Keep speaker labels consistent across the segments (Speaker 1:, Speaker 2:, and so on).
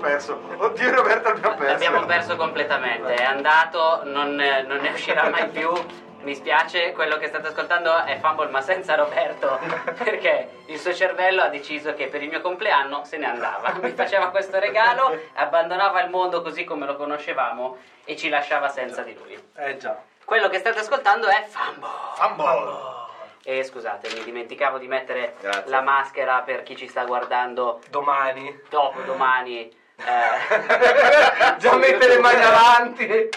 Speaker 1: perso. Oddio Roberto, abbiamo perso.
Speaker 2: L'abbiamo perso completamente, è andato, non, non ne uscirà mai più. Mi spiace, quello che state ascoltando è Fumble ma senza Roberto, perché il suo cervello ha deciso che per il mio compleanno se ne andava. Mi faceva questo regalo, abbandonava il mondo così come lo conoscevamo e ci lasciava senza di lui.
Speaker 3: Eh già.
Speaker 2: Quello che state ascoltando è Fumble.
Speaker 1: Fumble.
Speaker 2: E scusate, mi dimenticavo di mettere
Speaker 4: Grazie.
Speaker 2: la maschera per chi ci sta guardando
Speaker 3: Domani.
Speaker 2: dopo domani. eh,
Speaker 3: Già mette le mani avanti. Eh,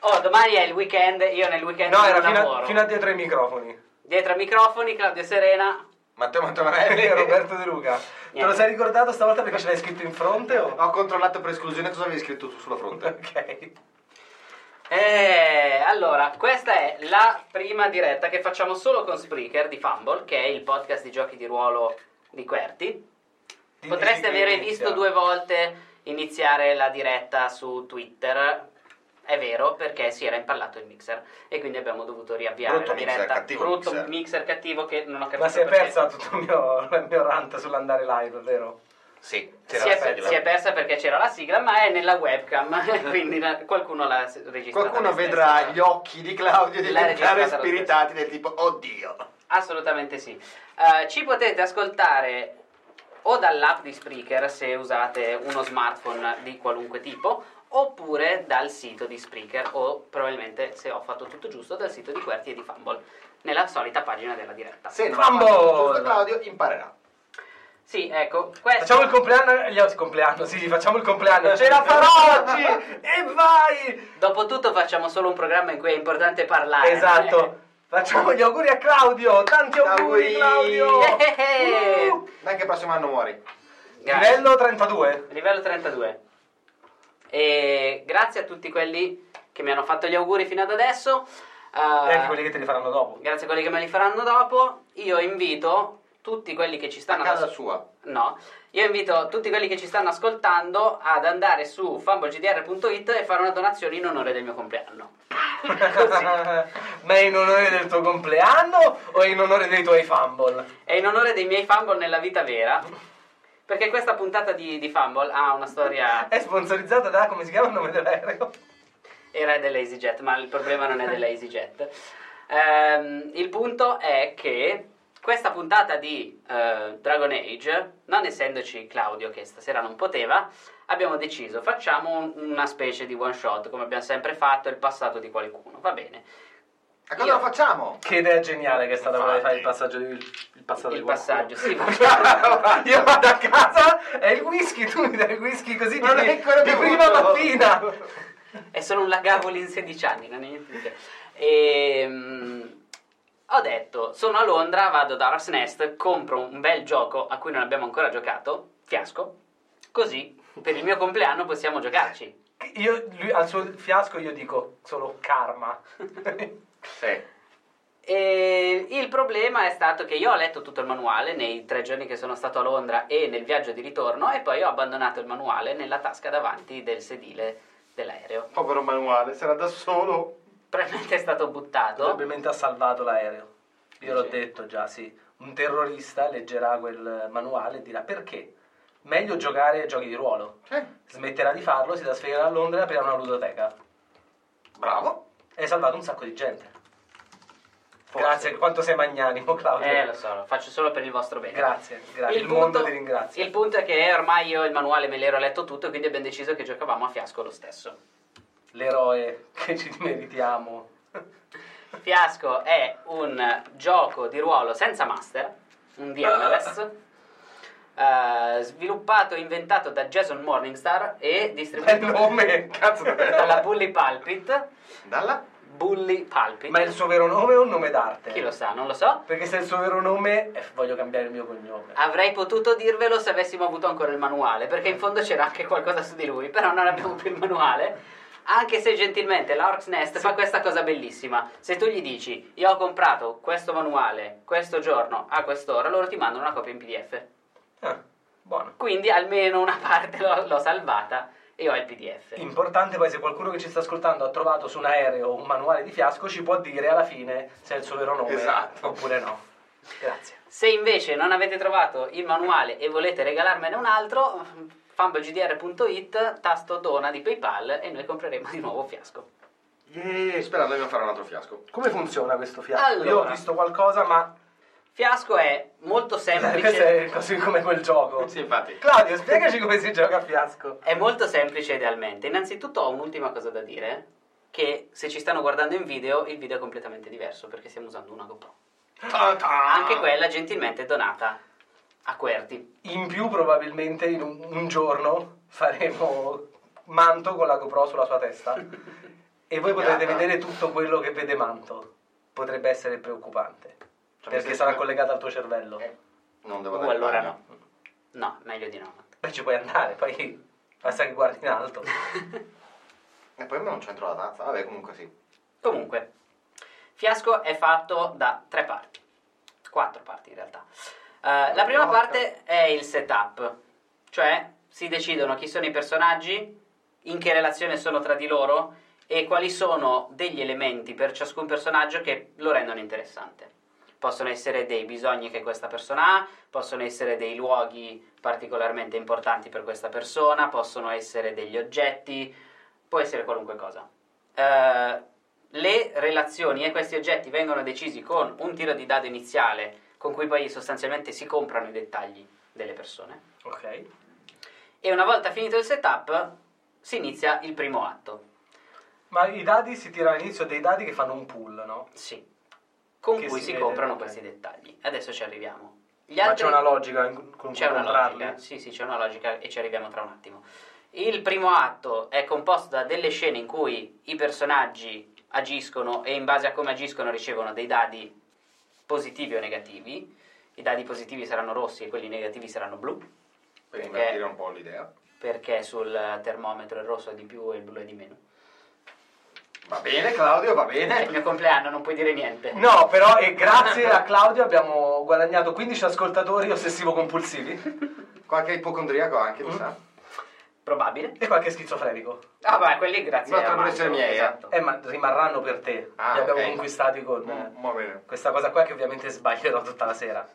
Speaker 2: oh, domani è il weekend, io nel weekend
Speaker 3: No,
Speaker 2: non
Speaker 3: era fino
Speaker 2: lavoro.
Speaker 3: a, fino a dietro ai microfoni.
Speaker 2: Dietro ai microfoni, Claudio Serena.
Speaker 4: Matteo Mantomarelli
Speaker 3: E Roberto De Luca. Te lo sei ricordato stavolta perché ce l'hai scritto in fronte o?
Speaker 4: Ho controllato per esclusione cosa avevi scritto tu sulla fronte.
Speaker 3: Ok.
Speaker 2: Eh, allora, questa è la prima diretta che facciamo solo con Spreaker di Fumble, che è il podcast di giochi di ruolo di Querti.
Speaker 3: Di-
Speaker 2: Potreste
Speaker 3: di-
Speaker 2: avere
Speaker 3: di-
Speaker 2: visto due volte iniziare la diretta su Twitter. È vero, perché si era impallato il mixer e quindi abbiamo dovuto riavviare
Speaker 4: Brutto
Speaker 2: la
Speaker 4: mixer,
Speaker 2: diretta.
Speaker 4: cattivo
Speaker 2: Brutto
Speaker 4: mixer.
Speaker 2: cattivo che non ho capito.
Speaker 3: Ma si è
Speaker 2: perché.
Speaker 3: persa tutto il mio, il mio rant sull'andare live, vero?
Speaker 4: Sì,
Speaker 2: Si
Speaker 4: c'era
Speaker 2: è,
Speaker 4: la sigla.
Speaker 2: si è persa perché c'era la sigla, ma è nella webcam, quindi la- qualcuno l'ha s- registrata.
Speaker 4: Qualcuno
Speaker 2: lo stesso.
Speaker 4: vedrà gli occhi di Claudio
Speaker 2: L'ha registrata
Speaker 4: diventare
Speaker 2: lo stesso.
Speaker 4: spiritati del tipo oddio.
Speaker 2: Assolutamente sì. Eh, ci potete ascoltare o dall'app di Spreaker se usate uno smartphone di qualunque tipo, oppure dal sito di Spreaker o probabilmente, se ho fatto tutto giusto, dal sito di Querti e di Fumble, nella solita pagina della diretta.
Speaker 4: Se non
Speaker 3: Fumble!
Speaker 4: ha fatto giusto Claudio imparerà.
Speaker 2: Sì, ecco, questo...
Speaker 3: Facciamo il compleanno agli altri. Compleanno, sì, facciamo il compleanno. Ce la farò oggi! E vai!
Speaker 2: Dopotutto facciamo solo un programma in cui è importante parlare.
Speaker 3: Esatto. Facciamo gli auguri a Claudio. Tanti auguri,
Speaker 4: Auguri.
Speaker 3: Claudio.
Speaker 2: Eh.
Speaker 3: Uh.
Speaker 4: Dai che il prossimo anno muori.
Speaker 2: Grazie.
Speaker 3: Livello 32.
Speaker 2: Livello 32. E grazie a tutti quelli che mi hanno fatto gli auguri fino ad adesso. Eh,
Speaker 3: E anche quelli che te li faranno dopo.
Speaker 2: Grazie a quelli che me li faranno dopo. Io invito tutti quelli che ci
Speaker 4: A
Speaker 2: stanno
Speaker 4: casa
Speaker 2: ascoltando.
Speaker 4: sua.
Speaker 2: No, io invito tutti quelli che ci stanno ascoltando ad andare su fumblegdr.it e fare una donazione in onore del mio compleanno.
Speaker 3: Ma è in onore del tuo compleanno o è in onore dei tuoi fumble?
Speaker 2: È in onore dei miei fumble nella vita vera. Perché questa puntata di, di Fumble ha una storia.
Speaker 3: È sponsorizzata da come si chiama il nome dell'aereo?
Speaker 2: Era dell'EasyJet, ma il problema non è dell'EasyJet. Ehm, il punto è che questa puntata di eh, Dragon Age, non essendoci Claudio che stasera non poteva, abbiamo deciso facciamo un- una specie di one shot come abbiamo sempre fatto, il passato di qualcuno, va bene.
Speaker 4: A cosa
Speaker 2: Io-
Speaker 4: lo facciamo?
Speaker 3: Che idea geniale che è stata quella di fare il
Speaker 4: Infatti.
Speaker 3: passaggio di il passaggio
Speaker 2: Il
Speaker 3: di
Speaker 2: passaggio, sì.
Speaker 3: qualcuno. Io vado a casa e il whisky, tu mi dai il whisky così
Speaker 4: Non
Speaker 3: di,
Speaker 4: è ancora
Speaker 3: di
Speaker 4: bevuto.
Speaker 3: prima mattina.
Speaker 2: È solo un lagavoli in 16 anni, non è niente di che. Ehm, ho detto, sono a Londra, vado da Arts Nest, compro un bel gioco a cui non abbiamo ancora giocato, Fiasco, così per il mio compleanno possiamo giocarci.
Speaker 3: Io lui- al suo fiasco io dico solo karma.
Speaker 4: Sì.
Speaker 2: E il problema è stato che io ho letto tutto il manuale nei tre giorni che sono stato a Londra e nel viaggio di ritorno e poi ho abbandonato il manuale nella tasca davanti del sedile dell'aereo.
Speaker 1: Povero manuale, sarà da solo.
Speaker 2: Probabilmente è stato buttato.
Speaker 3: Probabilmente ha salvato l'aereo. Io l'ho
Speaker 2: Esatto. Sì.
Speaker 3: detto già, sì. Un terrorista leggerà quel manuale e dirà perché? Meglio giocare ai giochi di ruolo.
Speaker 4: Sì.
Speaker 3: Smetterà di farlo, si trasferirà a Londra e aprirà una ludoteca.
Speaker 4: Bravo.
Speaker 3: Hai salvato un sacco di gente.
Speaker 4: Forse.
Speaker 3: Grazie, quanto sei magnanimo, Claudio.
Speaker 2: Eh, lo so, lo faccio solo per il vostro bene.
Speaker 3: Grazie, grazie. Il, mondo ti ringrazia.
Speaker 2: Il punto è che ormai io il manuale me l'ero letto tutto, quindi abbiamo deciso che giocavamo a fiasco lo stesso.
Speaker 3: L'eroe che ci meritiamo.
Speaker 2: Fiasco è un gioco di ruolo senza master, un DMLS, eh, sviluppato e inventato da Jason Morningstar e
Speaker 3: Bel
Speaker 2: distribuito
Speaker 3: Cioè, nome, cazzo.
Speaker 2: dalla Bully Pulpit.
Speaker 4: Dalla?
Speaker 2: Bully Pulpit.
Speaker 3: Ma è il suo vero nome o un nome d'arte?
Speaker 2: Chi lo sa, non lo so.
Speaker 3: Perché se è il suo vero nome, eh, voglio cambiare il mio cognome.
Speaker 2: Avrei potuto dirvelo se avessimo avuto ancora il manuale, perché in fondo c'era anche qualcosa su di lui, però non abbiamo più il manuale. Anche se gentilmente la Orcs Nest fa questa cosa bellissima. Se tu gli dici io ho comprato questo manuale questo giorno a quest'ora, loro ti mandano una copia in PDF.
Speaker 3: Ah, buono.
Speaker 2: Quindi almeno una parte l'ho, l'ho salvata e ho il PDF.
Speaker 3: Importante poi se qualcuno che ci sta ascoltando ha trovato su un aereo un manuale di fiasco ci può dire alla fine se è il suo vero nome
Speaker 4: Esatto.
Speaker 3: oppure no. Grazie.
Speaker 2: Se invece non avete trovato il manuale e volete regalarmene un altro, mm, fumblegdr.it, tasto dona di PayPal e noi compreremo di nuovo fiasco.
Speaker 4: Yeah, sperando di non fare un altro fiasco.
Speaker 3: Come funziona questo fiasco?
Speaker 2: Allora.
Speaker 3: Io ho visto qualcosa, ma
Speaker 2: Fiasco è molto
Speaker 3: questo
Speaker 2: semplice.
Speaker 3: è così come quel gioco.
Speaker 4: Eh, Sì, infatti.
Speaker 3: Claudio, spiegaci come si gioca a fiasco.
Speaker 2: È molto semplice idealmente. Innanzitutto ho un'ultima cosa da dire, che se ci stanno guardando in video, il video è completamente diverso perché stiamo usando una GoPro.
Speaker 4: Ta- ta.
Speaker 2: Anche
Speaker 3: Ah.
Speaker 2: quella gentilmente donata a Querti.
Speaker 3: In più, probabilmente in un, un giorno faremo Manto con la GoPro sulla sua testa e voi potrete
Speaker 4: Figata.
Speaker 3: vedere tutto quello che vede Manto. Potrebbe essere preoccupante
Speaker 4: Cioè, mi
Speaker 3: perché
Speaker 4: stai-
Speaker 3: sarà collegata al tuo cervello.
Speaker 4: Eh, non
Speaker 3: Oh,
Speaker 4: devo
Speaker 2: O
Speaker 4: andare in
Speaker 2: allora
Speaker 4: bagno.
Speaker 2: no. No, meglio di no.
Speaker 3: Poi ci puoi andare, poi basta che guardi in alto.
Speaker 4: E poi non c'entro la tazza. Vabbè, comunque sì.
Speaker 2: Comunque, Fiasco è fatto da tre parti, quattro parti in realtà. Eh, la prima parte è il setup, cioè si decidono chi sono i personaggi, in che relazione sono tra di loro e quali sono degli elementi per ciascun personaggio che lo rendono interessante. Possono essere dei bisogni che questa persona ha, possono essere dei luoghi particolarmente importanti per questa persona, possono essere degli oggetti, può essere qualunque cosa. Eh, le relazioni e questi oggetti vengono decisi con un tiro di dado iniziale con cui poi sostanzialmente si comprano i dettagli delle persone.
Speaker 3: Ok.
Speaker 2: E una volta finito il setup si inizia il primo atto.
Speaker 3: Ma i dadi si tirano all'inizio dei dadi che fanno un pull, no?
Speaker 2: Sì. Con
Speaker 3: Che
Speaker 2: cui
Speaker 3: si
Speaker 2: si,
Speaker 3: vede,
Speaker 2: comprano
Speaker 3: ok.
Speaker 2: questi dettagli. Adesso ci arriviamo. Gli
Speaker 3: Ma
Speaker 2: altri-
Speaker 3: c'è una logica in- con cui
Speaker 2: C'è una
Speaker 3: comprarli?
Speaker 4: eh?
Speaker 2: logica, sì, sì, c'è una logica e ci arriviamo tra un attimo. Il primo atto è composto da delle scene in cui i personaggi agiscono e in base a come agiscono ricevono dei dadi positivi o negativi. I dadi positivi saranno rossi e quelli negativi saranno blu,
Speaker 4: Per
Speaker 2: Ok.
Speaker 4: invertire un po' l'idea.
Speaker 2: perché sul termometro il rosso è di più e il blu è di meno.
Speaker 4: Va bene, Claudio, va
Speaker 2: È il
Speaker 4: bene.
Speaker 2: mio compleanno, non puoi dire niente.
Speaker 3: No, però e grazie a Claudio abbiamo guadagnato 15 ascoltatori ossessivo-compulsivi
Speaker 4: Qualche ipocondriaco anche, mi
Speaker 3: Mm.
Speaker 4: sa.
Speaker 2: Probabile.
Speaker 3: e qualche schizofrenico.
Speaker 2: Ah, beh, quelli grazie a
Speaker 4: Potrebbero
Speaker 2: Marco,
Speaker 4: essere miei, eh.
Speaker 2: Esatto.
Speaker 3: Eh, ma rimarranno per te.
Speaker 4: Ah,
Speaker 3: Li abbiamo
Speaker 4: ok.
Speaker 3: conquistati con
Speaker 4: Mm, Va bene.
Speaker 3: eh, questa cosa qua che ovviamente sbaglierò tutta la sera.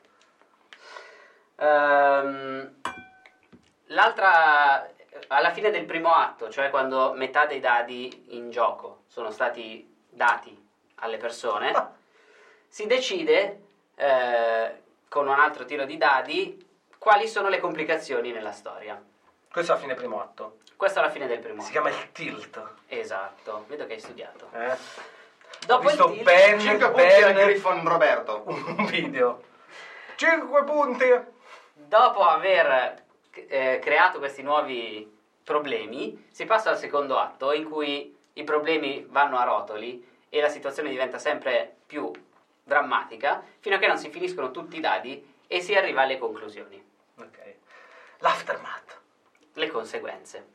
Speaker 2: Ehm, l'altra, alla fine del primo atto, cioè quando metà dei dadi in gioco sono stati dati alle
Speaker 3: Ah.
Speaker 2: persone, si decide eh, con un altro tiro di dadi quali sono le complicazioni nella storia.
Speaker 3: Questo è a fine primo atto.
Speaker 2: Questa è la fine del primo
Speaker 3: Si
Speaker 2: atto.
Speaker 3: chiama il tilt.
Speaker 2: Esatto, vedo che hai studiato.
Speaker 3: Eh?
Speaker 2: Dopo il
Speaker 3: visto
Speaker 2: tilt-
Speaker 3: ben-
Speaker 4: 5 punti
Speaker 3: bene.
Speaker 4: al Griffon Roberto.
Speaker 3: Un video. 5 punti.
Speaker 2: Dopo aver eh, creato questi nuovi problemi, si passa al secondo atto in cui i problemi vanno a rotoli e la situazione diventa sempre più drammatica fino a che non si finiscono tutti i dadi e si arriva alle conclusioni,
Speaker 3: Ok. L'aftermath.
Speaker 2: le conseguenze.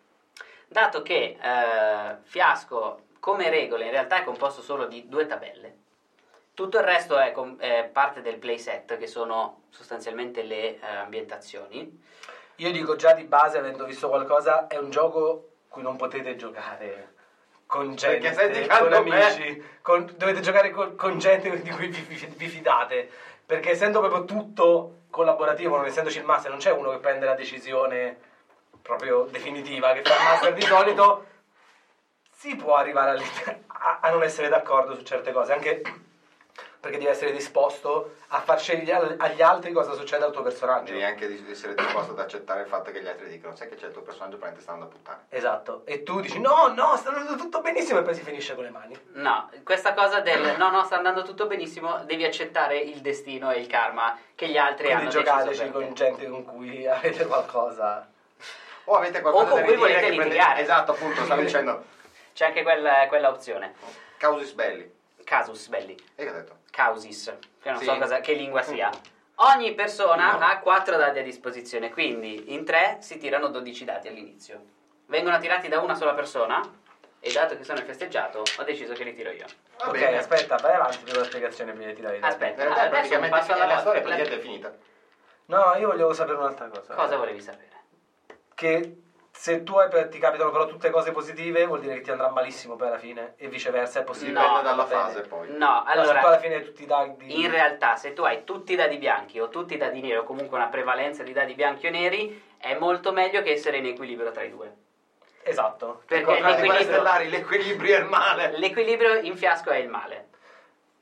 Speaker 2: Dato che eh, Fiasco come regola in realtà è composto solo di due tabelle, tutto il resto è, com- è parte del playset che sono sostanzialmente le eh, ambientazioni.
Speaker 3: Io dico già di base, avendo visto qualcosa, è un gioco cui non potete giocare con gente,
Speaker 4: Perché stai
Speaker 3: con
Speaker 4: indicando me?
Speaker 3: amici, con- dovete giocare con, con gente di cui vi, vi- vi fidate, perché essendo proprio tutto collaborativo, non essendoci il master, non c'è uno che prende la decisione proprio definitiva, che fa il master di solito, si può arrivare all'inter- a, a non essere d'accordo su certe cose, anche perché devi essere disposto a far scegliere agli altri cosa succede al tuo personaggio.
Speaker 4: Devi anche di- di essere disposto ad accettare il fatto che gli altri dicono sai che c'è il tuo personaggio praticamente sta andando a puttane.
Speaker 3: Esatto, e tu dici no, no, sta andando tutto benissimo e poi si finisce con le mani.
Speaker 2: No, questa cosa del no, no, sta andando tutto benissimo, devi accettare il destino e il karma che gli altri
Speaker 3: Quindi
Speaker 2: hanno deciso
Speaker 3: giocateci
Speaker 2: per te.
Speaker 3: con gente con cui avete qualcosa.
Speaker 4: O avete qualcosa
Speaker 2: O con
Speaker 4: da
Speaker 2: cui
Speaker 4: ridire
Speaker 2: volete
Speaker 4: che prende-
Speaker 2: litigare.
Speaker 4: Esatto, appunto, stavo dicendo
Speaker 2: C'è anche quella, quella opzione.
Speaker 4: causis belli.
Speaker 2: Casus belli,
Speaker 4: E che ho detto?
Speaker 2: causis, che non
Speaker 4: Sì.
Speaker 2: so cosa- che lingua sia. Ogni persona
Speaker 4: No.
Speaker 2: ha 4 dadi a disposizione, quindi in 3 si tirano 12 dadi all'inizio. Vengono tirati da una sola persona e dato che sono il festeggiato ho deciso che li tiro io.
Speaker 4: Va
Speaker 3: ok,
Speaker 4: bene.
Speaker 3: aspetta, vai avanti per la spiegazione prima di tirare i dadi.
Speaker 4: In
Speaker 2: Aspetta,
Speaker 4: realtà è
Speaker 2: adesso
Speaker 4: praticamente
Speaker 2: passo alla
Speaker 4: finita la storia
Speaker 2: volta.
Speaker 4: perché è finita.
Speaker 3: No, io volevo sapere un'altra cosa.
Speaker 2: Cosa volevi sapere?
Speaker 3: Che se tu hai, per- ti capitano però tutte cose positive, vuol dire che ti andrà malissimo poi alla fine, e viceversa è possibile.
Speaker 2: No,
Speaker 4: Dipende dalla
Speaker 3: va bene.
Speaker 4: fase poi.
Speaker 2: No,
Speaker 3: Allora, se tu
Speaker 2: allora,
Speaker 3: Cioè, alla fine tutti i dadi...
Speaker 2: in realtà se tu hai tutti i dadi bianchi o tutti i dadi neri o comunque una prevalenza di dadi bianchi o neri, è molto meglio che essere in equilibrio tra i due.
Speaker 3: Esatto.
Speaker 2: Perché
Speaker 4: Contrari di guerre
Speaker 2: l'equilibrio,
Speaker 4: stellari, l'equilibrio è il male.
Speaker 2: l'equilibrio in fiasco è il male.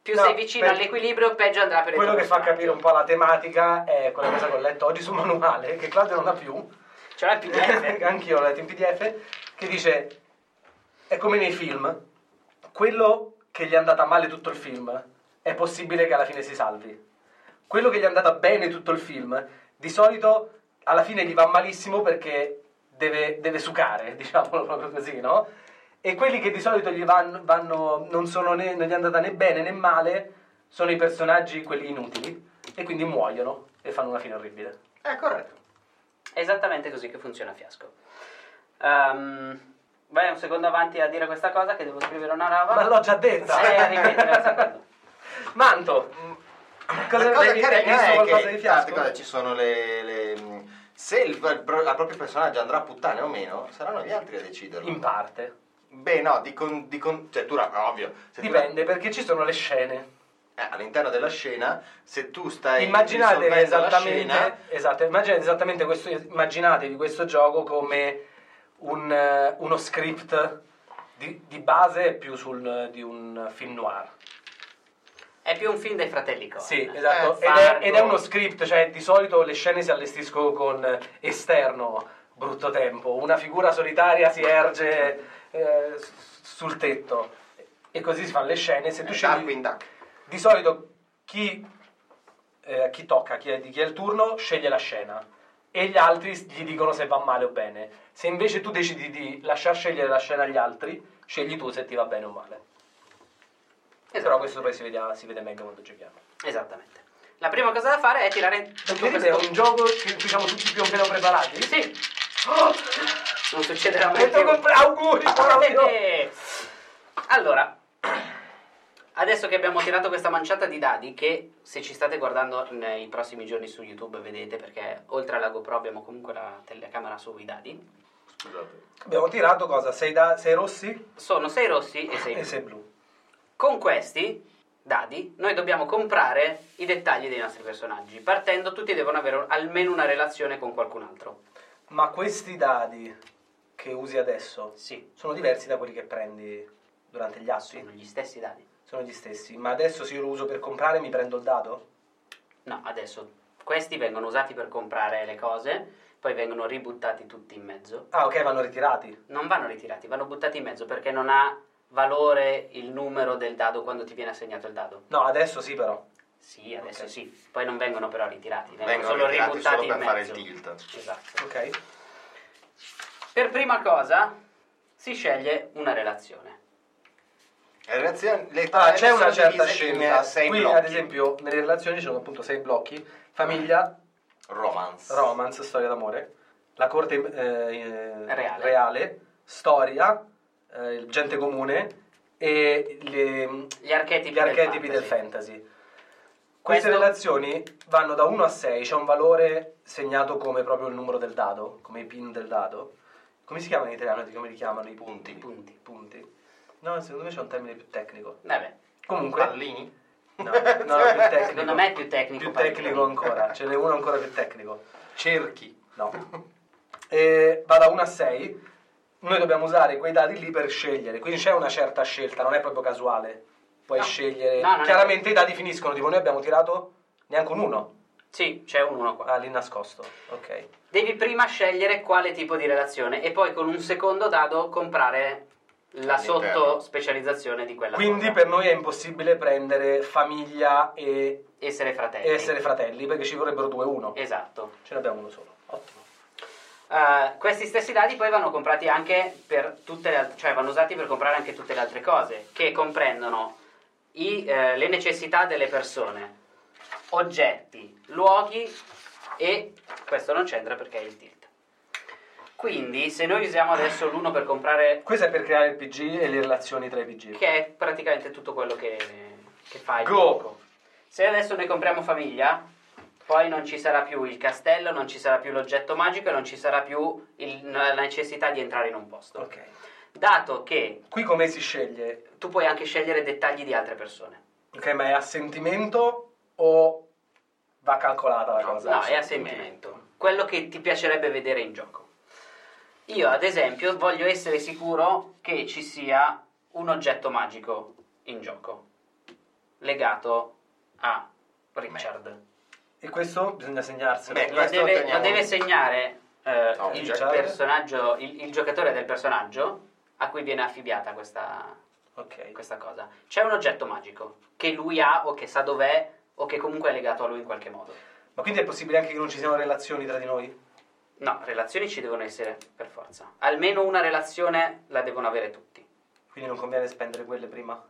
Speaker 2: Più
Speaker 3: No,
Speaker 2: sei vicino
Speaker 3: per-
Speaker 2: all'equilibrio, peggio andrà per il
Speaker 3: Quello
Speaker 2: tuo
Speaker 3: che fa
Speaker 2: personaggio.
Speaker 3: capire un po' la tematica è quella cosa che ho letto oggi sul manuale, che Claudio non ha più.
Speaker 2: Ce l'hai più
Speaker 3: Che anch'io l'ho letto in PDF, che dice, è come nei film, quello che gli è andata male tutto il film, è possibile che alla fine si salvi. Quello che gli è andata bene tutto il film, di solito alla fine gli va malissimo perché deve, deve sucare, diciamolo proprio così, no? E quelli che di solito gli vanno, vanno- non, sono né, non gli è andata né bene né male, sono i personaggi quelli inutili, e quindi muoiono e fanno una fine orribile.
Speaker 4: È corretto.
Speaker 2: È esattamente così che funziona Fiasco. Ehm, vai un secondo avanti a dire questa cosa che devo scrivere una rava.
Speaker 3: Ma l'ho già detta!
Speaker 2: Eh, ripetila un secondo.
Speaker 3: Manto, cosa Eh,
Speaker 4: la Eh, cosa
Speaker 3: avevi- hai
Speaker 4: carina
Speaker 3: visto
Speaker 4: è
Speaker 3: qualcosa
Speaker 4: che
Speaker 3: di fiasco?
Speaker 4: tante cose ci sono le... le- mh, se il, il pro- la proprio personaggio andrà a puttane o meno, saranno gli altri a deciderlo.
Speaker 3: In parte.
Speaker 4: Beh, no, di con... Di con cioè, tu, la- ovvio. se tu la-
Speaker 3: Dipende perché ci sono le scene.
Speaker 4: eh, all'interno della scena, se tu stai
Speaker 3: Immaginatevi
Speaker 4: risolvendo la
Speaker 3: esattamente,
Speaker 4: scena,
Speaker 3: esatto, immaginate esattamente questo, immaginatevi questo gioco come un, eh, uno script di, di base più sul, eh, di un film noir.
Speaker 2: È più un film dei fratelli Coen.
Speaker 3: Sì, esatto.
Speaker 2: Eh,
Speaker 3: ed, è,
Speaker 2: Fargo.
Speaker 3: ed è uno script, cioè di solito le scene si allestiscono con esterno, brutto tempo, una figura solitaria si erge eh, s- sul tetto e così si fanno le scene. Se tu
Speaker 4: eh,
Speaker 3: scegli,
Speaker 4: Darkwing Duck.
Speaker 3: di solito chi, eh, chi tocca, chi è, di chi è il turno, sceglie la scena e gli altri gli dicono se va male o bene. Se invece tu decidi di lasciar scegliere la scena agli altri, scegli tu se ti va bene o male.
Speaker 2: Esatto.
Speaker 3: Però questo poi si vede, si vede meglio quando giochiamo.
Speaker 2: Esattamente. La prima cosa da fare è tirare tutto
Speaker 3: Vedete, è un
Speaker 2: questo.
Speaker 3: gioco che cui siamo tutti più o meno preparati.
Speaker 2: Sì,
Speaker 3: Oh,
Speaker 2: non succederà mai
Speaker 3: detto
Speaker 2: più.
Speaker 3: con- auguri, proprio.
Speaker 2: Avete- Allora, adesso che abbiamo tirato questa manciata di dadi, che se ci state guardando nei prossimi giorni su YouTube vedete, perché oltre alla GoPro abbiamo comunque la telecamera sui dadi,
Speaker 5: Scusate.
Speaker 3: Abbiamo tirato cosa? Sei, da- sei rossi
Speaker 2: sono 6 rossi e 6
Speaker 3: e
Speaker 2: blu.
Speaker 3: sei blu.
Speaker 2: Con questi dadi noi dobbiamo comprare i dettagli dei nostri personaggi. Partendo tutti devono avere almeno una relazione con qualcun altro.
Speaker 3: Ma questi dadi che usi adesso
Speaker 2: Sì,
Speaker 3: sono diversi da quelli che prendi durante gli atti?
Speaker 2: sono gli stessi dadi.
Speaker 3: Sono gli stessi. Ma adesso se io lo uso per comprare mi prendo il dado?
Speaker 2: No, adesso questi vengono usati per comprare le cose, poi vengono ributtati tutti in mezzo.
Speaker 3: Ah ok, vanno ritirati.
Speaker 2: non vanno ritirati, vanno buttati in mezzo perché non ha valore il numero del dado quando ti viene assegnato il dado.
Speaker 3: No, adesso sì però.
Speaker 2: Sì, adesso
Speaker 3: Ok.
Speaker 2: sì. Poi non vengono però ritirati, vengono,
Speaker 4: Vengono
Speaker 2: solo
Speaker 4: ritirati
Speaker 2: ributtati
Speaker 4: solo
Speaker 2: in
Speaker 4: per fare
Speaker 2: mezzo.
Speaker 4: il tilt.
Speaker 2: Esatto.
Speaker 3: Ok.
Speaker 2: Per prima cosa si sceglie una relazione.
Speaker 4: E in relazione- Eh, le
Speaker 3: Allora, Ah, c'è
Speaker 4: sono
Speaker 3: una certa
Speaker 4: divise in,
Speaker 3: scelta.
Speaker 4: eh, sei
Speaker 3: Qui
Speaker 4: blocchi.
Speaker 3: ad esempio nelle relazioni ci sono appunto sei blocchi. Famiglia,
Speaker 4: Romance.
Speaker 3: romance, storia d'amore, la corte eh, eh,
Speaker 2: Reale.
Speaker 3: storia, eh, gente comune e le-
Speaker 2: Gli archetipi,
Speaker 3: gli archetipi del
Speaker 2: fantasy.
Speaker 3: fantasy.
Speaker 2: Questo-
Speaker 3: Queste relazioni vanno da 1 a 6, c'è un valore segnato come proprio il numero del dado, come i pin del dado. Come si chiamano in italiano? Come li chiamano i punti?
Speaker 4: Punti.
Speaker 2: I punti.
Speaker 3: punti? No, secondo me c'è un termine più tecnico.
Speaker 2: Vabbè,
Speaker 3: Comunque,
Speaker 4: Pallini?
Speaker 3: no, no, più tecnico.
Speaker 2: secondo me è più tecnico.
Speaker 3: più
Speaker 2: Paolo.
Speaker 3: tecnico ancora, ce n'è uno ancora più tecnico.
Speaker 4: Cerchi.
Speaker 3: No. E va da 1 a 6. Noi dobbiamo usare quei dati lì per scegliere, quindi c'è una certa scelta, non è proprio casuale. Puoi
Speaker 2: No.
Speaker 3: scegliere.
Speaker 2: No, non è-
Speaker 3: Chiaramente i dati finiscono, tipo noi abbiamo tirato neanche un 1.
Speaker 2: Sì, c'è un uno qua.
Speaker 3: Ah, lì nascosto. Ok.
Speaker 2: Devi prima scegliere quale tipo di relazione e poi con un secondo dado comprare la
Speaker 4: All'interno.
Speaker 2: sottospecializzazione di quella
Speaker 3: Quindi
Speaker 2: cosa.
Speaker 3: per noi è impossibile prendere famiglia e
Speaker 2: essere fratelli.
Speaker 3: e essere fratelli perché ci vorrebbero due uno.
Speaker 2: Esatto.
Speaker 3: Ce ne abbiamo uno solo. Ottimo.
Speaker 2: Eh, questi stessi dadi poi vanno comprati anche per tutte le altre, cioè vanno usati per comprare anche tutte le altre cose che comprendono i, eh, le necessità delle persone, oggetti, luoghi e questo non c'entra perché è il tilt. Quindi se noi usiamo adesso l'uno per comprare
Speaker 3: Questo è per creare il PG e le relazioni tra i PG.
Speaker 2: che è praticamente tutto quello che, che fai.
Speaker 3: Go.
Speaker 2: gioco. Se adesso noi compriamo famiglia, Poi non ci sarà più il castello, non ci sarà più l'oggetto magico e non ci sarà più il- la necessità di entrare in un posto.
Speaker 3: Ok.
Speaker 2: Dato che
Speaker 3: Qui come si sceglie?
Speaker 2: tu puoi anche scegliere dettagli di altre persone.
Speaker 3: Ok, ma è a sentimento o va calcolata la cosa?
Speaker 2: No, è a sentimento. Quello che ti piacerebbe vedere in gioco. Io, ad esempio, voglio essere sicuro che ci sia un oggetto magico in gioco legato a Richard.
Speaker 3: E questo bisogna segnarselo.
Speaker 4: Beh,
Speaker 2: Lo
Speaker 4: questo
Speaker 2: deve,
Speaker 4: teniamo-
Speaker 2: lo deve segnare eh,
Speaker 4: No,
Speaker 2: il,
Speaker 4: Richard.
Speaker 2: personaggio- il- il giocatore del personaggio a cui viene affibbiata questa,
Speaker 3: ok.
Speaker 2: questa cosa. C'è un oggetto magico che lui ha o che sa dov'è o che comunque è legato a lui in qualche modo.
Speaker 3: Ma quindi è possibile anche che non ci siano relazioni tra di noi?
Speaker 2: No, relazioni ci devono essere per forza. Almeno una relazione la devono avere tutti.
Speaker 3: Quindi non conviene spendere quelle prima?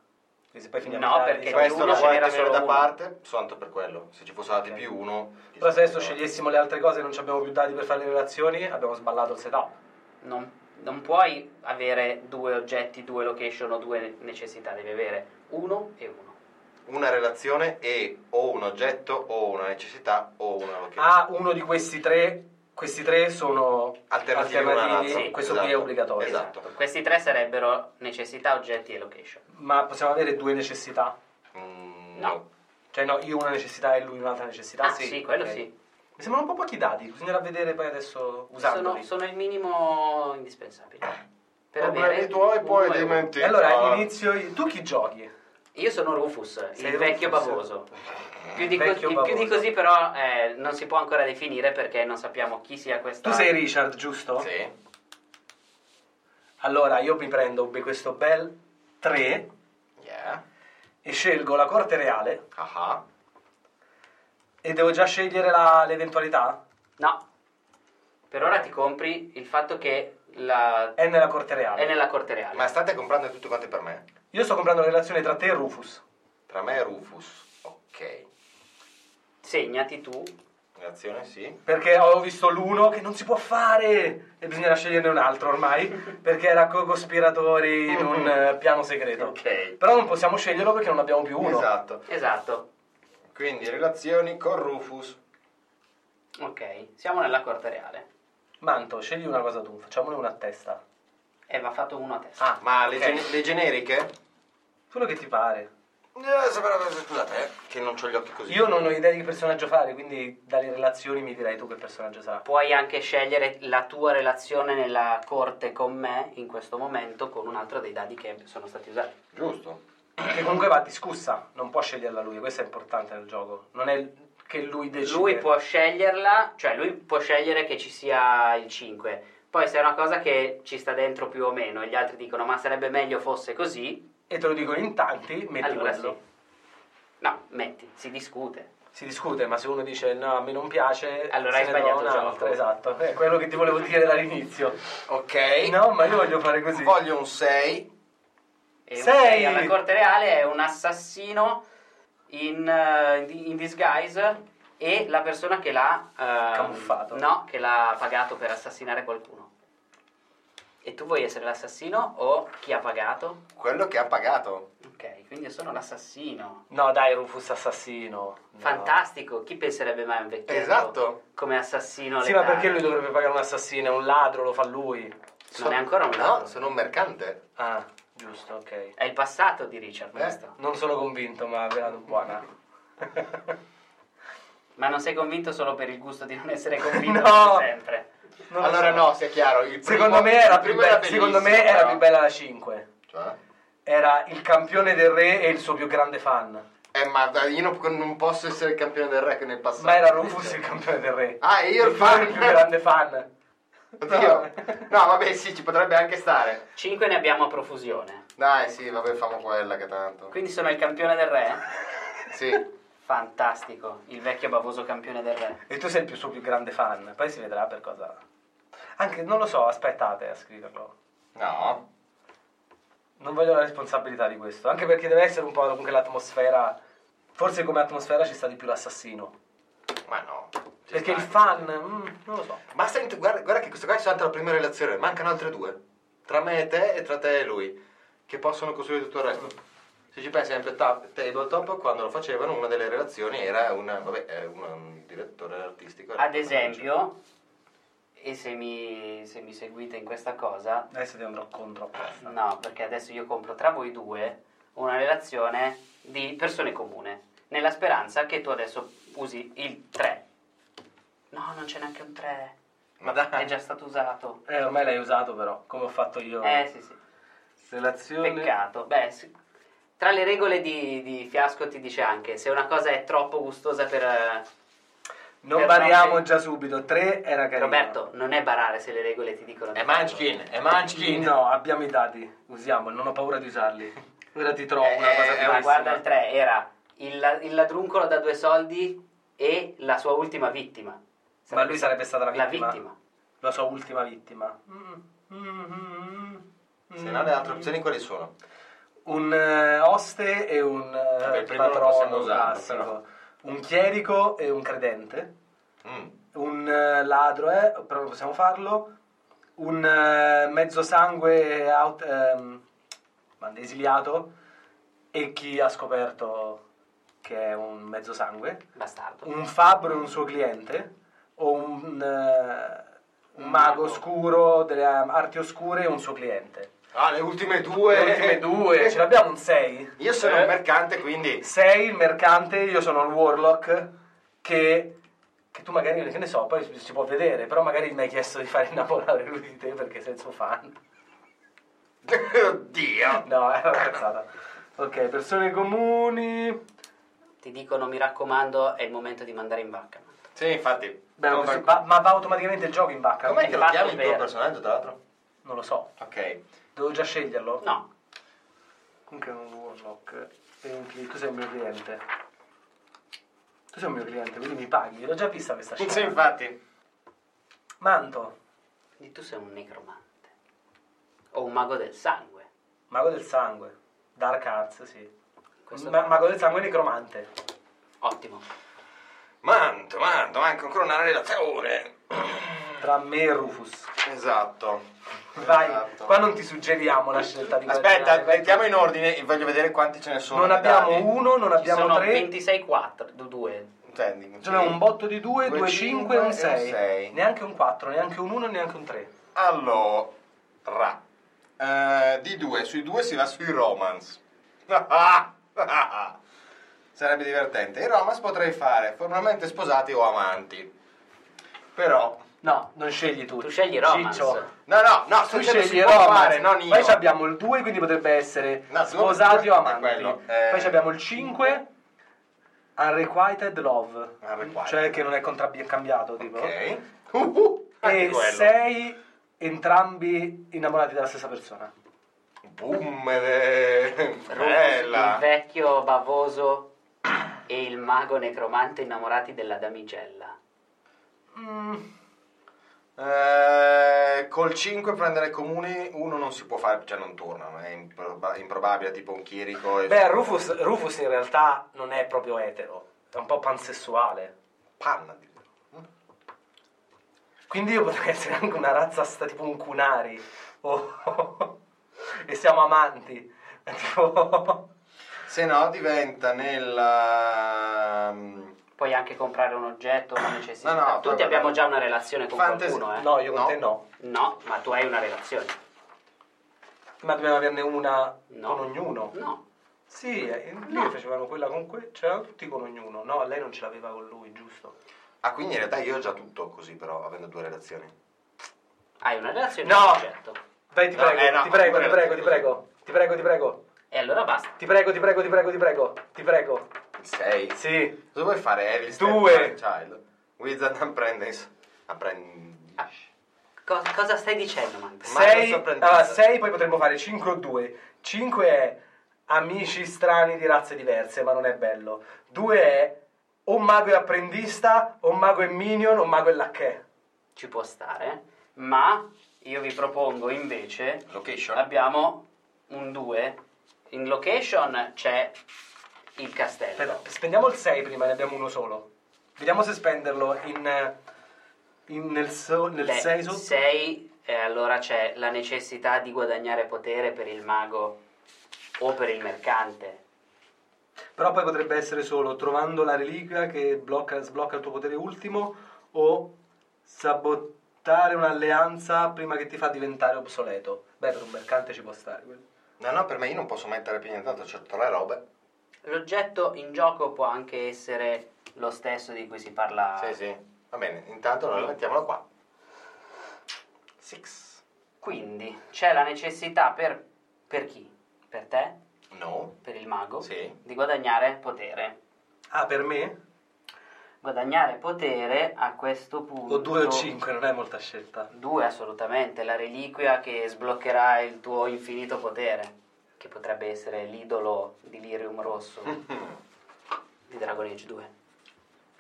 Speaker 3: Perché se poi finiamo
Speaker 2: No,
Speaker 3: tardi,
Speaker 2: perché
Speaker 3: diciamo-
Speaker 4: Questo
Speaker 2: ognuno
Speaker 4: lo vuoi
Speaker 2: ce n'era
Speaker 4: tenere
Speaker 2: solo
Speaker 4: da
Speaker 2: uno.
Speaker 4: parte soltanto per quello. Se ci fosse dati più uno.
Speaker 3: Però se adesso scegliessimo le altre cose e non ci abbiamo più dati per fare le relazioni, abbiamo sballato il setup.
Speaker 2: Non, non puoi avere due oggetti, due location o due necessità, devi avere uno e uno.
Speaker 4: una relazione e o un oggetto o una necessità o una location.
Speaker 3: Ah, uno di questi tre, questi tre sono
Speaker 4: Alternativi
Speaker 3: alternativi,
Speaker 4: un altro.
Speaker 2: Sì,
Speaker 3: questo
Speaker 4: esatto,
Speaker 3: qui è obbligatorio.
Speaker 4: esatto.
Speaker 2: Questi tre sarebbero necessità, oggetti e location.
Speaker 3: Ma possiamo avere due necessità?
Speaker 4: Mm,
Speaker 2: No.
Speaker 3: Cioè no, io una necessità e lui un'altra necessità?
Speaker 2: ah sì, quello
Speaker 3: ok.
Speaker 2: sì.
Speaker 3: Mi sembrano un po' pochi dati, bisognerà vedere poi adesso
Speaker 2: Sono,
Speaker 3: usandoli.
Speaker 2: sono il minimo indispensabile. Per
Speaker 6: Problemi tuoi,
Speaker 2: uno
Speaker 6: poi
Speaker 2: e
Speaker 6: dei
Speaker 2: uno.
Speaker 6: menti.
Speaker 3: E allora
Speaker 6: Ah.
Speaker 3: inizio io. Tu chi giochi?
Speaker 2: Io sono Rufus,
Speaker 3: Sei
Speaker 2: il vecchio
Speaker 3: Rufus.
Speaker 2: bavoso. Più di, co-
Speaker 3: Vecchio
Speaker 2: più di
Speaker 3: bavoso.
Speaker 2: così però eh, non si può ancora definire perché non sappiamo chi sia questa...
Speaker 3: Tu sei Richard, giusto?
Speaker 4: Ah. Sì.
Speaker 3: Allora io mi prendo be- questo bel 3
Speaker 4: Yeah.
Speaker 3: e scelgo la corte reale
Speaker 4: Ah ah.
Speaker 3: e devo già scegliere la- l'eventualità?
Speaker 2: No. Per ora ti compri il fatto che la...
Speaker 3: È nella corte reale.
Speaker 2: è nella corte reale.
Speaker 4: Ma state comprando tutto quanto per me?
Speaker 3: Io sto comprando la relazione tra te e Rufus.
Speaker 4: Tra me e Rufus. Ok.
Speaker 2: Segnati tu.
Speaker 4: Relazione sì.
Speaker 3: Perché ho visto l'uno che non si può fare e bisognerà sceglierne un altro ormai, perché era co-cospiratori in un eh, piano segreto.
Speaker 4: Ok.
Speaker 3: Però non possiamo sceglierlo perché non abbiamo più uno.
Speaker 4: Esatto.
Speaker 2: Esatto.
Speaker 4: Quindi relazioni con Rufus.
Speaker 2: Ok. Siamo nella corte reale.
Speaker 3: Manto, scegli una cosa tu, facciamone una a testa.
Speaker 2: E va fatto uno a testa.
Speaker 3: Ah,
Speaker 4: Ma le,
Speaker 3: ok.
Speaker 4: gen- le generiche?
Speaker 3: quello che ti pare.
Speaker 4: Eh, sapere- Scusate, eh, che non ho gli occhi così.
Speaker 3: Io non ho idea di che personaggio fare, quindi dalle relazioni mi direi tu che personaggio sarà.
Speaker 2: Puoi anche scegliere la tua relazione nella corte con me in questo momento con un altro dei dadi che sono stati usati.
Speaker 4: Giusto.
Speaker 3: Che comunque va discussa, non può sceglierla lui, questo è importante nel gioco. Non è che lui decide.
Speaker 2: Lui può sceglierla, cioè lui può scegliere che ci sia il 5. Poi se è una cosa che ci sta dentro più o meno e gli altri dicono ma sarebbe meglio fosse così,
Speaker 3: E te lo dicono in tanti, metti
Speaker 2: allora
Speaker 3: quello.
Speaker 2: sì. No, metti, si discute.
Speaker 3: Si discute, ma se uno dice no, a me non piace,
Speaker 2: Allora
Speaker 3: se
Speaker 2: hai
Speaker 3: ne trova
Speaker 2: sbagliato
Speaker 3: un
Speaker 2: il gioco.
Speaker 3: altro, Esatto, è quello che ti volevo dire dall'inizio.
Speaker 4: Ok.
Speaker 3: No, ma io voglio fare così.
Speaker 4: Voglio un 6.
Speaker 2: E
Speaker 3: Sei!
Speaker 2: un sei alla corte reale è un assassino in, eh, di- in disguise e la persona che l'ha eh,
Speaker 3: Camuffato.
Speaker 2: No, che l'ha pagato per assassinare qualcuno. E tu vuoi essere l'assassino o chi ha pagato?
Speaker 4: Quello che ha pagato.
Speaker 2: Ok, quindi io sono l'assassino.
Speaker 3: No, dai, Rufus assassino. No.
Speaker 2: Fantastico, chi penserebbe mai a un vecchietto
Speaker 4: Esatto.
Speaker 2: come assassino?
Speaker 3: Sì, ma
Speaker 2: letale?
Speaker 3: perché lui dovrebbe pagare un assassino? È un ladro, lo fa lui.
Speaker 2: Non è ancora un
Speaker 4: No,
Speaker 2: ladro.
Speaker 4: sono un mercante.
Speaker 3: Ah, giusto, ok.
Speaker 2: È il passato di Richard,
Speaker 4: Eh.
Speaker 2: questo.
Speaker 3: Non sono convinto, ma ve la do buona.
Speaker 2: Ma non sei convinto solo per il gusto di non essere convinto
Speaker 3: No.
Speaker 2: come sempre.
Speaker 3: Non lo
Speaker 4: allora
Speaker 3: so.
Speaker 4: no, sia chiaro. il primo-
Speaker 3: Secondo me era
Speaker 4: il
Speaker 3: più
Speaker 4: primo
Speaker 3: bella,
Speaker 4: bellissimo,
Speaker 3: secondo me era
Speaker 4: però.
Speaker 3: più bella la 5.
Speaker 4: Cioè?
Speaker 3: Era il campione del re e il suo più grande fan.
Speaker 4: Eh, ma dai, io non, non posso essere il campione del re che nel passato.
Speaker 3: Ma era Rufus il campione del re.
Speaker 4: Ah, e io il
Speaker 3: fan.
Speaker 4: fan.
Speaker 3: Il più grande fan.
Speaker 4: Oddio. No, vabbè, sì, ci potrebbe anche stare.
Speaker 2: 5 ne abbiamo a profusione.
Speaker 4: Dai, sì, vabbè, famo quella che tanto.
Speaker 2: Quindi sono il campione del re?
Speaker 4: Sì.
Speaker 2: Fantastico, il vecchio bavoso campione del re.
Speaker 3: E tu sei il più- suo più grande fan. Poi si vedrà per cosa. Anche, non lo so, aspettate a scriverlo.
Speaker 4: No.
Speaker 3: Non voglio la responsabilità di questo. Anche perché deve essere un po' comunque l'atmosfera. Forse come atmosfera ci sta di più l'assassino.
Speaker 4: Ma no. Ci
Speaker 3: perché il
Speaker 4: sta.
Speaker 3: fan. mm, non lo so.
Speaker 4: Ma senti, guarda, guarda che questa qua è soltanto la prima relazione, mancano altre due. Tra me e te e tra te e lui. Che possono costruire tutto il resto. Se ci pensi sempre ta- tabletop, quando lo facevano, una delle relazioni era una- vabbè, è un, un direttore artistico. era
Speaker 2: Ad
Speaker 4: un
Speaker 2: esempio, e se mi, se mi seguite in questa cosa,
Speaker 3: Adesso ti andrò contro.
Speaker 2: no, perché adesso io compro tra voi due una relazione di persone comune, nella speranza che tu adesso usi il 3. No, non c'è neanche un 3,
Speaker 4: Ma dai.
Speaker 2: è già stato usato.
Speaker 3: Eh, ormai l'hai usato però, come ho fatto io.
Speaker 2: Eh sì sì,
Speaker 3: Relazione.
Speaker 2: peccato. Beh, sì. tra le regole di, di Fiasco ti dice anche se una cosa è troppo gustosa per... eh,
Speaker 3: Non
Speaker 2: Per
Speaker 3: variamo
Speaker 2: non-
Speaker 3: già subito. 3 era carino. Eh,
Speaker 2: Roberto, non è barare se le regole ti dicono... di
Speaker 4: È
Speaker 2: farlo.
Speaker 4: Munchkin, è Munchkin.
Speaker 3: No, abbiamo i dati. Usiamo, non ho paura di usarli. Ora ti trovo
Speaker 4: Eh,
Speaker 3: una cosa
Speaker 4: eh,
Speaker 3: più
Speaker 2: ma
Speaker 4: bellissimo.
Speaker 2: guarda il 3 era il, la- il ladruncolo da due soldi e la sua ultima vittima.
Speaker 3: Ma lui sarebbe stata la vittima?
Speaker 2: La vittima.
Speaker 3: La sua ultima vittima.
Speaker 4: Se no, le altre opzioni quali sono?
Speaker 3: Un eh, oste e un eh,
Speaker 4: Vabbè, il primo non
Speaker 3: patrono
Speaker 4: possiamo usarlo,
Speaker 3: classico.
Speaker 4: però.
Speaker 3: Un chierico e un credente.
Speaker 4: Mm.
Speaker 3: Un eh, ladro, eh, però non possiamo farlo. Un eh, mezzo sangue out, ehm, manda esiliato. E chi ha scoperto che è un mezzo sangue.
Speaker 2: Bastardo.
Speaker 3: un fabbro e un suo cliente o un, eh, un mago
Speaker 2: mago.
Speaker 3: oscuro delle ehm, arti oscure e un suo cliente.
Speaker 4: Ah, le ultime due.
Speaker 3: Le ultime due, ce l'abbiamo un 6.
Speaker 4: Io sono
Speaker 3: Eh.
Speaker 4: un mercante, quindi.
Speaker 3: 6 il mercante, io sono il warlock che, che tu magari che ne so, poi si- si può vedere, però magari mi hai chiesto di fare innamorare lui di te perché sei il suo fan.
Speaker 4: Oddio.
Speaker 3: No, era una cazzata. Ok, persone comuni.
Speaker 2: Ti dicono mi raccomando è il momento di mandare in vacca.
Speaker 4: Sì, infatti.
Speaker 3: Beh,
Speaker 4: Sono
Speaker 3: questo-
Speaker 4: d'accordo.
Speaker 3: va- ma va automaticamente il gioco in vacca?
Speaker 4: Com'è che lo
Speaker 2: Infatti,
Speaker 4: chiami il tuo
Speaker 2: vero.
Speaker 4: personaggio, tra l'altro?
Speaker 3: Non lo so.
Speaker 4: Ok.
Speaker 3: Devo già sceglierlo?
Speaker 2: No,
Speaker 3: Comunque è un warlock e un cliente. Tu sei un mio cliente. Tu sei un mio cliente, quindi mi paghi. L'ho già vista questa scena.
Speaker 4: Sì, infatti.
Speaker 3: Manto,
Speaker 2: quindi tu sei un necromante. O un mago del sangue.
Speaker 3: mago del sangue. Dark Arts, sì.
Speaker 2: Questo-
Speaker 3: Ma- mago del sangue e necromante.
Speaker 2: Ottimo.
Speaker 4: Manto, manto, manca ancora una relazione.
Speaker 3: Tra me e Rufus.
Speaker 4: Esatto.
Speaker 3: Vai,
Speaker 4: Esatto.
Speaker 3: qua non ti suggeriamo la scelta di
Speaker 4: Aspetta,
Speaker 3: quale
Speaker 4: mettiamo in ordine e voglio vedere quanti ce ne sono.
Speaker 3: Non
Speaker 4: di
Speaker 3: abbiamo
Speaker 4: dadi.
Speaker 3: uno, non
Speaker 2: Ci
Speaker 3: abbiamo
Speaker 2: sono
Speaker 3: tre.
Speaker 2: 26 4, 2.
Speaker 4: Intendi,
Speaker 3: Ce n'è
Speaker 4: sì.
Speaker 3: Cioè, un botto di 2,
Speaker 4: Due
Speaker 3: 2, 5 e un
Speaker 4: cinque e un
Speaker 3: 6.
Speaker 4: sei.
Speaker 3: Neanche un 4, neanche un 1, neanche un 3.
Speaker 4: Allora, eh, di due, sui due si va sui romance. Sarebbe divertente. I romance potrei fare formalmente sposati o amanti. Però,
Speaker 3: No, non scegli tu.
Speaker 2: Tu scegli romance.
Speaker 3: Ciccio.
Speaker 4: no, no, no,
Speaker 3: Tu
Speaker 4: sto dicendo
Speaker 3: scegli
Speaker 4: si può
Speaker 3: Roman.
Speaker 4: fare, non io.
Speaker 3: Poi ci abbiamo il 2, quindi potrebbe essere
Speaker 4: No, il due
Speaker 3: sposati o
Speaker 4: è
Speaker 3: amanti.
Speaker 4: quello, eh.
Speaker 3: Poi ci abbiamo il 5, unrequited love.
Speaker 4: Unrequited.
Speaker 3: Cioè che non è contraccambiato, tipo.
Speaker 4: Ok. Uh, uh, anche
Speaker 3: E
Speaker 4: quello.
Speaker 3: 6 entrambi innamorati della stessa persona.
Speaker 4: Boom, eh,
Speaker 2: Rufus, il
Speaker 4: bella.
Speaker 2: vecchio bavoso e il mago necromante innamorati della damigella.
Speaker 3: Mm,
Speaker 4: Eh, col 5 prendere comuni uno non si può fare, cioè non torna, è improba- improbabile, tipo un chirico. e-
Speaker 3: Beh, Rufus, Rufus in realtà non è proprio etero, è un po' pansessuale.
Speaker 4: panna di
Speaker 3: Quindi io potrei essere anche una razza sta tipo un Cunari. o- e siamo amanti. Tipo...
Speaker 4: Se no diventa nella mm,
Speaker 2: Puoi anche comprare un oggetto, una necessità.
Speaker 4: No, no,
Speaker 2: Tutti
Speaker 4: proprio
Speaker 2: abbiamo
Speaker 4: no.
Speaker 2: già una relazione con
Speaker 4: Fantasy-
Speaker 2: qualcuno, eh?
Speaker 3: No, io con
Speaker 4: No.
Speaker 3: te no.
Speaker 2: No, ma tu hai una relazione.
Speaker 3: Ma dobbiamo averne una
Speaker 2: No.
Speaker 3: con ognuno.
Speaker 2: No.
Speaker 3: Sì, eh, lì
Speaker 2: No.
Speaker 3: facevano quella con que... c'erano tutti con ognuno. No, lei non ce l'aveva con lui, giusto?
Speaker 4: Ah, quindi in realtà io ho già tutto così però, avendo due relazioni.
Speaker 2: Hai una relazione
Speaker 3: No.
Speaker 2: con un oggetto.
Speaker 3: Vai, ti
Speaker 4: No,
Speaker 3: prego,
Speaker 4: eh, no,
Speaker 3: ti prego, ti
Speaker 4: quella-
Speaker 3: prego, ti prego. Ti prego, ti prego.
Speaker 2: E allora basta.
Speaker 3: Ti prego, ti prego, ti prego, ti prego. Ti prego.
Speaker 4: 6.
Speaker 3: Sì.
Speaker 4: Cosa vuoi fare? Evil
Speaker 3: Due.
Speaker 4: Child. Wizard Apprentice. Apprentice.
Speaker 2: Ah, co- cosa stai dicendo, Max?
Speaker 4: Ma adesso
Speaker 3: 6,
Speaker 4: apprendete.
Speaker 3: poi potremmo fare 5 o 2. 5 è amici strani di razze diverse, ma non è bello. 2 è o mago e apprendista, o mago e minion, o mago e lacchè.
Speaker 2: Ci può stare, ma io vi propongo invece
Speaker 4: Location.
Speaker 2: abbiamo un 2. In location c'è il castello.
Speaker 3: Aspetta, spendiamo il 6 prima, ne abbiamo uno solo. Vediamo se spenderlo in, in- nel 6 sotto.
Speaker 2: eh, 6 allora c'è la necessità di guadagnare potere per il mago o per il mercante.
Speaker 3: Però poi potrebbe essere solo trovando la reliquia che blocca- sblocca il tuo potere ultimo o sabotare un'alleanza prima che ti fa diventare obsoleto. Beh, per un mercante ci può stare quello.
Speaker 4: No, no, per me io non posso mettere più nient'altro, c'ho tutte le robe.
Speaker 2: L'oggetto in gioco può anche essere lo stesso di cui si parla.
Speaker 4: Sì, sì. Va bene, intanto noi mettiamolo qua. Six.
Speaker 2: Quindi c'è la necessità per, per chi? Per te?
Speaker 4: No.
Speaker 2: Per il mago?
Speaker 4: Sì.
Speaker 2: Di guadagnare potere.
Speaker 3: Ah, per me?
Speaker 2: Guadagnare potere a questo punto.
Speaker 3: O 2 o 5, non è molta scelta.
Speaker 2: Due assolutamente, la reliquia che sbloccherà il tuo infinito potere, che potrebbe essere l'idolo di Lirium Rosso
Speaker 7: Mm.
Speaker 2: di Dragon Age 2.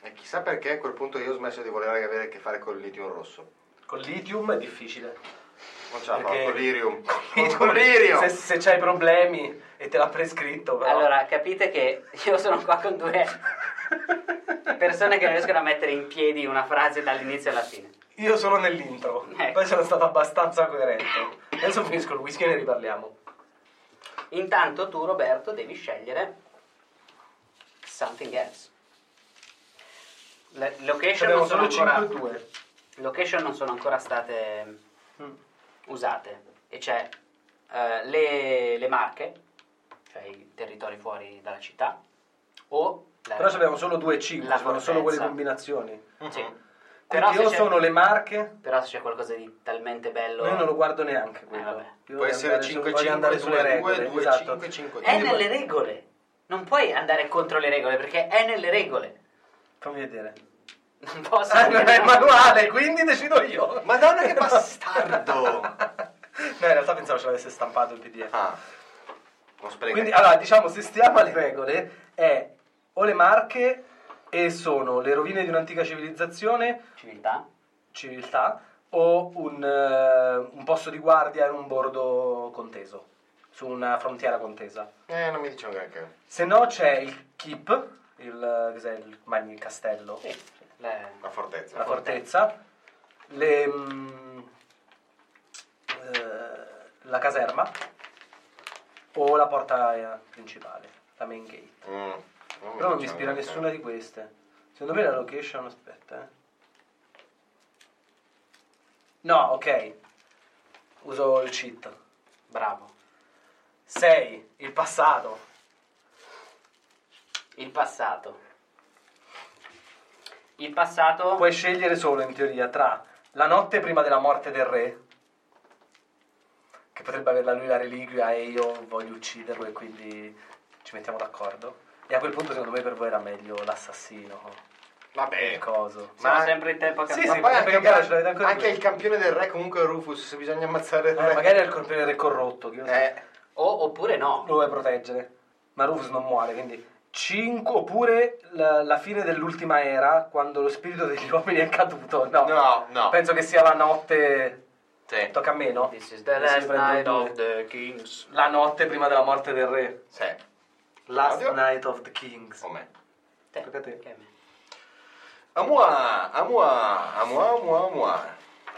Speaker 4: E chissà perché a quel punto io ho smesso di voler avere a che fare con il litio rosso.
Speaker 7: Con l'itium è difficile.
Speaker 4: Non ce la
Speaker 7: Perché-
Speaker 4: fa, con l'irium.
Speaker 7: Lithium,
Speaker 4: Con l'irium!
Speaker 7: Se, se c'hai problemi e te l'ha prescritto, però.
Speaker 2: Allora, capite che io sono qua con due persone che non riescono a mettere in piedi una frase dall'inizio alla fine.
Speaker 7: Io sono nell'intro,
Speaker 2: Ecco.
Speaker 7: poi sono stato abbastanza coerente. Adesso finisco il whisky e ne riparliamo.
Speaker 2: Intanto tu, Roberto, devi scegliere something else. Le location
Speaker 7: Abbiamo
Speaker 2: non sono
Speaker 3: Diciamo
Speaker 7: solo 5
Speaker 2: ancora...
Speaker 7: e 2.
Speaker 2: location non sono ancora state
Speaker 7: Mm.
Speaker 2: usate e c'è eh, le, le marche cioè i territori fuori dalla città o la-
Speaker 3: Però ci abbiamo solo 2 e
Speaker 2: La
Speaker 3: 5, ci sono solo quelle
Speaker 2: fortezza.
Speaker 3: combinazioni.
Speaker 2: sì. però,
Speaker 3: Quindi
Speaker 2: se
Speaker 3: io
Speaker 2: c'è,
Speaker 3: sono le marche,
Speaker 2: però se c'è qualcosa di talmente bello
Speaker 3: io non lo guardo neanche quello.
Speaker 2: vabbè.
Speaker 3: Io
Speaker 4: Può
Speaker 3: voglio
Speaker 4: essere
Speaker 3: andare su-
Speaker 4: 5,
Speaker 3: voglio
Speaker 4: 5,
Speaker 3: andare sulle
Speaker 4: 2, 2,
Speaker 3: regole,
Speaker 4: 2,
Speaker 3: esatto.
Speaker 4: 5, 5.
Speaker 2: è Eh, nelle regole non puoi andare contro le regole perché è nelle regole
Speaker 3: Fammi vedere.
Speaker 2: non posso
Speaker 7: Ah, non
Speaker 2: dire-
Speaker 7: è il manuale, quindi decido io.
Speaker 4: Madonna che bastardo!
Speaker 7: No, in realtà pensavo ce l'avesse stampato il PDF.
Speaker 4: Ah, non spreca.
Speaker 3: Quindi, allora, diciamo, se stiamo alle regole, è o le marche e sono le rovine di un'antica civilizzazione,
Speaker 2: civiltà
Speaker 3: civiltà, o un, eh, un posto di guardia in un bordo conteso, su una frontiera contesa.
Speaker 4: Eh, non mi dice un granché.
Speaker 3: Se no c'è il keep, il, eh, cos'è, il, magni- il castello,
Speaker 2: sì, Eh, le-
Speaker 4: La fortezza.
Speaker 3: la fortezza, le, mm, eh, la caserma o la porta eh, principale, la main gate.
Speaker 4: Mm, non
Speaker 3: Però non mi
Speaker 4: dice un
Speaker 3: ispira
Speaker 4: granché.
Speaker 3: nessuna di queste. Secondo me la location, aspetta, eh. No, ok. Uso il cheat.
Speaker 2: bravo
Speaker 7: 6. Il passato.
Speaker 2: il passato il passato
Speaker 3: Puoi scegliere solo in teoria tra la notte prima della morte del re, che potrebbe averla lui la reliquia e io voglio ucciderlo e quindi ci mettiamo d'accordo. E a quel punto secondo me per voi era meglio l'assassino, il
Speaker 4: Vabbè.
Speaker 3: coso.
Speaker 2: siamo
Speaker 4: ma-
Speaker 2: sempre in tempo a
Speaker 3: Sì,
Speaker 4: Ma
Speaker 2: campare.
Speaker 4: poi anche, il,
Speaker 3: perché ancora
Speaker 4: ca-
Speaker 3: ce l'avete ancora
Speaker 4: anche
Speaker 3: due.
Speaker 4: il campione del re comunque è Rufus, se bisogna ammazzare il re.
Speaker 3: Eh, magari è il colpevole del re corrotto, chi lo sa.
Speaker 4: Eh,
Speaker 2: O- oppure no.
Speaker 3: lo vuoi proteggere. Ma Rufus non muore, quindi 5 oppure la, la fine dell'ultima era quando lo spirito degli uomini è caduto. No.
Speaker 4: no, no.
Speaker 3: Penso che sia la notte
Speaker 4: Sì.
Speaker 3: tocca a me, no?
Speaker 2: This is the
Speaker 3: Adesso
Speaker 2: last
Speaker 3: Eh prendo
Speaker 2: night
Speaker 3: due.
Speaker 2: of the kings.
Speaker 3: La notte prima della morte del re.
Speaker 4: Sì.
Speaker 3: Last
Speaker 4: Oddio. Oh.
Speaker 3: night of the kings.
Speaker 4: Come?
Speaker 2: Te.
Speaker 3: Tocca a te.
Speaker 2: Che me.
Speaker 4: Amua, amua, amua, amua, amua.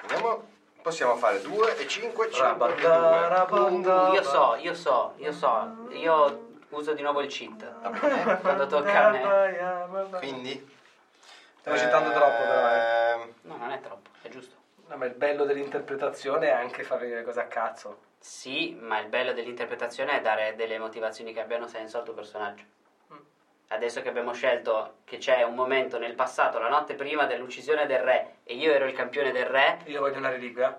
Speaker 4: Vediamo. Possiamo fare 2 e 5, 5 e 2.
Speaker 3: Rabatarabonda.
Speaker 2: Io so, io so, io so. Io uso di nuovo il cheat. Quando tocca a me.
Speaker 4: Quindi...
Speaker 3: Stiamo citando troppo, però. eh.
Speaker 4: ehm,
Speaker 2: No, non è troppo, è giusto.
Speaker 3: No, ma il bello dell'interpretazione è anche far vedere cosa cazzo.
Speaker 2: Sì, ma il bello dell'interpretazione è dare delle motivazioni che abbiano senso al tuo personaggio. Adesso che abbiamo scelto che c'è un momento nel passato, la notte prima dell'uccisione del re, e io ero il campione del re,
Speaker 3: Io voglio una reliquia.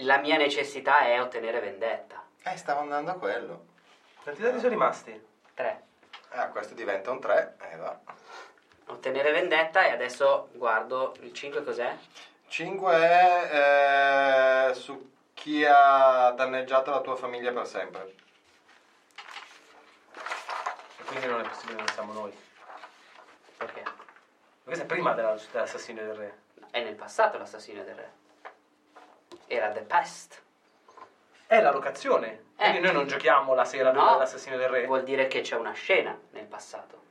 Speaker 2: la mia necessità è ottenere vendetta.
Speaker 4: Eh, stavo andando a quello.
Speaker 3: Quanti
Speaker 4: Eh.
Speaker 3: dati sono rimasti?
Speaker 2: 3.
Speaker 4: Ah, questo diventa un 3. Eh, va.
Speaker 2: Ottenere vendetta e adesso guardo il 5 cos'è?
Speaker 4: 5 è eh, su chi ha danneggiato la tua famiglia per sempre.
Speaker 3: E quindi non è possibile che siamo noi.
Speaker 2: Perché?
Speaker 3: Questa è prima della- dell'assassino del re.
Speaker 2: È nel passato l'assassino del re. Era The Past.
Speaker 3: È la locazione.
Speaker 2: Eh.
Speaker 3: Quindi noi non giochiamo la sera prima dell'assassino del re.
Speaker 2: Vuol dire che c'è una scena nel passato.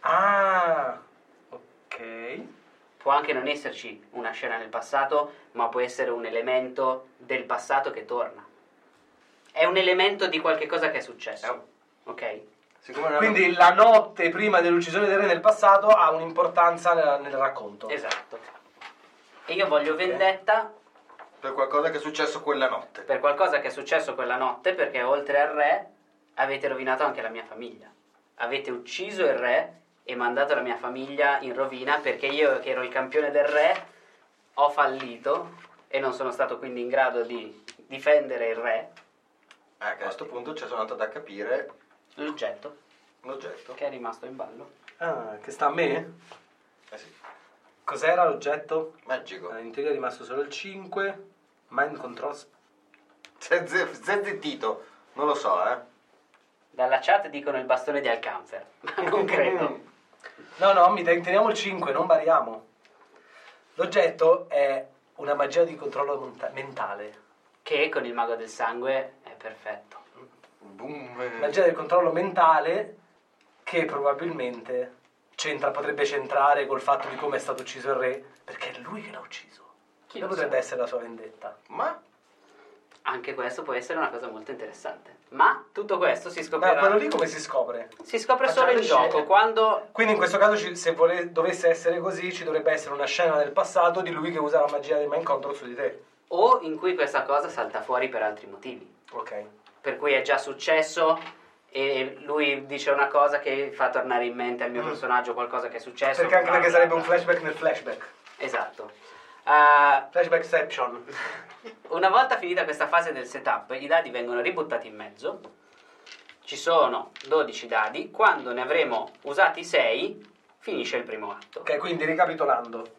Speaker 3: Ah, ok.
Speaker 2: Può anche non esserci una scena nel passato, ma può essere un elemento del passato che torna. È un elemento di qualche cosa che è
Speaker 4: È
Speaker 2: successo.
Speaker 4: un
Speaker 2: Ok.
Speaker 4: Siccome non
Speaker 3: Quindi la notte prima dell'uccisione del re nel passato ha un'importanza nel, nel racconto.
Speaker 2: Esatto. E io voglio vendetta
Speaker 4: per qualcosa che è successo quella notte.
Speaker 2: per qualcosa che è successo quella notte, perché oltre al re avete rovinato anche la mia famiglia. Avete ucciso il re e mandato la mia famiglia in rovina perché io, che ero il campione del re, ho fallito e non sono stato quindi in grado di difendere il re,
Speaker 4: Ecco, a questo punto ci sono andato da capire
Speaker 2: l'oggetto
Speaker 4: l'oggetto.
Speaker 2: che è rimasto in ballo.
Speaker 3: Ah, che sta a me?
Speaker 4: Eh sì,
Speaker 3: Cos'era l'oggetto?
Speaker 4: magico.
Speaker 3: Eh, In teoria è rimasto solo il 5. Mind control. sp-
Speaker 4: C'è ze- Zezzettito, non lo so, eh.
Speaker 2: Dalla chat dicono il bastone di Alcanfer, ma non credo.
Speaker 4: Mm.
Speaker 3: No, no, mi ten- teniamo il 5, non variamo. L'oggetto è una magia di controllo monta- mentale.
Speaker 2: Che con il mago del sangue è perfetto.
Speaker 4: Boom. eh.
Speaker 3: Magia del controllo mentale che probabilmente c'entra, potrebbe centrare col fatto di come è stato ucciso il re, perché è lui che l'ha ucciso.
Speaker 2: Chi
Speaker 3: Quella
Speaker 2: lo sa?
Speaker 3: potrebbe essere la sua vendetta.
Speaker 4: Ma
Speaker 2: Anche questo può essere una cosa molto interessante. Ma tutto questo si
Speaker 3: Ma
Speaker 2: scoprirà.
Speaker 3: quello lì come si scopre?
Speaker 2: Si scopre
Speaker 4: Facciamo
Speaker 2: solo in
Speaker 4: le
Speaker 2: gioco
Speaker 4: scene.
Speaker 2: quando.
Speaker 3: Quindi in questo caso, ci- se vole- dovesse essere così, ci dovrebbe essere una scena del passato di lui che usa la magia del mind control su di te.
Speaker 2: o in cui questa cosa salta fuori per altri motivi.
Speaker 3: Ok.
Speaker 2: Per cui è già successo e lui dice una cosa che fa tornare in mente al mio personaggio qualcosa che è successo.
Speaker 3: Mm. Perché anche
Speaker 2: bla,
Speaker 3: perché
Speaker 2: bla,
Speaker 3: sarebbe un
Speaker 2: bla.
Speaker 3: flashback nel flashback.
Speaker 2: Esatto. Eh,
Speaker 3: Flashbackception.
Speaker 2: una volta finita questa fase del setup, i dadi vengono ributtati in mezzo. Ci sono 12 dadi. Quando ne avremo usati 6, finisce il primo atto.
Speaker 3: Ok, quindi ricapitolando.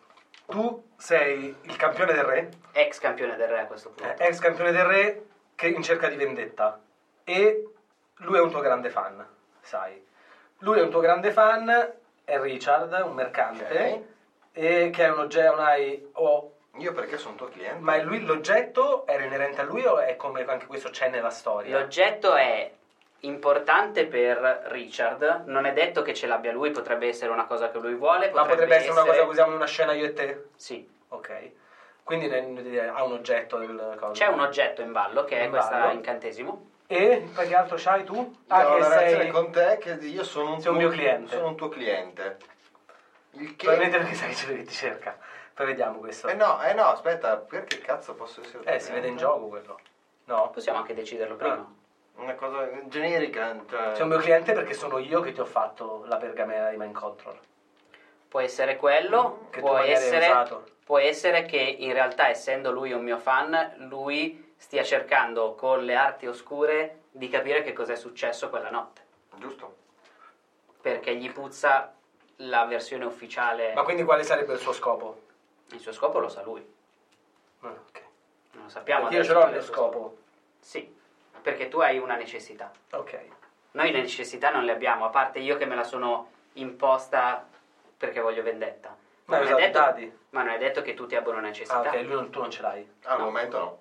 Speaker 3: Tu sei il campione del re,
Speaker 2: Ex campione del re a questo punto.
Speaker 3: eh, ex campione del re che in cerca di vendetta. E lui è un tuo grande fan, sai. Lui è un tuo grande fan, è Richard, un mercante,
Speaker 4: Ok.
Speaker 3: e che è un oggetto, un hai- o-
Speaker 4: io perché sono tuo cliente?
Speaker 3: Ma è lui l'oggetto era inerente a lui o è come anche questo c'è nella storia?
Speaker 2: L'oggetto è importante per Richard, non è detto che ce l'abbia lui, potrebbe essere una cosa che lui vuole,
Speaker 3: Ma potrebbe essere una cosa che usiamo in una scena io e te?
Speaker 2: Sì,
Speaker 3: Ok. Quindi ne- ha un oggetto del coso.
Speaker 2: c'è un oggetto in ballo che è
Speaker 3: In
Speaker 2: questo
Speaker 3: ballo.
Speaker 2: incantesimo.
Speaker 3: E poi che altro c'hai tu?
Speaker 4: Io ho
Speaker 3: Ah, che
Speaker 4: una relazione
Speaker 3: sei...
Speaker 4: con te che io sono un
Speaker 3: Sei un
Speaker 4: tuo-
Speaker 3: mio cliente.
Speaker 4: Sono un tuo cliente. Il che
Speaker 3: Probabilmente perché sai che ce l'hai- ti cerca. Poi vediamo questo.
Speaker 4: Eh no, eh no, aspetta, perché cazzo posso essere tuo
Speaker 3: Eh, si vede in
Speaker 4: cliente?
Speaker 3: gioco quello. No?
Speaker 2: Possiamo anche deciderlo
Speaker 3: Ah.
Speaker 2: prima.
Speaker 4: Una cosa generica, cioè
Speaker 3: Sei un mio cliente perché sono io che ti ho fatto la pergamena di Mind Control.
Speaker 2: Può essere quello,
Speaker 3: Che tu
Speaker 2: può
Speaker 3: magari hai
Speaker 2: essere,
Speaker 3: usato.
Speaker 2: può essere che in realtà essendo lui un mio fan, lui stia cercando con le arti oscure di capire che cos'è successo quella notte,
Speaker 4: giusto?
Speaker 2: perché gli puzza la versione ufficiale,
Speaker 3: Ma quindi quale sarebbe il suo scopo?
Speaker 2: il suo scopo lo sa lui.
Speaker 3: Ah, ok.
Speaker 2: Non lo sappiamo.
Speaker 3: Perché io
Speaker 2: adesso
Speaker 3: ce l'ho il
Speaker 2: qual è
Speaker 3: mio
Speaker 2: il suo
Speaker 3: scopo.
Speaker 2: Sì, perché tu hai una necessità.
Speaker 3: Ok.
Speaker 2: Noi le necessità non le abbiamo, a parte io che me la sono imposta perché voglio vendetta.
Speaker 3: Ma hai
Speaker 2: non, è
Speaker 3: usato i
Speaker 2: detto,
Speaker 3: Eh, esatto, dadi?
Speaker 2: ma non è detto che tutti abbiano una necessità.
Speaker 3: Ah, ok, lui non- tu non ce l'hai.
Speaker 4: Al
Speaker 2: No.
Speaker 4: momento no.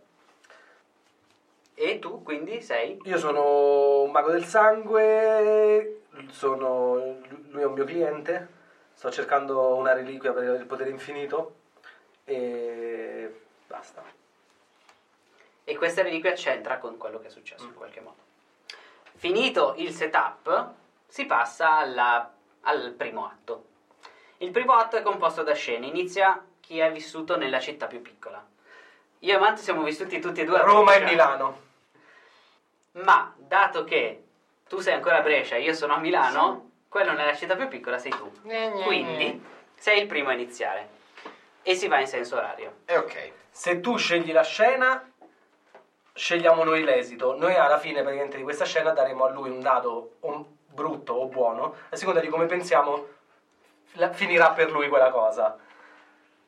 Speaker 2: E tu quindi sei?
Speaker 3: Io sono un mago del sangue, sono, lui è un mio cliente, sto cercando una reliquia per il potere infinito e basta.
Speaker 2: E questa reliquia c'entra con quello che è successo
Speaker 3: Mm.
Speaker 2: in qualche modo. Finito il setup, si passa alla- al primo atto. Il primo atto è composto da scene. Inizia chi è vissuto nella città più piccola. Io e Manto siamo vissuti tutti e due a
Speaker 3: Roma e
Speaker 2: Brescia.
Speaker 3: Milano.
Speaker 2: Ma dato che tu sei ancora a Brescia e io sono a Milano, quello nella città più piccola sei tu.
Speaker 4: Eh,
Speaker 2: Quindi sei il primo a iniziare. E si va in senso orario.
Speaker 4: E Eh, ok.
Speaker 3: Se tu scegli la scena, scegliamo noi l'esito. Noi alla fine praticamente di questa scena daremo a lui un dado o brutto o buono, a seconda di come pensiamo la- finirà per lui quella cosa.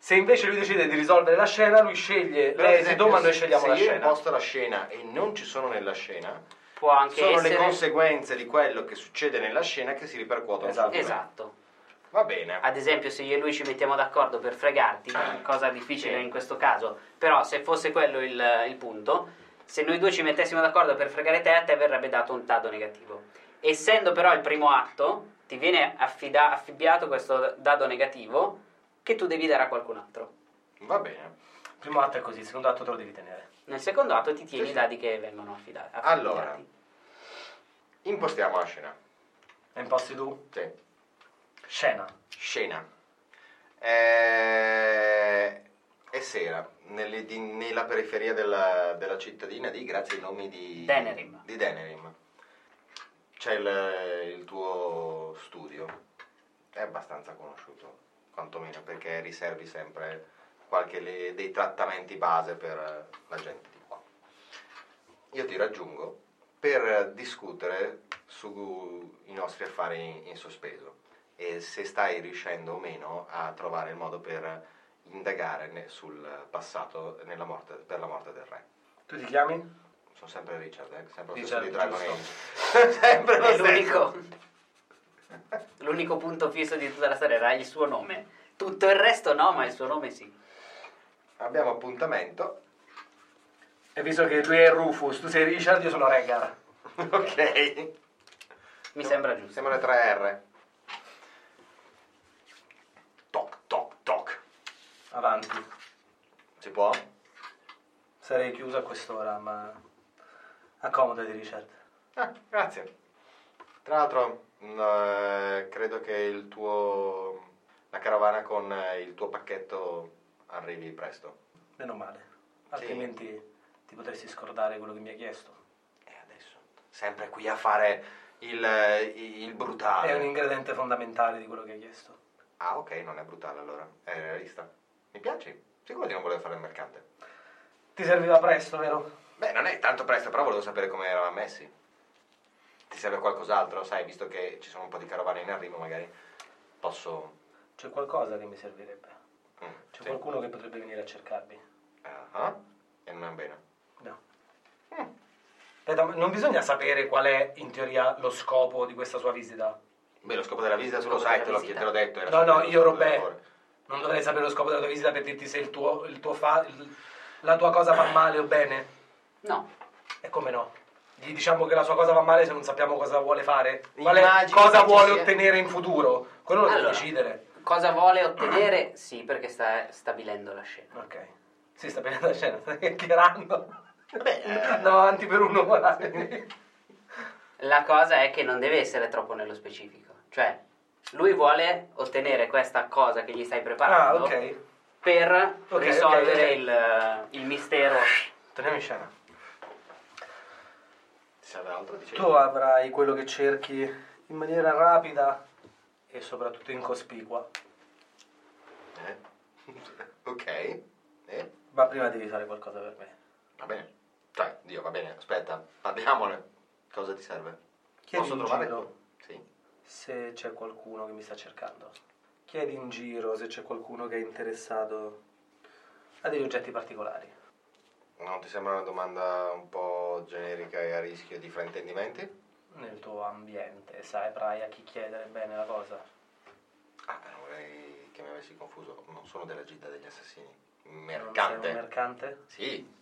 Speaker 3: Se invece lui decide di risolvere la scena, lui sceglie
Speaker 4: Però, ad
Speaker 3: l'esito,
Speaker 4: esempio,
Speaker 3: ma
Speaker 4: se-
Speaker 3: noi scegliamo la
Speaker 4: Se io
Speaker 3: scena.
Speaker 4: imposto la scena e non ci sono nella scena,
Speaker 2: Può anche
Speaker 4: sono
Speaker 2: essere...
Speaker 4: le conseguenze di quello che succede nella scena che si ripercuotono
Speaker 3: Esatto.
Speaker 4: su di me.
Speaker 2: Esatto.
Speaker 4: Va bene.
Speaker 2: Ad esempio, se io e lui ci mettiamo d'accordo per fregarti, cosa difficile in questo caso, però se fosse quello il, il punto, se noi due ci mettessimo d'accordo per fregare te, a te verrebbe dato un dado negativo. Essendo però il primo atto, ti viene affida- affibbiato questo dado negativo che tu devi dare a qualcun altro.
Speaker 4: Va bene.
Speaker 3: Il primo atto è così, il secondo atto te lo devi tenere.
Speaker 2: Nel secondo atto ti tieni
Speaker 4: Sì,
Speaker 2: i
Speaker 4: sì.
Speaker 2: dadi che vengono affida- affidati.
Speaker 4: Allora. Impostiamo la scena.
Speaker 3: E imposti tu?
Speaker 4: Sì.
Speaker 3: Scena.
Speaker 4: Scena. Eh, è sera, nelle- di- nella periferia della, della cittadina di, grazie ai nomi di...
Speaker 2: Denerim.
Speaker 4: Di Denerim. C'è il, il tuo studio, è abbastanza conosciuto, quantomeno perché riservi sempre qualche le- dei trattamenti base per la gente di qua. Io ti raggiungo per discutere sui nostri affari in- in sospeso e se stai riuscendo o meno a trovare il modo per indagare ne- sul passato nella morte- per la morte del re.
Speaker 3: Tu ti chiami?
Speaker 4: Sono sempre Richard, eh? sempre lo stesso
Speaker 3: Richard,
Speaker 4: di Dragon
Speaker 3: giusto.
Speaker 4: Age. sempre lo
Speaker 2: È
Speaker 4: stesso.
Speaker 2: l'unico, l'unico punto fisso di tutta la storia era il suo nome. Tutto il resto no, ma il suo nome sì.
Speaker 4: Abbiamo appuntamento.
Speaker 3: E visto che lui è Rufus, tu sei Richard, io sono Rengar.
Speaker 4: ok.
Speaker 2: Mi sembra giusto.
Speaker 4: Siamo alle 3R. Toc, toc, toc.
Speaker 3: Avanti.
Speaker 4: Si può?
Speaker 3: Sarei chiuso a quest'ora, ma... Accomodati, Richard.
Speaker 4: Ah, grazie. Tra l'altro, mh, eh, credo che il tuo... la carovana con eh, il tuo pacchetto arrivi presto.
Speaker 3: Meno male. Altrimenti ti potresti scordare quello che mi hai chiesto.
Speaker 4: E Eh, adesso? Sempre qui a fare il, eh, il brutale.
Speaker 3: È un ingrediente fondamentale di quello che hai chiesto.
Speaker 4: Ah, ok, non è brutale allora. È realista. Mi piaci? Sicuro di non voler fare il mercante.
Speaker 3: Ti serviva presto, vero?
Speaker 4: Beh, non è tanto presto, però volevo sapere come eravamo messi. Ti serve qualcos'altro, sai, visto che ci sono un po' di carovane in arrivo, magari posso.
Speaker 3: C'è qualcosa che mi servirebbe.
Speaker 4: Mm,
Speaker 3: C'è
Speaker 4: sì.
Speaker 3: qualcuno che potrebbe venire a cercarmi.
Speaker 4: Ah, E non è bene.
Speaker 3: No. Aspetta, ma non bisogna sapere qual è in teoria lo scopo di questa sua visita.
Speaker 4: Beh, lo scopo della visita tu lo
Speaker 2: scopo
Speaker 4: sai,
Speaker 2: della
Speaker 4: te l'ho,
Speaker 2: visita.
Speaker 4: te l'ho detto. era
Speaker 3: No, no,
Speaker 4: solo lo
Speaker 3: io
Speaker 4: scopo del
Speaker 3: Robè,
Speaker 4: lavoro.
Speaker 3: non dovrei sapere lo scopo della tua visita per dirti se il tuo, il tuo fa, il- la tua cosa va male o bene.
Speaker 2: No.
Speaker 3: E come no? Gli diciamo che la sua cosa va male se non sappiamo cosa vuole fare. Qual è-
Speaker 4: Immagino che
Speaker 3: cosa
Speaker 4: ci
Speaker 3: vuole
Speaker 4: sia-
Speaker 3: ottenere in futuro? Quello lo
Speaker 2: Allora.
Speaker 3: devi decidere.
Speaker 2: Cosa vuole ottenere? Sì, perché sta stabilendo la scena.
Speaker 3: Ok. Si sta prendendo la scena, sta chiacchierando.
Speaker 4: Vabbè, eh.
Speaker 3: Andiamo avanti per un'ora.
Speaker 2: La cosa è che non deve essere troppo nello specifico. Cioè, lui vuole ottenere questa cosa che gli stai
Speaker 3: Ah,
Speaker 2: preparando
Speaker 3: ok.
Speaker 2: per
Speaker 3: ok,
Speaker 2: risolvere
Speaker 3: ok.
Speaker 2: Il, il mistero.
Speaker 3: Torniamo in scena.
Speaker 4: Ti serve altro, dicevi?
Speaker 3: Tu avrai quello che cerchi in maniera rapida e soprattutto incospicua.
Speaker 4: Eh? ok. Eh?
Speaker 3: Ma prima devi fare qualcosa per me.
Speaker 4: Va bene. Cioè, Dio, va bene, aspetta, parliamone. Cosa ti serve?
Speaker 3: Chiedi
Speaker 4: posso
Speaker 3: in
Speaker 4: trovare?
Speaker 3: giro
Speaker 4: Sì.
Speaker 3: se c'è qualcuno che mi sta cercando. Chiedi in giro se c'è qualcuno che è interessato a degli oggetti particolari.
Speaker 4: Non ti sembra una domanda un po' generica e a rischio di fraintendimenti?
Speaker 3: Nel tuo ambiente, saprai a chi chiedere bene la cosa.
Speaker 4: Ah, non vorrei che mi avessi confuso. Non sono della gilda degli assassini.
Speaker 3: Non sei un
Speaker 4: Mercante.
Speaker 3: mercante?
Speaker 4: sì.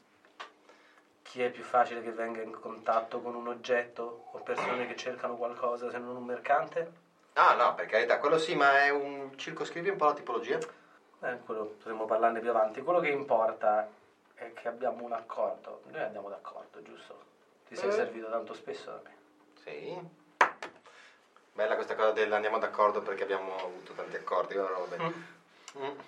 Speaker 3: Chi è più facile che venga in contatto con un oggetto o persone che cercano qualcosa se non un mercante?
Speaker 4: Ah, no, per carità, quello sì, ma è un circoscrivi un po' la tipologia.
Speaker 3: Eh, quello potremmo parlarne più avanti. Quello che importa è che abbiamo un accordo. Noi andiamo d'accordo, giusto? Ti sei
Speaker 4: Eh.
Speaker 3: servito tanto spesso da me.
Speaker 4: Sì. Bella questa cosa dell'andiamo d'accordo perché abbiamo avuto tanti accordi. Ora va bene. Mm.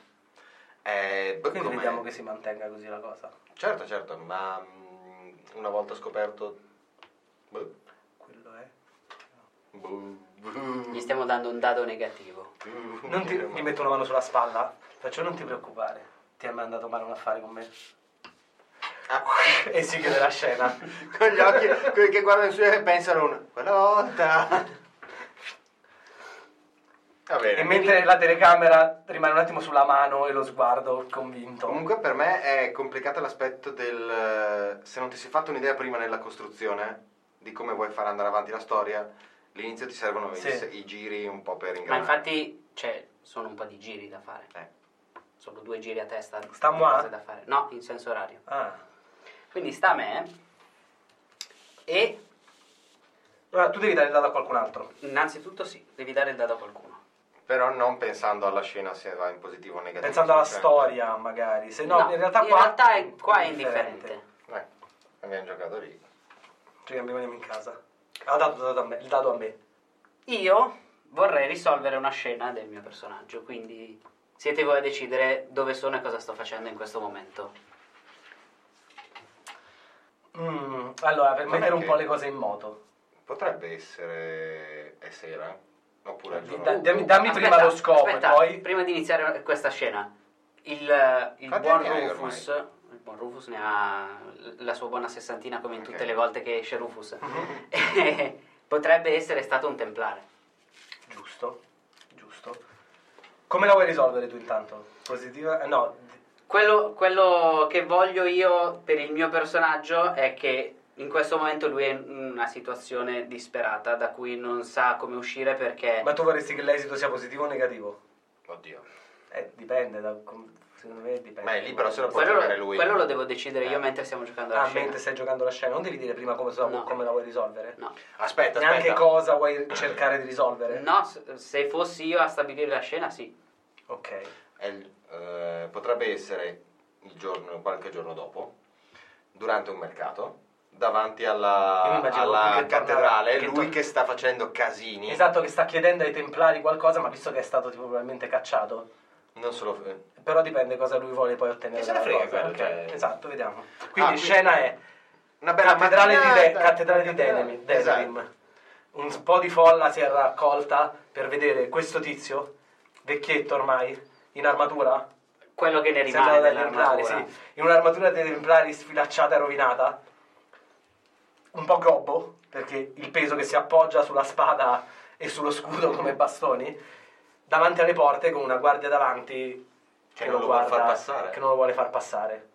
Speaker 4: Eh, beh,
Speaker 3: Quindi
Speaker 4: com'è?
Speaker 3: vediamo che si mantenga così la cosa.
Speaker 4: Certo, certo, ma mm, una volta scoperto... Boh.
Speaker 3: Quello è.
Speaker 4: Boh. Boh.
Speaker 2: Gli stiamo dando un dado negativo.
Speaker 3: Non ti, mi metto una mano sulla spalla, perciò non ti preoccupare. Ti è mai andato male un affare con me?
Speaker 4: Ah,
Speaker 3: E si chiude la scena.
Speaker 4: con gli occhi quelli che guardano su e pensano una quella volta va
Speaker 3: E
Speaker 4: bene
Speaker 3: mentre la telecamera rimane un attimo sulla mano e lo sguardo convinto.
Speaker 4: comunque per me è complicato l'aspetto del eh, se non ti sei fatto un'idea prima nella costruzione di come vuoi far andare avanti la storia all'inizio ti servono i-
Speaker 3: Sì.
Speaker 4: i, giri un po' per
Speaker 2: Ma
Speaker 4: ingranare
Speaker 2: infatti, cioè, sono un po' di giri da fare.
Speaker 4: Eh.
Speaker 2: Sono due giri a testa.
Speaker 3: Sta a moi?
Speaker 2: cose da fare. No, in senso orario.
Speaker 3: Ah.
Speaker 2: Quindi sta a me. E
Speaker 3: Allora, tu devi dare il dato a qualcun altro.
Speaker 2: innanzitutto sì, devi dare il dado a qualcuno.
Speaker 4: però non pensando alla scena se va in positivo o negativo
Speaker 3: Pensando alla
Speaker 4: cioè,
Speaker 3: storia, magari. Se no, in realtà qua.
Speaker 2: realtà è, qua è indifferente.
Speaker 4: eh, abbiamo giocato lì
Speaker 3: Cioè, rimaniamo in casa. Ha dato, dato a me- il dado a me.
Speaker 2: Io vorrei risolvere una scena del mio personaggio, quindi siete voi a decidere dove sono e cosa sto facendo in questo momento.
Speaker 3: Mm, allora, per
Speaker 4: Non è
Speaker 3: mettere un
Speaker 4: che-
Speaker 3: po' le cose in moto.
Speaker 4: Potrebbe essere... è sera? Oppure è
Speaker 3: Di-
Speaker 4: giorno?
Speaker 3: da- dammi- dammi prima lo scopo e
Speaker 2: aspetta,
Speaker 3: poi-
Speaker 2: Prima di iniziare questa scena, il, il
Speaker 4: Quanti
Speaker 2: buon
Speaker 4: anni hai
Speaker 2: Rufus. Il buon Rufus ne ha la sua buona sessantina come in tutte
Speaker 4: Ok.
Speaker 2: le volte che esce Rufus. Eh, Potrebbe essere stato un templare.
Speaker 3: Giusto, giusto. Come la vuoi risolvere tu intanto? Positiva? Eh, No,
Speaker 2: Quello, quello che voglio io per il mio personaggio è che in questo momento lui è in una situazione disperata da cui non sa come uscire perché...
Speaker 3: ma tu vorresti che l'esito sia positivo o negativo?
Speaker 4: Oddio.
Speaker 3: Eh, dipende, da, com- secondo me dipende.
Speaker 4: Beh, lì però se lo può
Speaker 2: quello,
Speaker 4: giocare lui.
Speaker 2: quello lo devo decidere io mentre stiamo giocando alla
Speaker 3: Ah,
Speaker 2: scena.
Speaker 3: mentre stai giocando la scena, non devi dire prima come, so-
Speaker 2: No.
Speaker 3: come la vuoi risolvere.
Speaker 2: No.
Speaker 4: Aspetta,
Speaker 3: Neanche
Speaker 4: aspetta.
Speaker 3: cosa vuoi cercare di risolvere.
Speaker 2: No, s- se fossi io a stabilire la scena, sì.
Speaker 3: Ok.
Speaker 4: È il- eh, potrebbe essere il giorno, qualche giorno dopo, durante un mercato, davanti
Speaker 3: Io mi
Speaker 4: alla,
Speaker 3: immaginavo
Speaker 4: alla
Speaker 3: lui che tornava-
Speaker 4: cattedrale,
Speaker 3: che
Speaker 4: lui
Speaker 3: tor-
Speaker 4: che sta facendo casini,
Speaker 3: Esatto, che sta chiedendo ai templari qualcosa, ma visto che è stato tipo probabilmente cacciato.
Speaker 4: non solo... eh,
Speaker 3: Però dipende cosa lui vuole poi ottenere.
Speaker 4: Chi se ne
Speaker 3: dalla
Speaker 4: frega
Speaker 3: cosa,
Speaker 4: quello,
Speaker 3: ok?
Speaker 4: cioè-
Speaker 3: Esatto, vediamo. Quindi
Speaker 4: quindi-
Speaker 3: scena è
Speaker 4: Una
Speaker 3: cattedrale di, De-
Speaker 4: mattinata.
Speaker 3: cattedrale di Denerim. Denerim. Un po' di folla si è raccolta per vedere questo tizio, vecchietto ormai, in armatura.
Speaker 2: Quello che ne rimane
Speaker 3: Sembrava dai templari,
Speaker 2: dell'armatura.
Speaker 3: sì. In un'armatura dei templari sfilacciata e rovinata. Un po' gobbo, perché il peso che si appoggia sulla spada e sullo scudo come bastoni. Davanti alle porte con una guardia davanti
Speaker 4: Che non lo vuol far passare.
Speaker 3: Che non lo vuole far passare.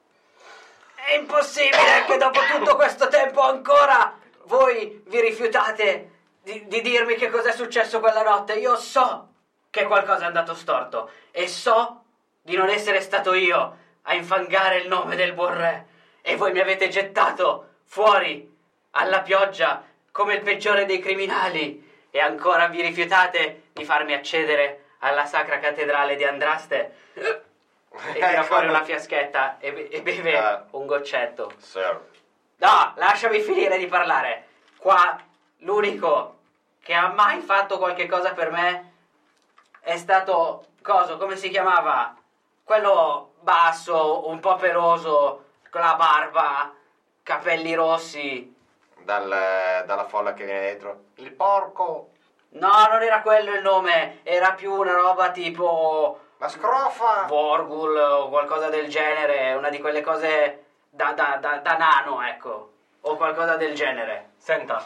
Speaker 2: È impossibile che dopo tutto questo tempo ancora voi vi rifiutate di, di dirmi che cos'è successo quella notte. Io so che qualcosa è andato storto e so di non essere stato io a infangare il nome del buon re. E voi mi avete gettato fuori alla pioggia come il peggiore dei criminali e ancora vi rifiutate di farmi accedere alla sacra cattedrale di Andraste.
Speaker 4: Esatto.
Speaker 2: E
Speaker 4: Ecco.
Speaker 2: tira fuori una fiaschetta e, be- e beve
Speaker 4: Ah.
Speaker 2: un goccetto.
Speaker 4: Sir.
Speaker 2: No, lasciami finire di parlare. Qua l'unico che ha mai fatto qualche cosa per me è stato coso, come si chiamava? Quello basso, un po' peloso, con la barba, capelli rossi.
Speaker 4: Dal- dalla folla che viene dietro. Il porco!
Speaker 2: No, non era quello il nome, era più una roba tipo
Speaker 4: La scrofa!
Speaker 2: Vorgul o qualcosa del genere, una di quelle cose da, da- da- da nano, ecco, o qualcosa del genere.
Speaker 3: Senta,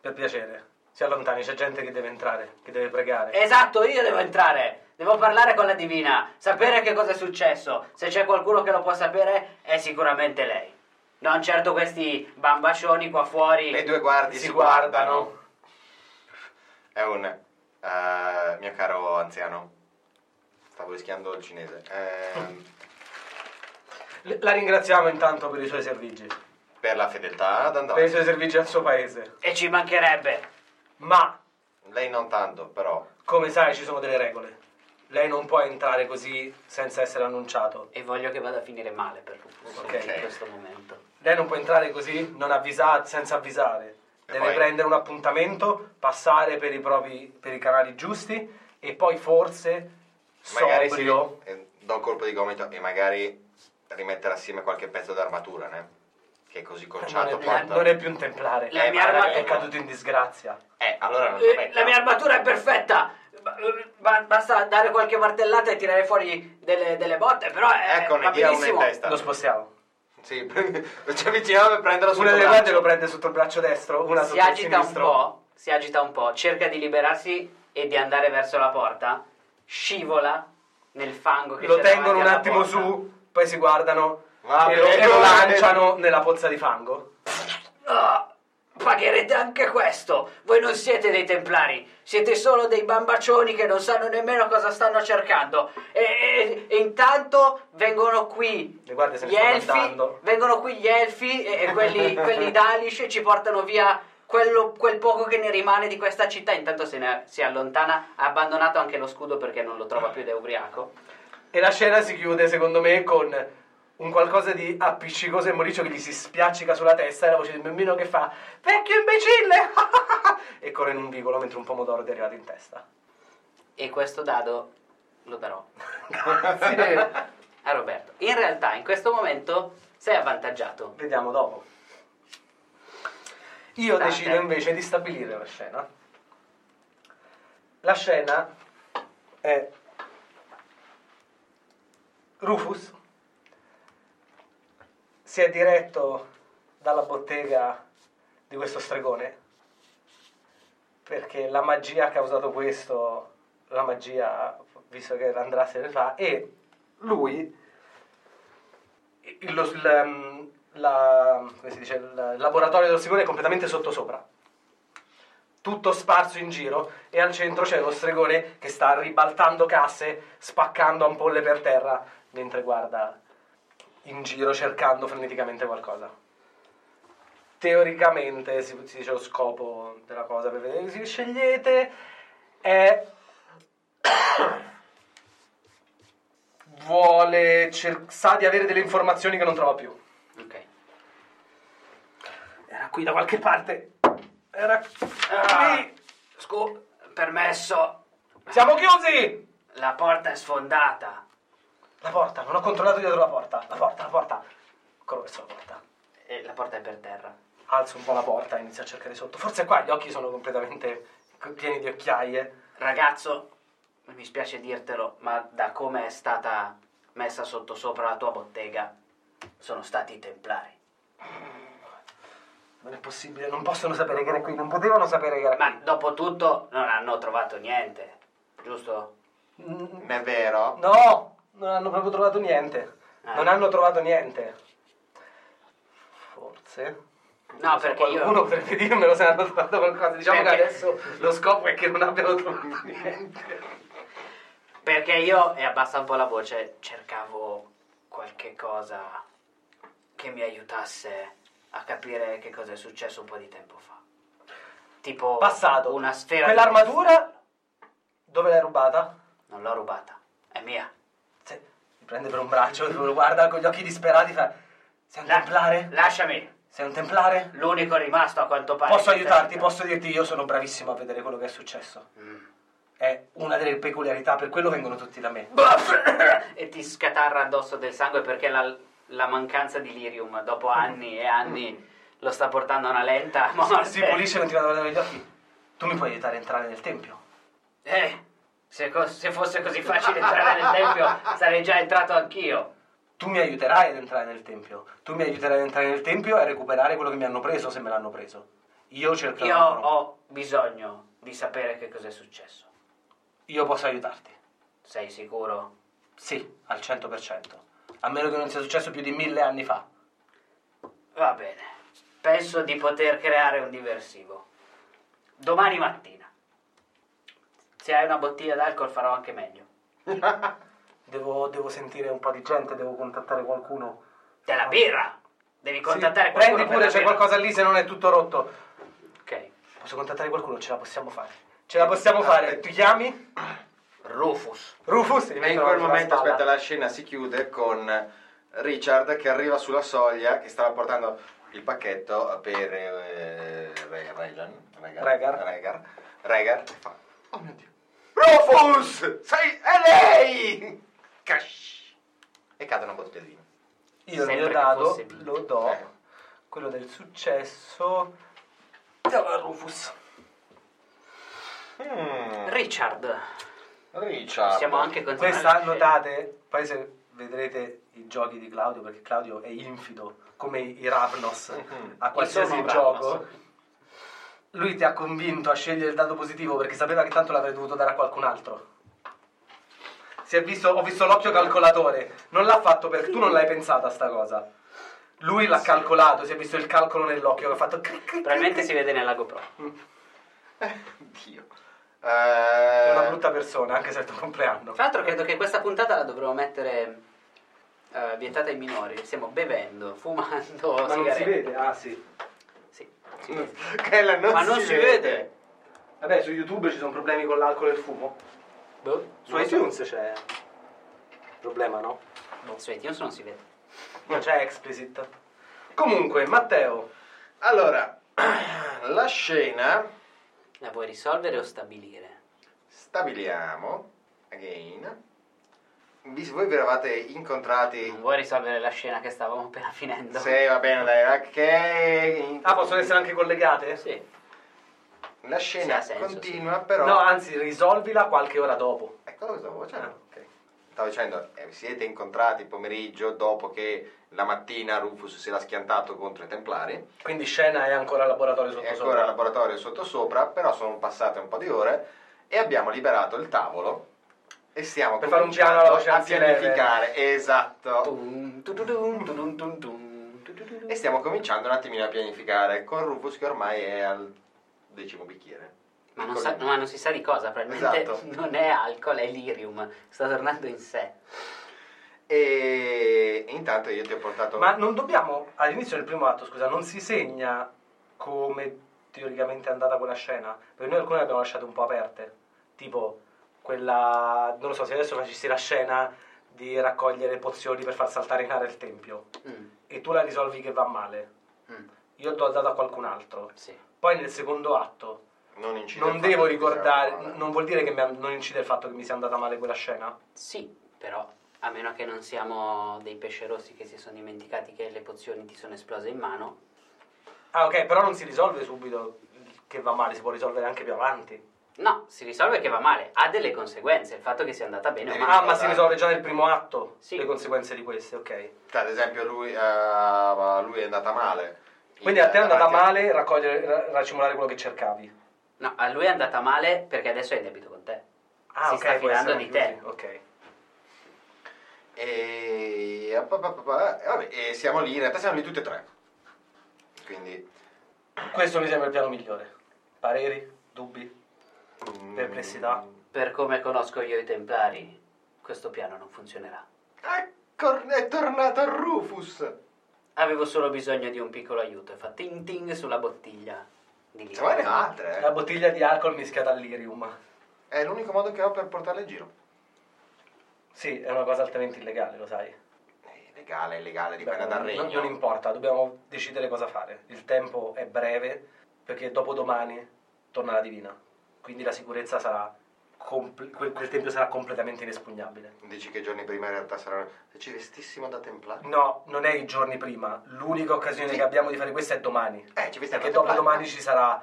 Speaker 3: per piacere, si allontani, c'è gente che deve entrare, che deve pregare.
Speaker 4: Eh.
Speaker 2: Esatto, io devo entrare, devo parlare con la divina, sapere che cosa è successo. Se c'è qualcuno che lo può sapere, è sicuramente lei. Non certo questi bambascioni qua fuori.
Speaker 4: Le due guardie si,
Speaker 3: Si
Speaker 4: guardano.
Speaker 3: guardano.
Speaker 4: È un... eh, mio caro anziano, stavo rischiando il cinese. Ehm,
Speaker 3: Le- La ringraziamo intanto per i suoi servigi.
Speaker 4: per la fedeltà ad
Speaker 3: Per i
Speaker 4: andare.
Speaker 3: suoi servigi al suo paese.
Speaker 2: E ci mancherebbe.
Speaker 3: Ma
Speaker 4: Lei non tanto, però.
Speaker 3: Come sai, ci sono delle regole. Lei non può entrare così senza essere annunciato.
Speaker 2: E voglio che vada a finire male per Rufus
Speaker 3: Ok.
Speaker 2: in questo momento.
Speaker 3: Lei non può entrare così non avvisa- senza avvisare.
Speaker 4: E
Speaker 3: Deve
Speaker 4: poi?
Speaker 3: prendere un appuntamento, passare per i, propri, per i canali giusti e poi forse,
Speaker 4: Magari si
Speaker 3: sobrio,
Speaker 4: eh, do un colpo di gomito e magari rimettere assieme qualche pezzo d'armatura, né? Che così
Speaker 3: non,
Speaker 4: conciato
Speaker 3: è,
Speaker 4: porta.
Speaker 3: non è più un templare.
Speaker 2: La
Speaker 3: Eh,
Speaker 2: mia
Speaker 3: ma
Speaker 2: arma-
Speaker 3: è caduto in disgrazia.
Speaker 4: Eh, allora non
Speaker 2: Eh,
Speaker 4: lo metta.
Speaker 2: la mia armatura è perfetta. Ba- eh, ba- basta dare qualche martellata e tirare fuori delle, delle botte, però è
Speaker 4: Ecco,
Speaker 2: va
Speaker 4: ne dia una in
Speaker 2: benissimo.
Speaker 4: testa.
Speaker 3: Lo spostiamo.
Speaker 4: Sì, prendi- ci avviciniamo per prenderlo sul
Speaker 3: Una delle guardie lo prende sotto il braccio destro, una
Speaker 2: si
Speaker 3: sotto il
Speaker 2: agita un
Speaker 3: sinistro.
Speaker 2: po', si agita un po', cerca di liberarsi e di andare verso la porta, scivola nel fango che
Speaker 3: Lo
Speaker 2: c'è
Speaker 3: tengono
Speaker 2: davanti
Speaker 3: un
Speaker 2: alla
Speaker 3: attimo
Speaker 2: porta.
Speaker 3: su, poi si guardano
Speaker 4: Va
Speaker 3: e lo-
Speaker 4: bene,
Speaker 3: e lo
Speaker 4: va bene.
Speaker 3: lanciano nella pozza di fango.
Speaker 2: Ah, pagherete anche questo. Voi non siete dei templari, siete solo dei bambaccioni che non sanno nemmeno cosa stanno cercando. E, e- e intanto vengono qui
Speaker 3: Le guardie se ne
Speaker 2: gli
Speaker 3: stanno
Speaker 2: elfi,
Speaker 3: andando.
Speaker 2: vengono qui gli elfi e, e quelli, quelli d'Alish e ci portano via quello- quel poco che ne rimane di questa città. Intanto se ne si allontana, ha abbandonato anche lo scudo perché non lo trova più ed è ubriaco.
Speaker 3: E la scena si chiude, secondo me, con un qualcosa di appiccicoso e moricio che gli si spiaccica sulla testa e la voce del bambino che fa vecchio imbecille e corre in un vicolo mentre un pomodoro ti è arrivato in testa.
Speaker 2: E questo dado lo darò
Speaker 3: Grazie.
Speaker 2: a Roberto. In realtà, in questo momento sei avvantaggiato.
Speaker 3: Vediamo dopo. Io
Speaker 2: Date.
Speaker 3: decido invece di stabilire la scena. La scena è Rufus si è diretto dalla bottega di questo stregone perché la magia ha causato questo, la magia visto che andrà se ne fa e lui il, lo- il, um, la- come si dice, il laboratorio dello stregone è completamente sottosopra. Tutto sparso in giro e al centro c'è lo stregone che sta ribaltando casse, spaccando ampolle per terra, mentre guarda in giro cercando freneticamente qualcosa. Teoricamente si, si dice lo scopo della cosa per vedere se scegliete è vuole cer- sa di avere delle informazioni che non trova più.
Speaker 2: Ok.
Speaker 3: Era qui da qualche parte. Era
Speaker 2: Ah,
Speaker 3: qui.
Speaker 2: scu- permesso.
Speaker 3: Siamo chiusi!
Speaker 2: La porta è sfondata.
Speaker 3: La porta, non ho controllato dietro la porta. La porta, la porta. Corro verso la porta.
Speaker 2: E la porta è per terra.
Speaker 3: Alzo un po' la porta e inizio a cercare sotto. Forse qua gli occhi sono completamente co- pieni di occhiaie.
Speaker 2: Ragazzo, mi spiace dirtelo, ma da come è stata messa sotto sopra la tua bottega, sono stati i templari.
Speaker 3: Non è possibile, non possono sapere che era qui, non potevano sapere che era
Speaker 2: Ma
Speaker 3: qui.
Speaker 2: dopo tutto non hanno trovato niente, giusto?
Speaker 3: Mm,
Speaker 4: Non è vero?
Speaker 3: No, non hanno proprio trovato niente.
Speaker 2: Ah.
Speaker 3: Non hanno trovato niente. Forse.
Speaker 2: No,
Speaker 3: Non so,
Speaker 2: perché io- Cioè,
Speaker 3: qualcuno potrebbe dirmelo se hanno trovato qualcosa. Diciamo
Speaker 2: Perché-
Speaker 3: che adesso lo scopo è che non abbiano trovato niente.
Speaker 2: Perché io, e abbassa un po' la voce, cercavo qualche cosa che mi aiutasse a capire che cosa è successo un po' di tempo fa. Tipo
Speaker 3: Passato.
Speaker 2: una sfera.
Speaker 3: Quell'armatura dove l'hai rubata?
Speaker 2: Non l'ho rubata, è mia.
Speaker 3: Se- Mi prende per un braccio, lo guarda con gli occhi disperati fa Sei un
Speaker 2: La-
Speaker 3: templare?
Speaker 2: Lasciami.
Speaker 3: Sei un templare?
Speaker 2: L'unico rimasto a quanto pare.
Speaker 3: Posso
Speaker 2: in questa
Speaker 3: aiutarti?
Speaker 2: città.
Speaker 3: Posso dirti io sono bravissimo a vedere quello che è successo.
Speaker 2: Mm.
Speaker 3: È una delle peculiarità, per quello vengono tutti da me.
Speaker 2: e ti scatarra addosso del sangue perché la, la mancanza di lirium dopo anni e anni lo sta portando a una lenta morte.
Speaker 3: Si pulisce continuando a guardare gli occhi. Tu mi puoi aiutare a entrare nel tempio?
Speaker 2: Eh, se, co- se fosse così facile entrare nel tempio sarei già entrato anch'io.
Speaker 3: Tu mi aiuterai ad entrare nel tempio. Tu mi aiuterai ad entrare nel tempio e a recuperare quello che mi hanno preso, se me l'hanno preso. Io cercherò di
Speaker 2: Io
Speaker 3: farlo.
Speaker 2: ho bisogno di sapere che cos'è successo.
Speaker 3: Io posso aiutarti.
Speaker 2: Sei sicuro?
Speaker 3: Sì, al 100%. A meno che non sia successo più di mille anni fa.
Speaker 2: Va bene. Penso di poter creare un diversivo. Domani mattina. Se hai una bottiglia d'alcol farò anche meglio.
Speaker 3: Devo, devo sentire un po' di gente, devo contattare qualcuno.
Speaker 2: Della birra! Devi contattare
Speaker 3: Sì,
Speaker 2: qualcuno.
Speaker 3: Prendi
Speaker 2: per
Speaker 3: pure,
Speaker 2: la
Speaker 3: c'è
Speaker 2: birra.
Speaker 3: qualcosa lì se non è tutto rotto.
Speaker 2: Ok.
Speaker 3: Posso contattare qualcuno? Ce la possiamo fare. Ce la
Speaker 2: Eh,
Speaker 3: possiamo fare. Tu chiami?
Speaker 2: Rufus.
Speaker 3: Rufus?
Speaker 4: E in quel momento, aspetta, la scena si chiude con Richard che arriva sulla soglia che stava portando il pacchetto per eh, Re- Regan, Regan,
Speaker 3: Regar.
Speaker 4: Regar, Regar, e fa, Oh mio Dio. Rufus! Sei, è lei! Cash! E cade una bottiglia di vino.
Speaker 3: Io il
Speaker 2: Sempre
Speaker 3: mio
Speaker 2: che
Speaker 3: dado
Speaker 2: fosse Bill.
Speaker 3: lo do.
Speaker 4: Eh.
Speaker 3: Quello del successo. Dava a Rufus.
Speaker 4: Mm,
Speaker 2: Richard.
Speaker 4: Richard.
Speaker 2: Possiamo Hmm. anche Eh, continuare.
Speaker 3: Questa
Speaker 2: la scena.
Speaker 3: notate, poi se vedrete i giochi di Claudio, perché Claudio è infido come i Ravnos a qualsiasi
Speaker 2: Mm-hmm. sono
Speaker 3: gioco.
Speaker 2: Ravnos.
Speaker 3: Lui ti ha convinto a scegliere il dato positivo perché sapeva che tanto l'avrei dovuto dare a qualcun altro. Si è visto, ho visto l'occhio calcolatore, non l'ha fatto perché tu non l'hai pensata sta cosa. Lui l'ha calcolato, si è visto il calcolo nell'occhio che ha fatto cric, cric,
Speaker 2: Probabilmente
Speaker 3: cric.
Speaker 2: si vede nella GoPro.
Speaker 4: Dio.
Speaker 3: è
Speaker 4: Eh,
Speaker 3: una brutta persona, anche se è il tuo compleanno.
Speaker 2: Tra l'altro credo che questa puntata la dovremmo mettere eh, vietata ai minori. Stiamo bevendo, fumando
Speaker 3: Ma non si
Speaker 2: sigarette.
Speaker 3: vede, Mm. ah sì.
Speaker 2: Sì.
Speaker 4: Quella non
Speaker 2: Ma non si vede.
Speaker 3: Vabbè, su YouTube ci sono problemi con l'alcol e il fumo.
Speaker 2: Boh.
Speaker 3: Su iTunes c'è problema, no?
Speaker 2: Su iTunes non si vede.
Speaker 3: Non c'è explicit. Comunque, Matteo,
Speaker 4: Allora, la scena
Speaker 2: La puoi risolvere o stabilire?
Speaker 4: stabiliamo, again, vi- voi vi eravate
Speaker 2: Non
Speaker 4: incontrati,
Speaker 2: vuoi risolvere la scena che stavamo appena finendo?
Speaker 4: se va bene, dai, ok,
Speaker 3: ah, possono essere anche collegate?
Speaker 2: Sì.
Speaker 4: la scena
Speaker 2: Sì, ha senso,
Speaker 4: continua però...
Speaker 3: No, anzi, risolvila qualche ora dopo.
Speaker 4: Ecco cosa stavo
Speaker 3: Ah,
Speaker 4: facendo.
Speaker 3: ok.
Speaker 4: Stavo dicendo, eh, vi siete incontrati pomeriggio dopo che la mattina Rufus si era schiantato contro i Templari.
Speaker 3: Quindi scena è ancora laboratorio sotto
Speaker 4: è ancora
Speaker 3: sopra.
Speaker 4: al laboratorio sotto sopra, però sono passate un po' di ore e abbiamo liberato il tavolo e stiamo
Speaker 3: Per fare un
Speaker 4: cominciando
Speaker 3: piano cioè, alla voce
Speaker 4: a
Speaker 3: anziana.
Speaker 4: pianificare. Esatto.
Speaker 2: Tum, tududum, tudum, tum, tum, tududum.
Speaker 4: E stiamo cominciando un attimino a pianificare con Rufus che ormai è al decimo bicchiere.
Speaker 2: Ma non, sa- ma non si sa di cosa, probabilmente
Speaker 4: Esatto.
Speaker 2: non è alcol, è lirium. Sta tornando in sé.
Speaker 4: E intanto io ti ho portato...
Speaker 3: Esatto, Ma non dobbiamo, all'inizio del primo atto, scusa, non si segna come teoricamente è andata quella scena? Perché noi alcune le abbiamo lasciate un po' aperte, tipo quella, non lo so, se adesso facessi la scena di raccogliere pozioni per far saltare in aria il tempio
Speaker 2: Mm,
Speaker 3: e tu la risolvi che va male,
Speaker 2: mm,
Speaker 3: io do dato a qualcun altro.
Speaker 2: sì.
Speaker 3: Poi nel secondo atto
Speaker 4: non diciamo, incide il
Speaker 3: non
Speaker 4: fatto
Speaker 3: devo
Speaker 4: che siamo-
Speaker 3: ricordare,
Speaker 4: eh.
Speaker 3: non vuol dire che mi ha- non incide il fatto che mi sia andata male quella scena?
Speaker 2: Sì, però a meno che non siamo dei pesce rossi che si sono dimenticati che le pozioni ti sono esplose in mano.
Speaker 3: Ah ok, però non si risolve subito che va male, si può risolvere anche più avanti.
Speaker 2: No, si risolve che va male, ha delle conseguenze il fatto che sia andata bene o
Speaker 4: Devi-
Speaker 2: male.
Speaker 3: Ah, ma si risolve già nel primo atto
Speaker 2: Sì.
Speaker 3: le conseguenze di queste, ok.
Speaker 4: Cioè, ad esempio, lui, eh, lui è andata male.
Speaker 3: Quindi
Speaker 4: Il-
Speaker 3: a te è andata
Speaker 4: davanti a-
Speaker 3: male raccogliere, ra- racimolare quello che cercavi.
Speaker 2: No, a lui è andata male perché adesso è in debito con te. si sta
Speaker 3: Ah, può
Speaker 2: fidando
Speaker 3: essere
Speaker 2: di te.
Speaker 3: chiusi, Ok.
Speaker 4: E... ah, pa, pa, pa, pa, e vabbè, e siamo lì, in realtà siamo lì tutti e tre. Quindi...
Speaker 3: Questo mi sembra il piano migliore. Pareri? Dubbi?
Speaker 4: mm,
Speaker 3: Perplessità?
Speaker 2: Per come conosco io i Templari, questo piano non funzionerà.
Speaker 4: Ecco, è tornato Rufus!
Speaker 2: Avevo solo bisogno di un piccolo aiuto e fa ting ting sulla bottiglia di
Speaker 4: Se vuoi ne
Speaker 2: lì.
Speaker 4: ho altre,
Speaker 3: La
Speaker 4: eh.
Speaker 3: bottiglia di alcol mischiata all'irium.
Speaker 4: È l'unico modo che ho per portarle in giro.
Speaker 3: Sì, è una cosa altamente illegale, lo sai.
Speaker 4: È legale, è legale, dipende
Speaker 3: Beh,
Speaker 4: dal
Speaker 3: non-
Speaker 4: regno.
Speaker 3: Non importa, dobbiamo decidere cosa fare. Il tempo è breve perché dopodomani torna la divina. Quindi la sicurezza sarà... compl- quel- quel tempio sarà completamente inespugnabile.
Speaker 4: Dici che giorni prima in realtà saranno... Se ci vestissimo da templare...
Speaker 3: No, non è i giorni prima. L'unica occasione che abbiamo di fare questo è domani.
Speaker 4: Eh, ci vestiamo
Speaker 3: Perché
Speaker 4: da
Speaker 3: dopo
Speaker 4: templari.
Speaker 3: domani ci sarà.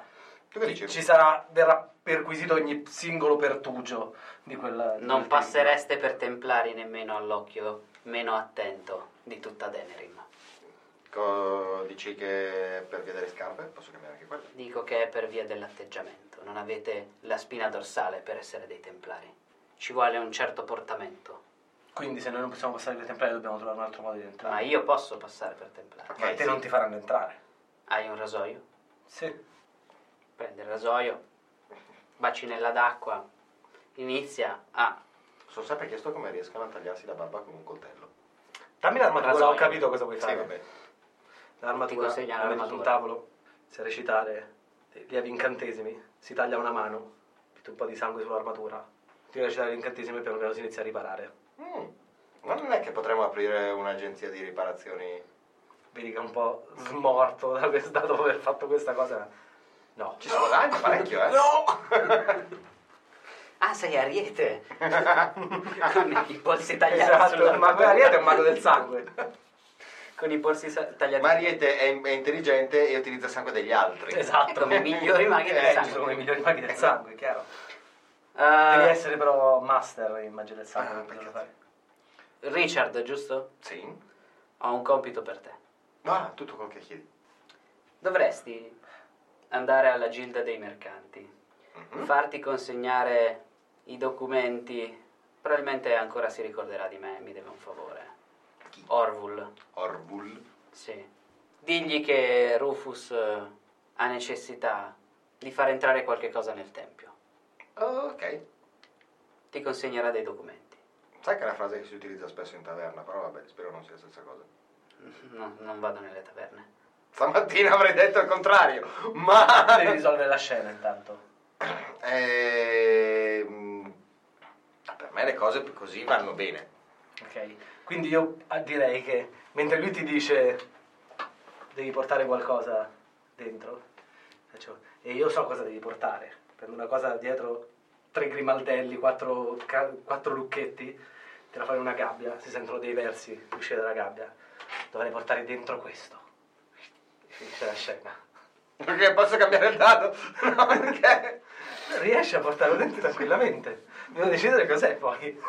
Speaker 4: Tu che dici?
Speaker 3: Ci sarà. Verrà perquisito ogni singolo pertugio di quel. di
Speaker 2: Non
Speaker 3: quel
Speaker 2: passereste per Templari nemmeno all'occhio meno attento di tutta Denerim.
Speaker 4: Co- Dici che per via delle scarpe posso cambiare anche quelle?
Speaker 2: Dico che è per via dell'atteggiamento, non avete la spina dorsale per essere dei templari. Ci vuole un certo portamento.
Speaker 3: tempio. Quindi, se noi non possiamo passare per templari, dobbiamo trovare un altro modo di entrare.
Speaker 2: Ma io posso passare per templari.
Speaker 4: Ok,
Speaker 3: Ma te
Speaker 4: sì.
Speaker 3: non ti faranno entrare.
Speaker 2: Hai un rasoio?
Speaker 3: Sì.
Speaker 2: Prendi il rasoio, bacinella d'acqua, inizia a...
Speaker 4: Sono sempre chiesto come riescano a tagliarsi la barba con un coltello.
Speaker 3: Dammi l'armatura,
Speaker 2: Rasoio.
Speaker 3: ho capito cosa vuoi
Speaker 4: Sì,
Speaker 3: fare.
Speaker 4: vabbè.
Speaker 2: Ti
Speaker 3: L'armatura.
Speaker 2: consegna
Speaker 3: La metti sul
Speaker 2: l'armatura.
Speaker 3: tavolo. Se recitare dei lievi incantesimi, si taglia una mano, metti un po' di sangue sull'armatura. Ti recitare l'incantesimo e piano piano si inizia a riparare.
Speaker 4: Mm. Ma non è che potremmo aprire un'agenzia di riparazioni?
Speaker 3: Vedi che è un po' smorto da questo, da dopo aver fatto questa cosa. No.
Speaker 4: Ci si guadagna parecchio, eh?
Speaker 2: Ah, sei ariete! con i polsi tagliati
Speaker 3: Esatto,
Speaker 2: sulla-
Speaker 3: ma quell'ariete è un mago del sangue.
Speaker 2: Con i polsi sa- tagliati
Speaker 4: Mariette è, è intelligente e utilizza il sangue degli altri.
Speaker 3: Esatto.
Speaker 2: come i migliori maghi
Speaker 4: Eh,
Speaker 2: del
Speaker 3: Eh, ci
Speaker 2: sangue.
Speaker 3: sono i migliori maghi del sangue, è chiaro.
Speaker 2: Ah,
Speaker 3: Devi essere però master in magia del sangue.
Speaker 4: Ah,
Speaker 3: per poterlo fare.
Speaker 2: Richard, giusto?
Speaker 4: Sì.
Speaker 2: Ho un compito per te.
Speaker 4: Ma tutto quel che chiedi.
Speaker 2: Dovresti andare alla Gilda dei Mercanti,
Speaker 3: Mm?
Speaker 4: Mhm.
Speaker 2: farti consegnare i documenti. Probabilmente ancora si ricorderà di me, mi deve un favore.
Speaker 4: Chi?
Speaker 2: Orvul,
Speaker 4: Orvul.
Speaker 2: sì. Digli che Rufus eh, ha necessità di far entrare qualche cosa nel tempio.
Speaker 3: Oh.
Speaker 4: Ok.
Speaker 2: Ti consegnerà dei documenti.
Speaker 4: Sai che è una frase che si utilizza spesso in taverna, però vabbè, spero non sia la stessa cosa.
Speaker 2: No, non vado nelle taverne.
Speaker 4: Stamattina avrei detto il contrario, ma...
Speaker 3: Devi risolvere la scena intanto.
Speaker 4: Ehm, Per me le cose così vanno bene.
Speaker 3: Ok, quindi io ah, direi che mentre lui ti dice devi portare qualcosa dentro, faccio, e io so cosa devi portare, prendo una cosa dietro tre grimaldelli, quattro, ca- quattro lucchetti, te la fai in una gabbia, si sentono dei versi uscire dalla gabbia, dovrei portare dentro questo. E finisce la scena.
Speaker 4: Perché posso cambiare il dado? No, perché?
Speaker 3: Riesci a portarlo dentro tranquillamente. Devo decidere cos'è poi.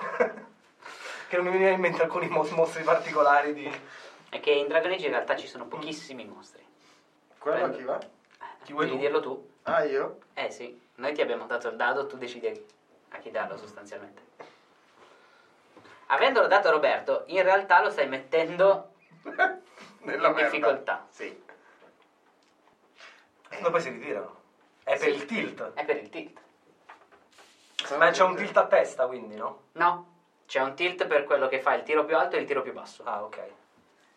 Speaker 3: che non mi veniva in mente alcuni mo- mostri particolari di...
Speaker 2: È che in Dragon Age in realtà ci sono pochissimi mostri.
Speaker 1: Quello a
Speaker 2: Bello.
Speaker 1: chi va?
Speaker 2: Chi vuoi Devi dirlo tu?
Speaker 1: Ah, io?
Speaker 2: Eh sì, noi ti abbiamo dato il dado, tu decidi a chi darlo sostanzialmente. Avendolo dato a Roberto, in realtà lo stai mettendo
Speaker 4: Nella
Speaker 2: In
Speaker 4: merda.
Speaker 2: difficoltà.
Speaker 4: Sì.
Speaker 3: No, Eh. poi si ritirano. È per il tilt.
Speaker 2: è per il tilt.
Speaker 3: Ma c'è un tilt a testa, quindi, no?
Speaker 2: No, c'è un tilt per quello che fa il tiro più alto e il tiro più basso.
Speaker 3: Ah, ok.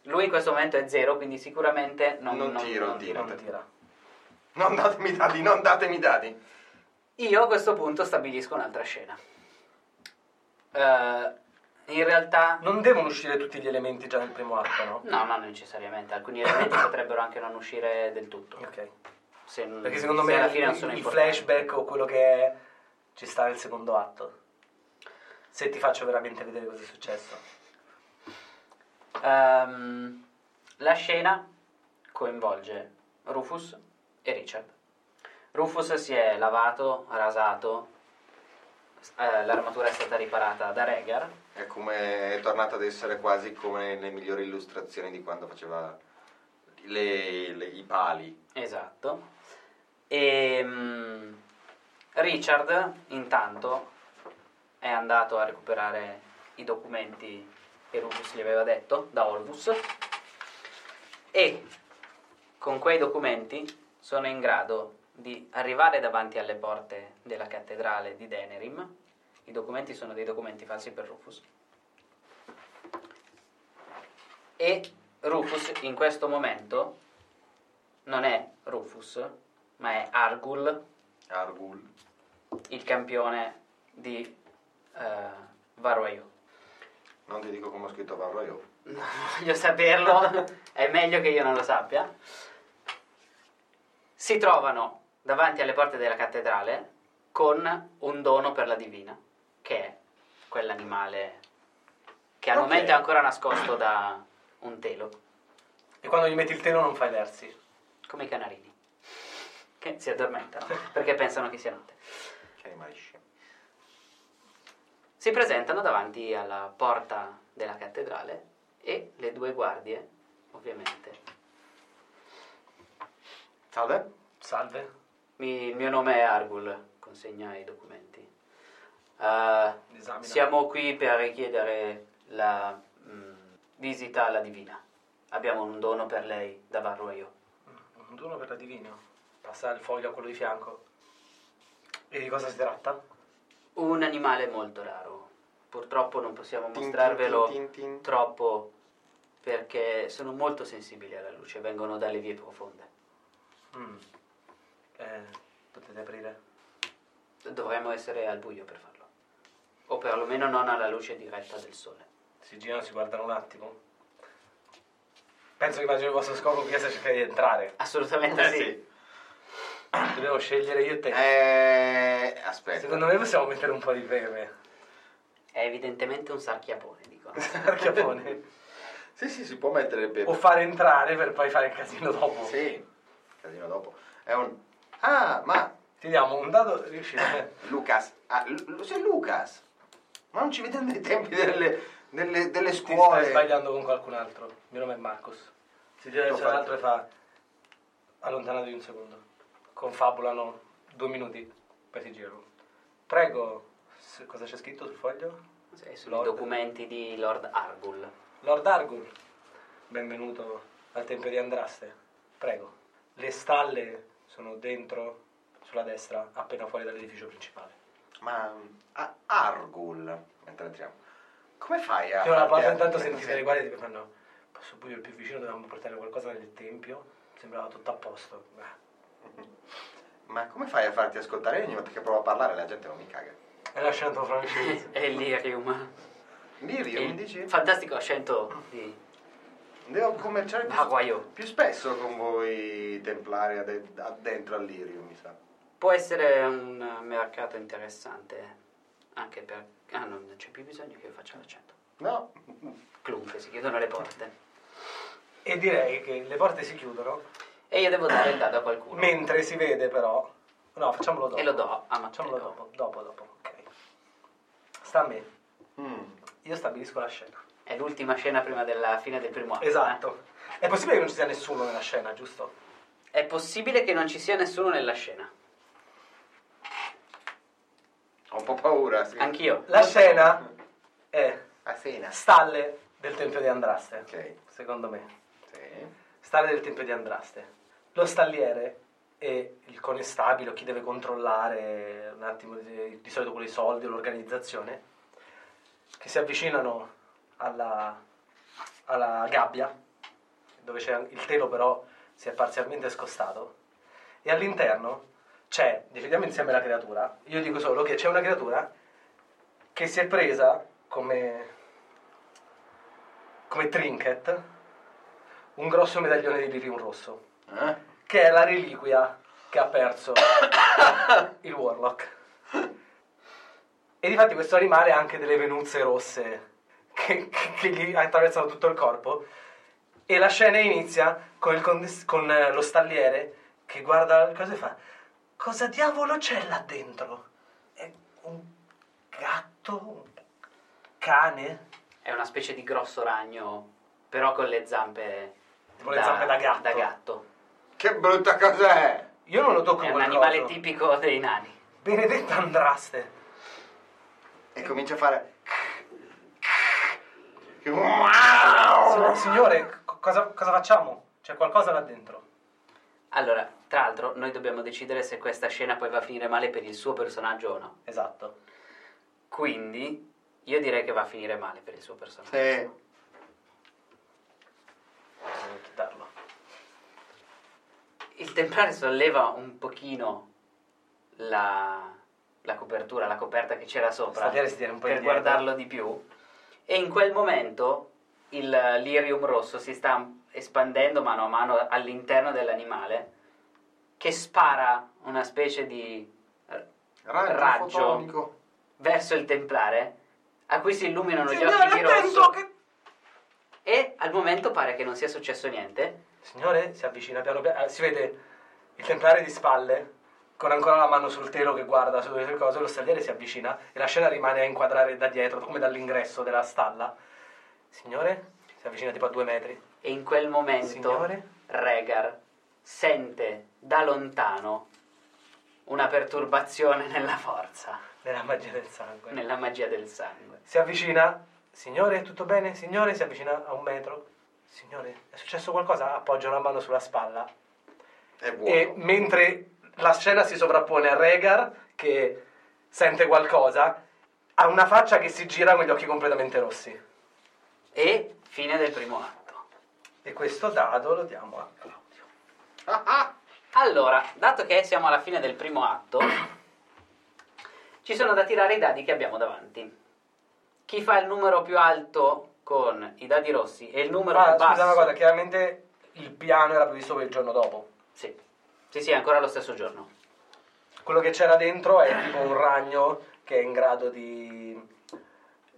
Speaker 2: Lui in questo momento è zero, quindi sicuramente non,
Speaker 4: Non tiro, tiro.
Speaker 3: Non tira.
Speaker 4: Non datemi dadi, non datemi dadi.
Speaker 2: Io a questo punto stabilisco un'altra scena. Eh, in realtà...
Speaker 3: Non devono uscire tutti gli elementi già nel primo atto, no?
Speaker 2: No, non necessariamente. Alcuni elementi potrebbero anche non uscire del tutto.
Speaker 3: Ok.
Speaker 2: se-
Speaker 3: Perché secondo
Speaker 2: se
Speaker 3: me
Speaker 2: alla fine non
Speaker 3: i-
Speaker 2: sono
Speaker 3: i
Speaker 2: importanti.
Speaker 3: flashback o quello che è ci sta nel secondo atto. Se ti faccio veramente vedere cosa è successo.
Speaker 2: Ehm, la scena coinvolge Rufus e Richard. Rufus si è lavato, rasato, s- eh, l'armatura è stata riparata da Regar.
Speaker 4: È come è tornato ad essere quasi come le migliori illustrazioni di quando faceva le- le- i pali.
Speaker 2: Esatto. E mm, Richard, intanto, è andato a recuperare i documenti che Rufus gli aveva detto da Olvus e con quei documenti sono in grado di arrivare davanti alle porte della cattedrale di Denerim. I documenti sono dei documenti falsi per Rufus. E Rufus in questo momento non è Rufus, ma è Argul,
Speaker 4: Argul.
Speaker 2: il campione di eh, Varroyo.
Speaker 4: Non ti dico come ho scritto parlo io.
Speaker 2: Non voglio saperlo, è meglio che io non lo sappia. Si trovano davanti alle porte della cattedrale con un dono per la divina, che è quell'animale che al
Speaker 4: Ok.
Speaker 2: momento è ancora nascosto da un telo,
Speaker 3: E quando gli metti il telo non fai versi.
Speaker 2: come i canarini, che si addormentano perché pensano che sia notte.
Speaker 4: Che animali scemi.
Speaker 2: Si presentano davanti alla porta della cattedrale e le due guardie, ovviamente.
Speaker 4: Salve?
Speaker 3: Salve.
Speaker 2: Mi- il mio nome è Argul, consegna i documenti. Eh,
Speaker 3: Esamina.
Speaker 2: siamo qui per richiedere la mm, visita alla divina. Abbiamo un dono per lei da Varroio.
Speaker 3: Mm, Un dono per la divina. Passa il foglio a quello di fianco. E di cosa si tratta?
Speaker 2: Un animale molto raro. Purtroppo non possiamo
Speaker 4: tin,
Speaker 2: mostrarvelo
Speaker 4: tin, tin.
Speaker 2: troppo perché sono molto sensibili alla luce, vengono dalle vie profonde.
Speaker 3: Mm. Eh, potete aprire?
Speaker 2: Dovremmo essere al buio per farlo. O perlomeno non alla luce diretta del sole.
Speaker 3: Si girano, si guardano un attimo. Penso che immagino il vostro scopo qui sia cercare di entrare.
Speaker 2: Assolutamente
Speaker 4: Eh,
Speaker 2: sì.
Speaker 4: sì.
Speaker 3: Dobbiamo scegliere io e te.
Speaker 4: Eh, aspetta.
Speaker 3: Secondo me possiamo mettere un po' di pepe.
Speaker 2: È evidentemente un sarchiapone, dicono.
Speaker 3: Archiapone.
Speaker 4: ecco. Sì, sì, si può mettere il pepe.
Speaker 3: o far entrare per poi fare il casino dopo.
Speaker 4: Sì. Casino dopo. È un... Ah, ma...
Speaker 3: Ti diamo un dato riuscite.
Speaker 4: Lucas. Ah, Lu- Lu- sei Lucas. Ma non ci vediamo dai tempi delle, delle, delle scuole.
Speaker 3: Ti stai sbagliando con qualcun altro. Il mio nome è Marcus. Si gira verso
Speaker 4: Lo fai.
Speaker 3: l'altro e fa allontanatevi un secondo. Confabulano due minuti, poi si girano. Prego, s- cosa c'è scritto sul foglio?
Speaker 2: Sì, sui
Speaker 3: Lord.
Speaker 2: documenti di Lord Argul.
Speaker 3: Lord Argul, benvenuto al Tempio di Andraste. Prego. Le stalle sono dentro, sulla destra, appena fuori dall'edificio principale.
Speaker 4: Ma a Argul, mentre entriamo, come fai a...
Speaker 3: Io la
Speaker 4: farti-
Speaker 2: eh,
Speaker 3: parte intanto sentite
Speaker 4: Sì.
Speaker 3: le guardie e ti fanno Posso buio il più vicino, dovevamo portare qualcosa nel tempio. Sembrava tutto a posto. Eh, Beh,
Speaker 4: Ma come fai a farti ascoltare ogni volta che provo a parlare la gente non mi caga?
Speaker 3: È lasciato francese.
Speaker 2: È l'Irium.
Speaker 4: Liri,
Speaker 2: Il
Speaker 4: 11?
Speaker 2: Fantastico, 100 di
Speaker 4: Devo commerciare
Speaker 3: Ah,
Speaker 4: più,
Speaker 2: Aguayo.
Speaker 4: più spesso con voi templari adde- addentro all'Irio, mi sa.
Speaker 2: Può essere un mercato interessante anche per... Ah, non c'è più bisogno che io faccia l'accento.
Speaker 4: No,
Speaker 2: Clunfe, si chiudono le porte.
Speaker 3: E direi che le porte si chiudono,
Speaker 2: E io devo dare il dado a qualcuno.
Speaker 3: mentre si vede però... No, facciamolo dopo.
Speaker 2: E lo do a Matteo.
Speaker 3: Facciamolo dopo, dopo, dopo, ok. Sta a me. Io stabilisco la scena.
Speaker 2: È l'ultima scena prima della fine del primo atto.
Speaker 3: Esatto. È possibile che non ci sia nessuno nella scena, giusto?
Speaker 2: eh? È possibile che non ci sia nessuno nella scena.
Speaker 4: ho un po' paura, sì.
Speaker 2: Anch'io.
Speaker 3: La scena è
Speaker 4: A cena.
Speaker 3: stalle del tempio di Andraste,
Speaker 4: Ok,
Speaker 3: secondo me.
Speaker 4: sì.
Speaker 3: Stalle del tempio di Andraste. Lo stalliere e il conestabile, o chi deve controllare un attimo di, di solito con i soldi o l'organizzazione, che si avvicinano alla, alla gabbia, dove c'è il telo però si è parzialmente scostato, e all'interno c'è, decidiamo insieme la creatura, io dico solo che c'è una creatura che si è presa come, come trinket un grosso medaglione di lirium rosso,
Speaker 4: Eh?
Speaker 3: che è la reliquia che ha perso il warlock. E difatti questo animale ha anche delle venuzze rosse che, che- che gli attraversano tutto il corpo. E la scena inizia con, il condes- con, eh, lo stalliere che guarda il coso e fa Cosa diavolo c'è là dentro? È un gatto? Un cane?
Speaker 2: È una specie di grosso ragno, però con le zampe...
Speaker 3: Tipo le zampe da gatto.
Speaker 2: Da gatto.
Speaker 4: Che brutta cosa è!
Speaker 3: Io non lo tocco
Speaker 2: È un
Speaker 3: quel
Speaker 2: animale
Speaker 3: coso.
Speaker 2: tipico dei nani.
Speaker 3: Benedetta Andraste.
Speaker 4: E comincia a fare...
Speaker 3: Signor- Signore, co- cosa, cosa facciamo? C'è qualcosa là dentro.
Speaker 2: Allora, tra l'altro, noi dobbiamo decidere se questa scena poi va a finire male per il suo personaggio o no.
Speaker 3: Esatto.
Speaker 2: Quindi, io direi che va a finire male per il suo personaggio.
Speaker 4: Sì.
Speaker 3: Devo chitarlo.
Speaker 2: Il templare solleva un pochino la, la copertura, la coperta che c'era sopra
Speaker 3: Salieri si tiene un po'
Speaker 2: per
Speaker 3: indietro.
Speaker 2: guardarlo di più. E in quel momento il lirium rosso si sta espandendo mano a mano all'interno dell'animale che spara una specie di eh,
Speaker 4: Raggio,
Speaker 2: Raggio.
Speaker 4: fotonico.
Speaker 2: verso il templare a cui si illuminano gli
Speaker 3: Signore,
Speaker 2: occhi di rosso
Speaker 3: attento che-
Speaker 2: e al momento pare che non sia successo niente.
Speaker 3: Signore, si avvicina piano piano. eh, si vede il templare di spalle, con ancora la mano sul telo che guarda sulle sue cose. Lo stalliere si avvicina e la scena rimane a inquadrare da dietro, come dall'ingresso della stalla. Signore, si avvicina tipo a due metri.
Speaker 2: E in quel momento
Speaker 3: Signore?
Speaker 2: Regar sente da lontano una perturbazione nella forza,
Speaker 3: Nella magia del sangue.
Speaker 2: nella magia del sangue.
Speaker 3: Si avvicina. Signore, tutto bene? Signore, si avvicina a un metro. Signore, è successo qualcosa? Appoggia una mano sulla spalla.
Speaker 4: È vuoto.
Speaker 3: E mentre la scena si sovrappone a Regar, che sente qualcosa, ha una faccia che si gira con gli occhi completamente rossi.
Speaker 2: E fine del primo atto.
Speaker 3: E questo dado lo diamo a Claudio.
Speaker 4: Ah, ah.
Speaker 2: Allora, dato che siamo alla fine del primo atto, ci sono da tirare i dadi che abbiamo davanti. Chi fa il numero più alto con i dadi rossi e il numero
Speaker 3: Ah,
Speaker 2: più basso...
Speaker 3: scusa una cosa, chiaramente il piano era previsto per il giorno dopo.
Speaker 2: Sì, sì, sì, ancora lo stesso giorno.
Speaker 3: Quello che c'era dentro è tipo un ragno che è in grado di,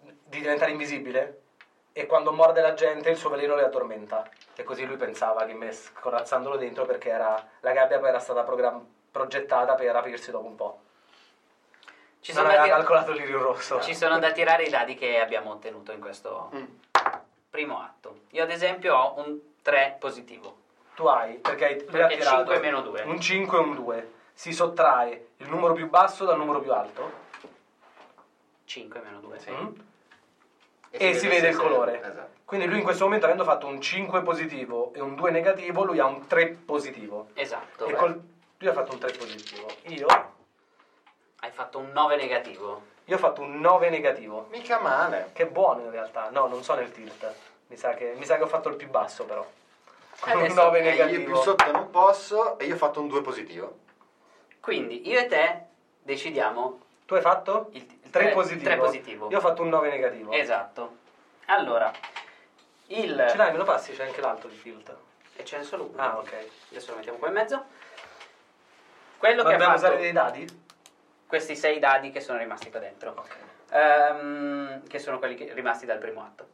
Speaker 3: di diventare invisibile e quando morde la gente il suo veleno le addormenta. E così lui pensava che me- scorazzandolo dentro perché era, la gabbia poi era stata program- progettata per aprirsi dopo un po'.
Speaker 2: Ci
Speaker 3: non
Speaker 2: da
Speaker 3: aveva
Speaker 2: tir-
Speaker 3: calcolato l'irio rosso.
Speaker 2: Ci sono da tirare i dadi che abbiamo ottenuto in questo
Speaker 4: Mm.
Speaker 2: primo atto. Io, ad esempio, ho un 3 positivo.
Speaker 3: Tu hai, perché hai lui ha
Speaker 2: Perché
Speaker 3: tirato
Speaker 2: 5 meno 2.
Speaker 3: un 5 e un 2. Si sottrae il numero più basso dal numero più alto
Speaker 2: 5 meno 2.
Speaker 4: Sì.
Speaker 3: Mm? e si vede il
Speaker 4: se-
Speaker 3: colore.
Speaker 4: Esatto.
Speaker 3: Quindi lui in questo momento avendo fatto un 5 positivo e un 2 negativo, lui ha un 3 positivo.
Speaker 2: Esatto.
Speaker 3: E col... Lui ha fatto un 3 positivo. Io,
Speaker 2: Hai fatto un 9 negativo.
Speaker 3: io ho fatto un 9 negativo.
Speaker 4: Mica male.
Speaker 3: Che buono in realtà. No, non so nel tilt. Mi sa che, mi sa che ho fatto il più basso però. Con un
Speaker 2: Adesso-
Speaker 3: 9
Speaker 4: Eh, io più
Speaker 3: negativo.
Speaker 4: sotto non posso e io ho fatto un 2 positivo.
Speaker 2: Quindi io e te decidiamo
Speaker 3: Tu hai fatto?
Speaker 2: il, il
Speaker 3: 3
Speaker 2: Tre-
Speaker 3: positivo.
Speaker 2: tre positivo.
Speaker 3: Io ho fatto un 9 negativo.
Speaker 2: Esatto. Allora, il...
Speaker 3: Ce l'hai, me lo passi? C'è anche l'altro di tilt.
Speaker 2: E c'è solo uno.
Speaker 3: Ah, ok.
Speaker 2: Adesso lo mettiamo qua in mezzo. Quello che ha
Speaker 3: Dobbiamo
Speaker 2: fatto
Speaker 3: usare dei dadi?
Speaker 2: questi sei dadi che sono rimasti qua dentro.
Speaker 3: Ok.
Speaker 2: Ehm, che sono quelli che- rimasti dal primo atto.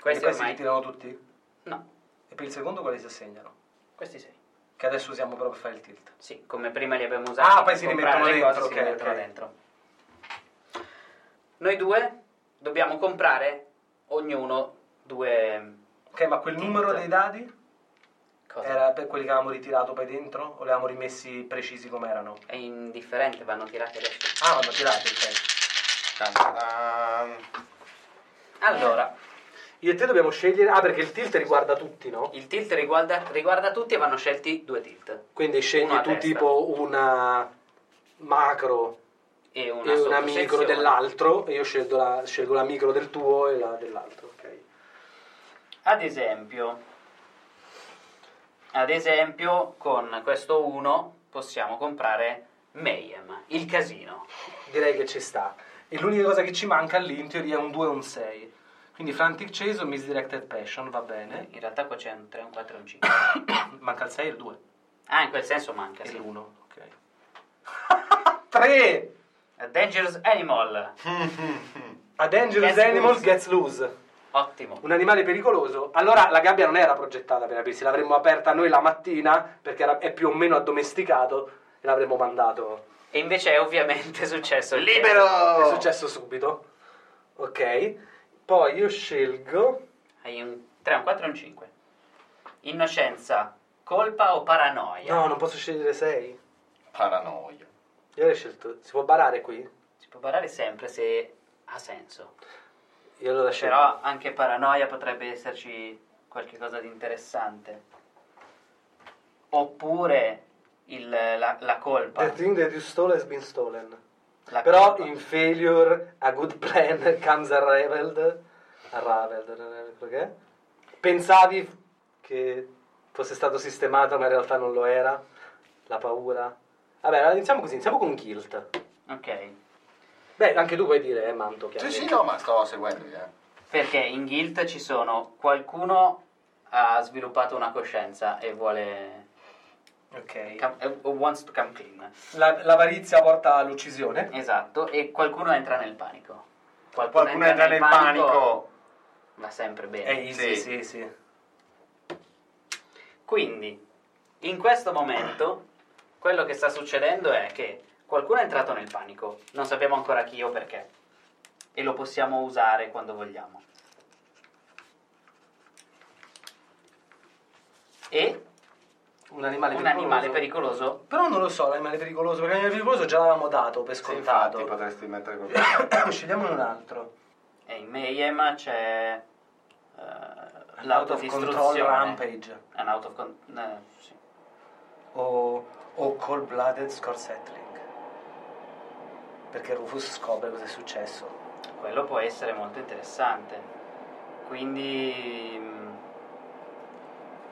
Speaker 3: Quindi
Speaker 2: Questi
Speaker 3: questi
Speaker 2: ormai...
Speaker 3: li tirano tutti? E
Speaker 2: No,
Speaker 3: per il secondo quali si assegnano?
Speaker 2: questi sei.
Speaker 3: Che adesso usiamo proprio per fare il tilt.
Speaker 2: Sì, come prima li abbiamo usati.
Speaker 3: Ah, poi
Speaker 2: per
Speaker 3: si li
Speaker 2: comprare
Speaker 3: mettono
Speaker 2: le cose,
Speaker 3: dentro,
Speaker 2: si
Speaker 3: ok,
Speaker 2: mettono
Speaker 3: ok.
Speaker 2: dentro. Noi due dobbiamo comprare ognuno due
Speaker 3: Ok, ma quel
Speaker 2: Tilt.
Speaker 3: numero dei dadi
Speaker 7: Ah.
Speaker 2: cose.
Speaker 3: era per quelli che avevamo ritirato poi dentro? O li avevamo rimessi precisi come erano?
Speaker 2: È indifferente, vanno tirati adesso.
Speaker 3: Ah, vanno tirati, ok.
Speaker 2: Allora,
Speaker 7: Io e te dobbiamo scegliere. Ah, perché il tilt riguarda tutti, no?
Speaker 2: il tilt riguarda, riguarda tutti e vanno scelti due tilt.
Speaker 7: Quindi
Speaker 2: Uno
Speaker 7: scegli
Speaker 2: a
Speaker 7: tu
Speaker 2: testa.
Speaker 7: tipo una macro
Speaker 2: E una,
Speaker 7: e una micro
Speaker 2: sottosezione.
Speaker 7: dell'altro e io scelgo la, scelgo la micro del tuo e la dell'altro, ok?
Speaker 2: Ad esempio, ad esempio, con questo 1 possiamo comprare Mayhem, il casino.
Speaker 3: Direi che ci sta. E l'unica cosa che ci manca lì in teoria è un 2 e un 6. Quindi Frantic Chase o Misdirected Passion va bene.
Speaker 2: In realtà qua c'è un 3, un 4 e un 5.
Speaker 3: Manca il 6 e il 2.
Speaker 2: Ah, in quel senso manca,
Speaker 3: E
Speaker 2: sì.
Speaker 3: l'1. Ok. 3!
Speaker 2: A Dangerous Animal,
Speaker 3: A Dangerous
Speaker 2: Gets
Speaker 3: Animal
Speaker 2: loose.
Speaker 3: gets loose.
Speaker 2: ottimo.
Speaker 3: Un animale pericoloso. Allora la gabbia non era progettata per aprirsi, l'avremmo aperta noi la mattina perché era- è più o meno addomesticato e l'avremmo mandato.
Speaker 2: E invece è ovviamente successo il Oh.
Speaker 3: È
Speaker 4: Libero!
Speaker 3: successo subito. Ok. Poi io scelgo
Speaker 2: Hai un 3, un 4 e un 5. Innocenza, colpa o paranoia?
Speaker 3: No, non posso scegliere 6.
Speaker 4: Paranoia.
Speaker 3: Io l'ho scelto. Si può barare qui?
Speaker 2: Si può barare sempre se ha senso.
Speaker 3: Io allora scelgo.
Speaker 2: Però anche paranoia potrebbe esserci qualche cosa di interessante. Oppure il- la, la colpa.
Speaker 4: Eh,
Speaker 3: The thing that you stole has been stolen.
Speaker 2: La
Speaker 3: Però
Speaker 2: colpa.
Speaker 3: in failure a good plan comes unraveled. Unraveled, perché? Pensavi che fosse stato sistemato, ma in realtà non lo era. La paura. Vabbè, allora iniziamo così, iniziamo con guilt.
Speaker 2: Ok.
Speaker 3: Beh, anche tu puoi dire, eh, Manto,
Speaker 4: Sì,
Speaker 3: chiaramente.
Speaker 4: sì, no, ma stavo seguendo eh.
Speaker 2: Perché in guild ci sono qualcuno ha sviluppato una coscienza e vuole
Speaker 3: Ok.
Speaker 2: come- eh, wants to come clean.
Speaker 3: La- l'avarizia porta all'uccisione.
Speaker 2: Esatto, e qualcuno entra nel panico.
Speaker 4: Qualcuno entra nel panico.
Speaker 2: Va sempre bene.
Speaker 3: Eh, sì,
Speaker 4: Sì.
Speaker 3: sì, sì.
Speaker 2: Quindi, in questo momento, quello che sta succedendo è che qualcuno è entrato nel panico, non sappiamo ancora chi o perché, e lo possiamo usare quando vogliamo. E
Speaker 3: Un animale
Speaker 2: un
Speaker 3: pericoloso.
Speaker 2: animale pericoloso,
Speaker 3: Però non lo so, l'animale pericoloso, perché l'animale pericoloso già l'avevamo dato per
Speaker 4: Sì, infatti,
Speaker 3: scontato.
Speaker 4: potresti mettere qualcosa.
Speaker 3: Scegliamone un altro.
Speaker 2: e in Mayhem c'è eh,
Speaker 3: Out of Control
Speaker 2: l'autodistruzione.
Speaker 3: Rampage.
Speaker 2: An out of con- eh, sì.
Speaker 3: O, o Cold Blooded Score Settling. Perché Rufus scopre cosa è successo.
Speaker 2: Quello può essere molto interessante. Quindi mm,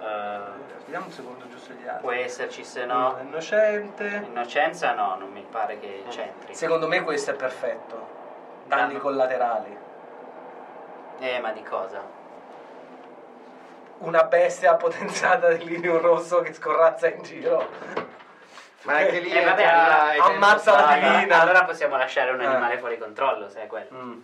Speaker 2: eh,
Speaker 3: Vediamo un secondo giusto gli altri.
Speaker 2: può esserci se
Speaker 3: Uno è
Speaker 2: no
Speaker 3: Innocente.
Speaker 2: innocenza no, non mi pare che c'entri.
Speaker 3: Secondo me questo è perfetto. Danni
Speaker 2: Danno-
Speaker 3: collaterali.
Speaker 2: Eh, ma di cosa?
Speaker 3: Una bestia potenziata di lino rosso che scorrazza in giro.
Speaker 4: Ma anche lì
Speaker 2: Eh, vabbè,
Speaker 4: entra-
Speaker 2: allora-
Speaker 4: è dentro
Speaker 3: ammazza la
Speaker 4: strada.
Speaker 2: Allora,
Speaker 3: divina.
Speaker 2: allora possiamo lasciare un
Speaker 3: Eh.
Speaker 2: animale fuori controllo, se è quello.
Speaker 3: Mm.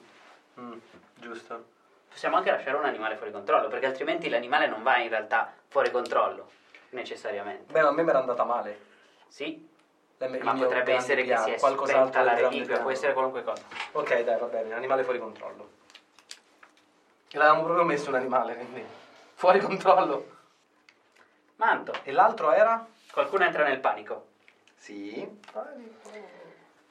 Speaker 3: Mm. Giusto.
Speaker 2: Possiamo anche lasciare un animale fuori controllo, perché altrimenti l'animale non va in realtà fuori controllo, necessariamente.
Speaker 3: Beh, ma a me mi era andata male.
Speaker 2: Sì,
Speaker 3: La- il
Speaker 2: ma
Speaker 3: mio
Speaker 2: potrebbe
Speaker 3: grande
Speaker 2: essere che
Speaker 3: piano,
Speaker 2: si è
Speaker 3: qualcos'altro
Speaker 2: spenta la
Speaker 3: del grande
Speaker 2: reliquia, può
Speaker 3: piano.
Speaker 2: essere qualunque cosa.
Speaker 3: Ok, dai, va bene, animale fuori controllo. L'avevamo proprio messo un animale, quindi fuori controllo.
Speaker 2: Manto,
Speaker 3: E l'altro era?
Speaker 2: qualcuno entra nel panico.
Speaker 4: Sì.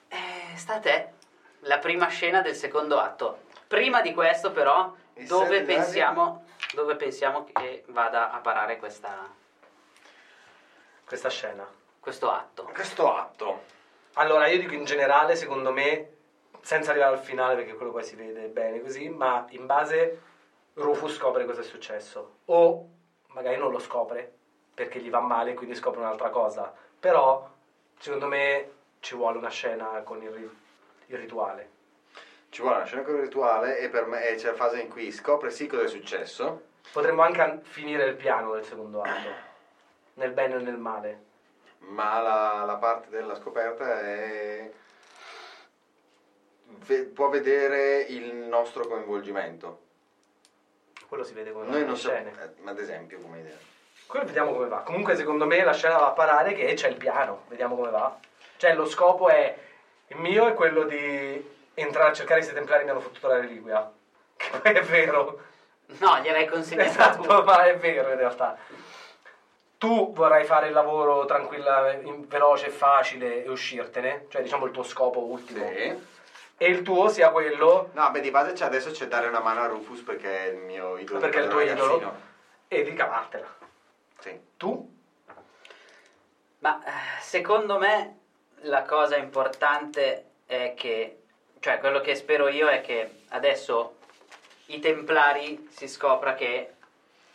Speaker 2: Eh, sta a te la prima scena del secondo atto. Prima di questo, però,
Speaker 4: Il
Speaker 2: dove
Speaker 4: sangue
Speaker 2: pensiamo, dove pensiamo che vada a parare questa-
Speaker 3: Questa scena.
Speaker 2: questo atto?
Speaker 4: Questo atto.
Speaker 3: Allora, io dico in generale, secondo me, senza arrivare al finale perché quello poi si vede bene così, ma in base Rufus scopre cosa è successo. O magari non lo scopre perché gli va male e quindi scopre un'altra cosa. Però, secondo me, ci vuole una scena con il, ri- il rituale.
Speaker 4: Ci vuole una scena con il rituale e per me e c'è la fase in cui scopre sì cosa è successo.
Speaker 3: Potremmo anche an- finire il piano del secondo anno, nel bene e nel male.
Speaker 4: Ma la, la parte della scoperta è. ve- può vedere il nostro coinvolgimento.
Speaker 3: Quello si vede come
Speaker 4: Noi non
Speaker 3: scene.
Speaker 4: sappiamo. Ma ad esempio, come idea.
Speaker 3: Quello vediamo come va. Comunque, secondo me, la scena va a parare che c'è il piano. Vediamo come va. Cioè, lo scopo è. Il mio è quello di entrare a cercare se i templari mi hanno fottuto la reliquia. Che poi è vero.
Speaker 2: No, gliel'hai consegnato
Speaker 3: Esatto,
Speaker 2: tu.
Speaker 3: ma è vero in realtà. Tu vorrai fare il lavoro tranquilla, in- veloce, facile e uscirtene. Cioè, diciamo il tuo scopo ultimo. E il tuo sia quello
Speaker 4: No, beh, di base c'è- adesso c'è dare una mano a Rufus perché è il mio idolo.
Speaker 3: Perché è il
Speaker 4: quando
Speaker 3: tuo
Speaker 4: ero
Speaker 3: idolo.
Speaker 4: ragazzino.
Speaker 3: e di cavartela.
Speaker 4: Sì.
Speaker 3: Tu
Speaker 2: Ma eh, secondo me la cosa importante è che, cioè quello che spero io è che adesso i templari si scopra che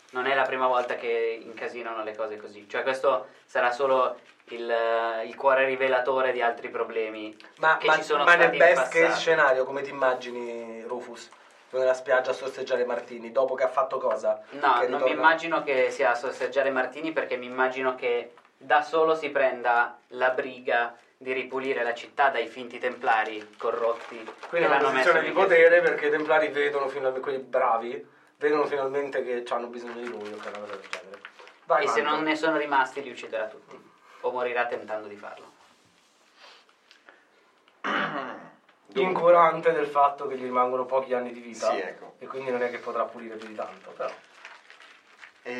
Speaker 2: non è la prima volta che incasinano le cose così. Cioè questo sarà solo il, eh, il cuore rivelatore di altri problemi.
Speaker 3: Ma,
Speaker 2: che
Speaker 3: ma-
Speaker 2: ci sono
Speaker 3: ma nel
Speaker 2: stati in
Speaker 3: best case
Speaker 2: passato.
Speaker 3: scenario, come ti immagini Rufus? Nella spiaggia a sorseggiare Martini, dopo che ha fatto cosa?
Speaker 2: No,
Speaker 3: Che
Speaker 2: non
Speaker 3: ritorna-
Speaker 2: mi immagino che sia a sorseggiare Martini perché mi immagino che da solo si prenda la briga di ripulire la città dai finti templari corrotti
Speaker 3: Quindi è
Speaker 2: che
Speaker 3: una
Speaker 2: l'hanno messo
Speaker 3: posizione di
Speaker 2: nei
Speaker 3: potere
Speaker 2: casini.
Speaker 3: perché i templari vedono finalmente, quelli bravi, vedono finalmente che hanno bisogno di lui o che è una cosa del genere. Vai,
Speaker 2: E se
Speaker 3: Marco.
Speaker 2: non ne sono rimasti li ucciderà tutti o morirà tentando di farlo.
Speaker 3: Incurante del fatto che gli rimangono pochi anni di vita.
Speaker 4: Sì, ecco.
Speaker 3: E quindi non è che potrà pulire più di tanto, però.
Speaker 4: E...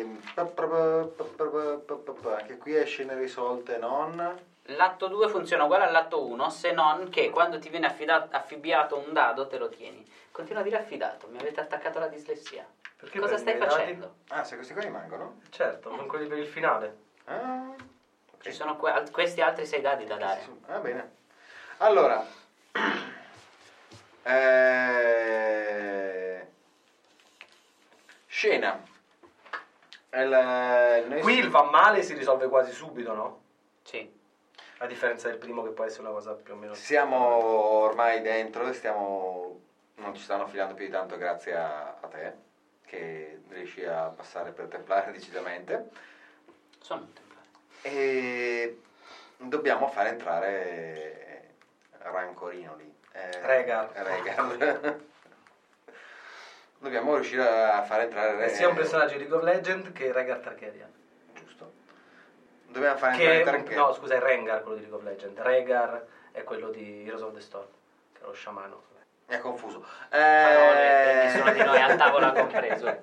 Speaker 4: Ehm, pa- pa- pa- pa- pa- pa- pa- pa- Anche qui è scene risolte non.
Speaker 2: L'atto 2 funziona uguale all'atto 1 se non che quando ti viene affida- affibbiato un dado te lo tieni. Continua a dire affidato, mi avete attaccato la dislessia.
Speaker 3: Perché
Speaker 2: Cosa
Speaker 3: prendi
Speaker 2: stai
Speaker 3: i dadi?
Speaker 2: facendo?
Speaker 4: Ah, se questi qua rimangono?
Speaker 3: Certo, con quelli per il finale.
Speaker 4: Ah, ok.
Speaker 2: Ci sono que- al- questi altri sei dadi da dare.
Speaker 4: Va Ah, bene. Allora. Eh, Scena. Il- noi-
Speaker 3: Qui il va male si risolve quasi subito, no?
Speaker 2: Sì.
Speaker 3: A differenza del primo che può essere una cosa più o meno...
Speaker 4: Siamo ormai dentro e stiamo. non ci stanno filando più di tanto grazie a, a te, che riesci a passare per templare decisamente.
Speaker 2: Sono un templare.
Speaker 4: E dobbiamo far entrare Rancorino lì. Eh,
Speaker 3: Regar.
Speaker 4: Regar. dobbiamo riuscire a far entrare
Speaker 3: È
Speaker 4: Regar.
Speaker 3: Eh, sia un personaggio di League of Legends che Rengar Targaryen.
Speaker 4: Giusto. Dobbiamo far entrare
Speaker 3: Che,
Speaker 4: Targaryen.
Speaker 3: no, scusa, è Rengar quello di League of Legends. Regar è quello di Heroes of the Storm, che è lo sciamano.
Speaker 4: Mi ha confuso.
Speaker 2: Parole,
Speaker 4: Eh,
Speaker 2: nessuno di noi a tavola compreso.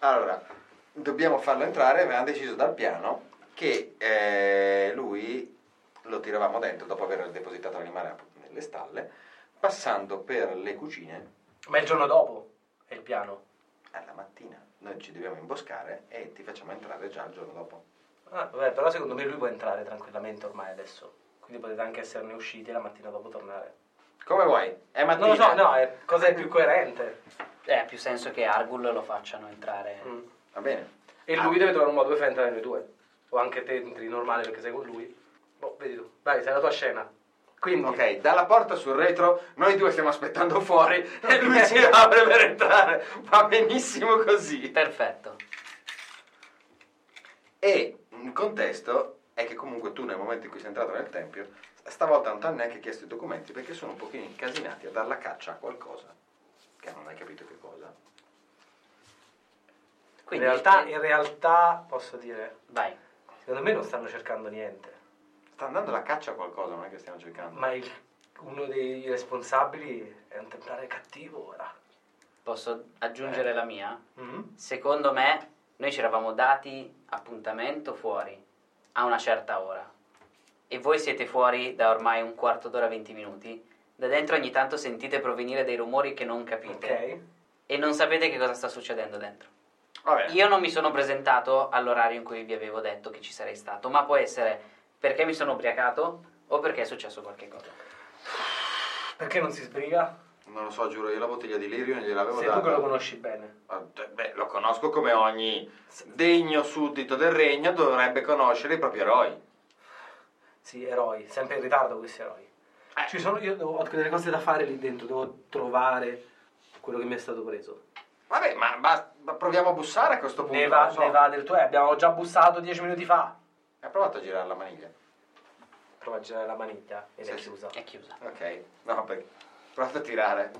Speaker 4: Allora, dobbiamo farlo entrare, avevamo deciso dal piano che eh, lui lo tiravamo dentro dopo aver depositato l'animale nelle stalle, passando per le cucine
Speaker 3: Ma il giorno dopo è il piano.
Speaker 4: alla mattina. Noi ci dobbiamo imboscare e ti facciamo entrare già il giorno dopo.
Speaker 3: Ah, vabbè, però secondo me lui può entrare tranquillamente ormai adesso. Quindi potete anche esserne usciti e la mattina dopo tornare.
Speaker 4: Come vuoi? È mattina.
Speaker 3: Non lo so, no, è cosa è più coerente.
Speaker 2: Eh, ha più senso che Argul lo facciano entrare.
Speaker 3: Mm.
Speaker 4: Va bene.
Speaker 3: E lui deve trovare un modo per far entrare noi due. O anche te entri normale perché sei con lui. Boh, vedi tu. Dai, sei la tua scena. Quindi...
Speaker 4: Ok, dalla porta sul retro, noi due stiamo aspettando fuori e lui ci apre per entrare. Va benissimo così.
Speaker 2: Perfetto.
Speaker 4: E il contesto è che comunque tu nel momento in cui sei entrato nel tempio, stavolta non ti hanno neanche chiesto i documenti perché sono un pochino incasinati a dar la caccia a qualcosa che non hai capito che cosa.
Speaker 3: In
Speaker 2: Quindi eh,
Speaker 3: realtà, in realtà, posso dire,
Speaker 2: vai.
Speaker 3: secondo me non stanno cercando niente,
Speaker 4: Sta andando la caccia a qualcosa, non è che stiamo cercando.
Speaker 3: ma il- uno dei responsabili è un templare cattivo ora.
Speaker 2: Posso
Speaker 3: Eh.
Speaker 2: aggiungere la mia?
Speaker 3: Mhm.
Speaker 2: Secondo me noi ci eravamo dati appuntamento fuori a una certa ora. E voi siete fuori da ormai un quarto d'ora, 20 minuti. Da dentro ogni tanto sentite provenire dei rumori che non capite.
Speaker 3: Ok?
Speaker 2: E non sapete che cosa sta succedendo dentro.
Speaker 4: Vabbè.
Speaker 2: Io non mi sono presentato all'orario in cui vi avevo detto che ci sarei stato, ma può essere perché mi sono ubriacato o perché è successo qualche cosa.
Speaker 3: Perché non si sbriga?
Speaker 4: Non lo so, giuro, io la bottiglia di Lirio non gliel'avevo
Speaker 3: Sei
Speaker 4: data.
Speaker 3: tu che lo conosci bene.
Speaker 4: Ah, d- Beh, lo conosco come ogni degno suddito del regno dovrebbe conoscere i propri eroi.
Speaker 3: Sì, eroi, sempre in ritardo questi eroi. Eh, Ci sono, io devo- ho delle cose da fare lì dentro, devo trovare quello che mi è stato preso.
Speaker 4: Vabbè, ma, basta- ma proviamo a bussare a questo punto.
Speaker 3: Ne va,
Speaker 4: non so.
Speaker 3: ne va del tuo. Eh, abbiamo già bussato dieci minuti fa.
Speaker 4: Hai provato a girare la maniglia?
Speaker 3: Prova a girare la maniglia ed è
Speaker 4: Sì, sì.
Speaker 3: chiusa.
Speaker 2: È chiusa.
Speaker 4: Ok, no, perché... Ho provato a tirare.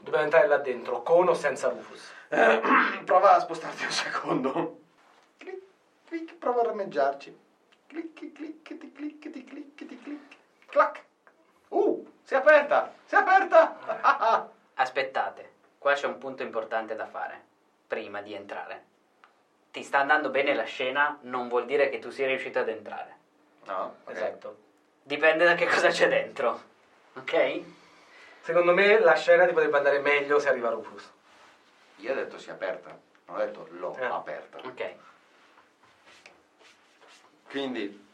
Speaker 3: Dobbiamo entrare là dentro, con o senza Rufus.
Speaker 4: Eh, Prova a spostarti un secondo. Clic, clic, prova a rameggiarci. Clic, clic, ti clic, ti clic, ti clic. Clac. Uh, si è aperta, si è aperta. Ah, ah, ah.
Speaker 2: Aspettate, qua c'è un punto importante da fare prima di entrare. Ti sta andando bene la scena, non vuol dire che tu sia riuscito ad entrare.
Speaker 4: No, ok.
Speaker 3: Esatto.
Speaker 2: Dipende da che cosa c'è dentro. Ok?
Speaker 3: Secondo me la scena ti potrebbe andare meglio se arriva Rufus.
Speaker 4: Io ho detto si è aperta, non ho detto l'ho
Speaker 3: Eh.
Speaker 4: aperta.
Speaker 2: Ok.
Speaker 4: Quindi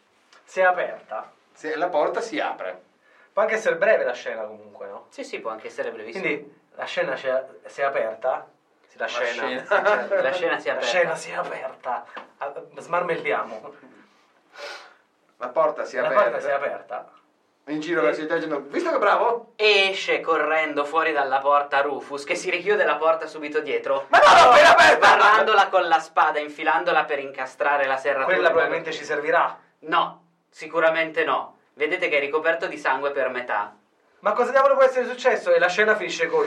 Speaker 3: Se è aperta.
Speaker 4: se la porta si apre.
Speaker 3: Può anche essere breve la scena comunque, no?
Speaker 2: Sì, sì, può anche essere brevissimo.
Speaker 3: Quindi la scena c'è- si è aperta. Sì, La, scena. Cioè,
Speaker 4: scena.
Speaker 2: la scena si è
Speaker 3: La
Speaker 2: aperta.
Speaker 3: scena si è aperta. Ah, Smarmelliamo.
Speaker 4: La porta si è
Speaker 3: La
Speaker 4: aperta.
Speaker 3: porta si è aperta.
Speaker 4: In giro verso il dicendo, visto che bravo?
Speaker 2: Esce correndo fuori dalla porta Rufus, che si richiude la porta subito dietro.
Speaker 4: Ma no, l'ho appena aperta!
Speaker 2: Barrandola con la spada, infilandola per incastrare la serratura.
Speaker 3: Quella probabilmente ci servirà.
Speaker 2: No, sicuramente no. Vedete che è ricoperto di sangue per metà.
Speaker 3: Ma cosa diavolo può essere successo? E la scena finisce con.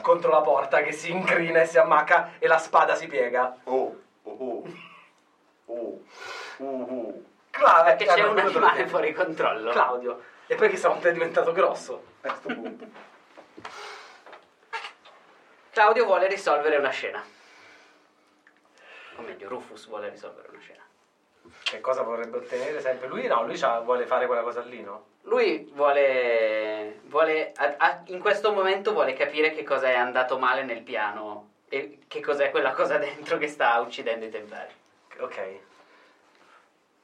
Speaker 3: contro la porta che si incrina e si ammacca e la spada si piega.
Speaker 4: Oh, oh, oh. Oh, oh, oh.
Speaker 3: Cla- eh,
Speaker 2: Perché c'è
Speaker 3: hanno
Speaker 2: un
Speaker 3: dovuto-
Speaker 2: animale fuori controllo.
Speaker 4: Cioè,
Speaker 3: Claudio. E poi chissà quanto è diventato grosso.
Speaker 4: A questo punto.
Speaker 2: Claudio vuole risolvere una scena. O meglio, Rufus vuole risolvere una scena.
Speaker 3: Che cosa vorrebbe ottenere sempre lui? No, lui c'ha- vuole fare quella cosa lì, no?
Speaker 2: Lui vuole. vuole a- a- in questo momento vuole capire che cosa è andato male nel piano e che cos'è quella cosa dentro che sta uccidendo i templari.
Speaker 3: Ok.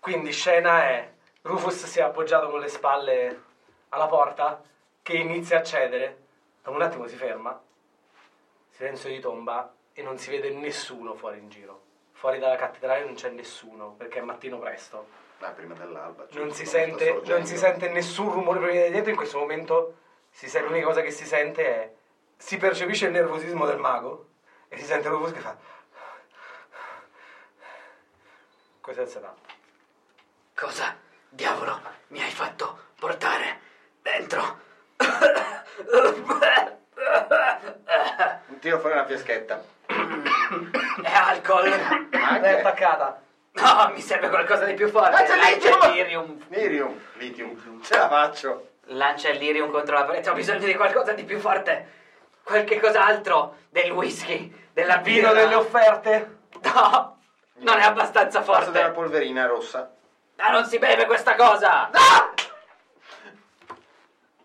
Speaker 3: Quindi scena è. Rufus si è appoggiato con le spalle alla porta che inizia a cedere. Dopo un attimo si ferma. Silenzio di tomba e non si vede nessuno fuori in giro. Fuori dalla cattedrale non c'è nessuno perché è mattino presto.
Speaker 4: Ma prima dell'alba. cioè,
Speaker 3: Non si,
Speaker 4: sta
Speaker 3: sente,
Speaker 4: sorgendo.
Speaker 3: non si sente nessun rumore proveniente da dietro. In questo momento si sente- l'unica cosa che si sente è. Si percepisce il nervosismo del mago e si sente Rufus che fa. Questo è il setup.
Speaker 2: Cosa diavolo mi hai fatto portare dentro?
Speaker 4: Tiro fuori una fiaschetta.
Speaker 2: È alcol!
Speaker 3: L'hai
Speaker 4: Anche-
Speaker 3: attaccata.
Speaker 2: No, mi serve qualcosa di più forte.
Speaker 4: Ah, c'è
Speaker 2: Lancia il
Speaker 4: litium!
Speaker 2: lirium.
Speaker 4: Lirium. Litium. Ce la faccio.
Speaker 2: Lancia il lirium contro la parete. Ho bisogno di qualcosa di più forte. Qualche cos'altro. Del whisky. Della birra.
Speaker 3: Vino delle offerte.
Speaker 2: No, non è abbastanza
Speaker 4: Passo della
Speaker 2: forte.
Speaker 4: polverina rossa.
Speaker 2: Ma non si beve questa cosa.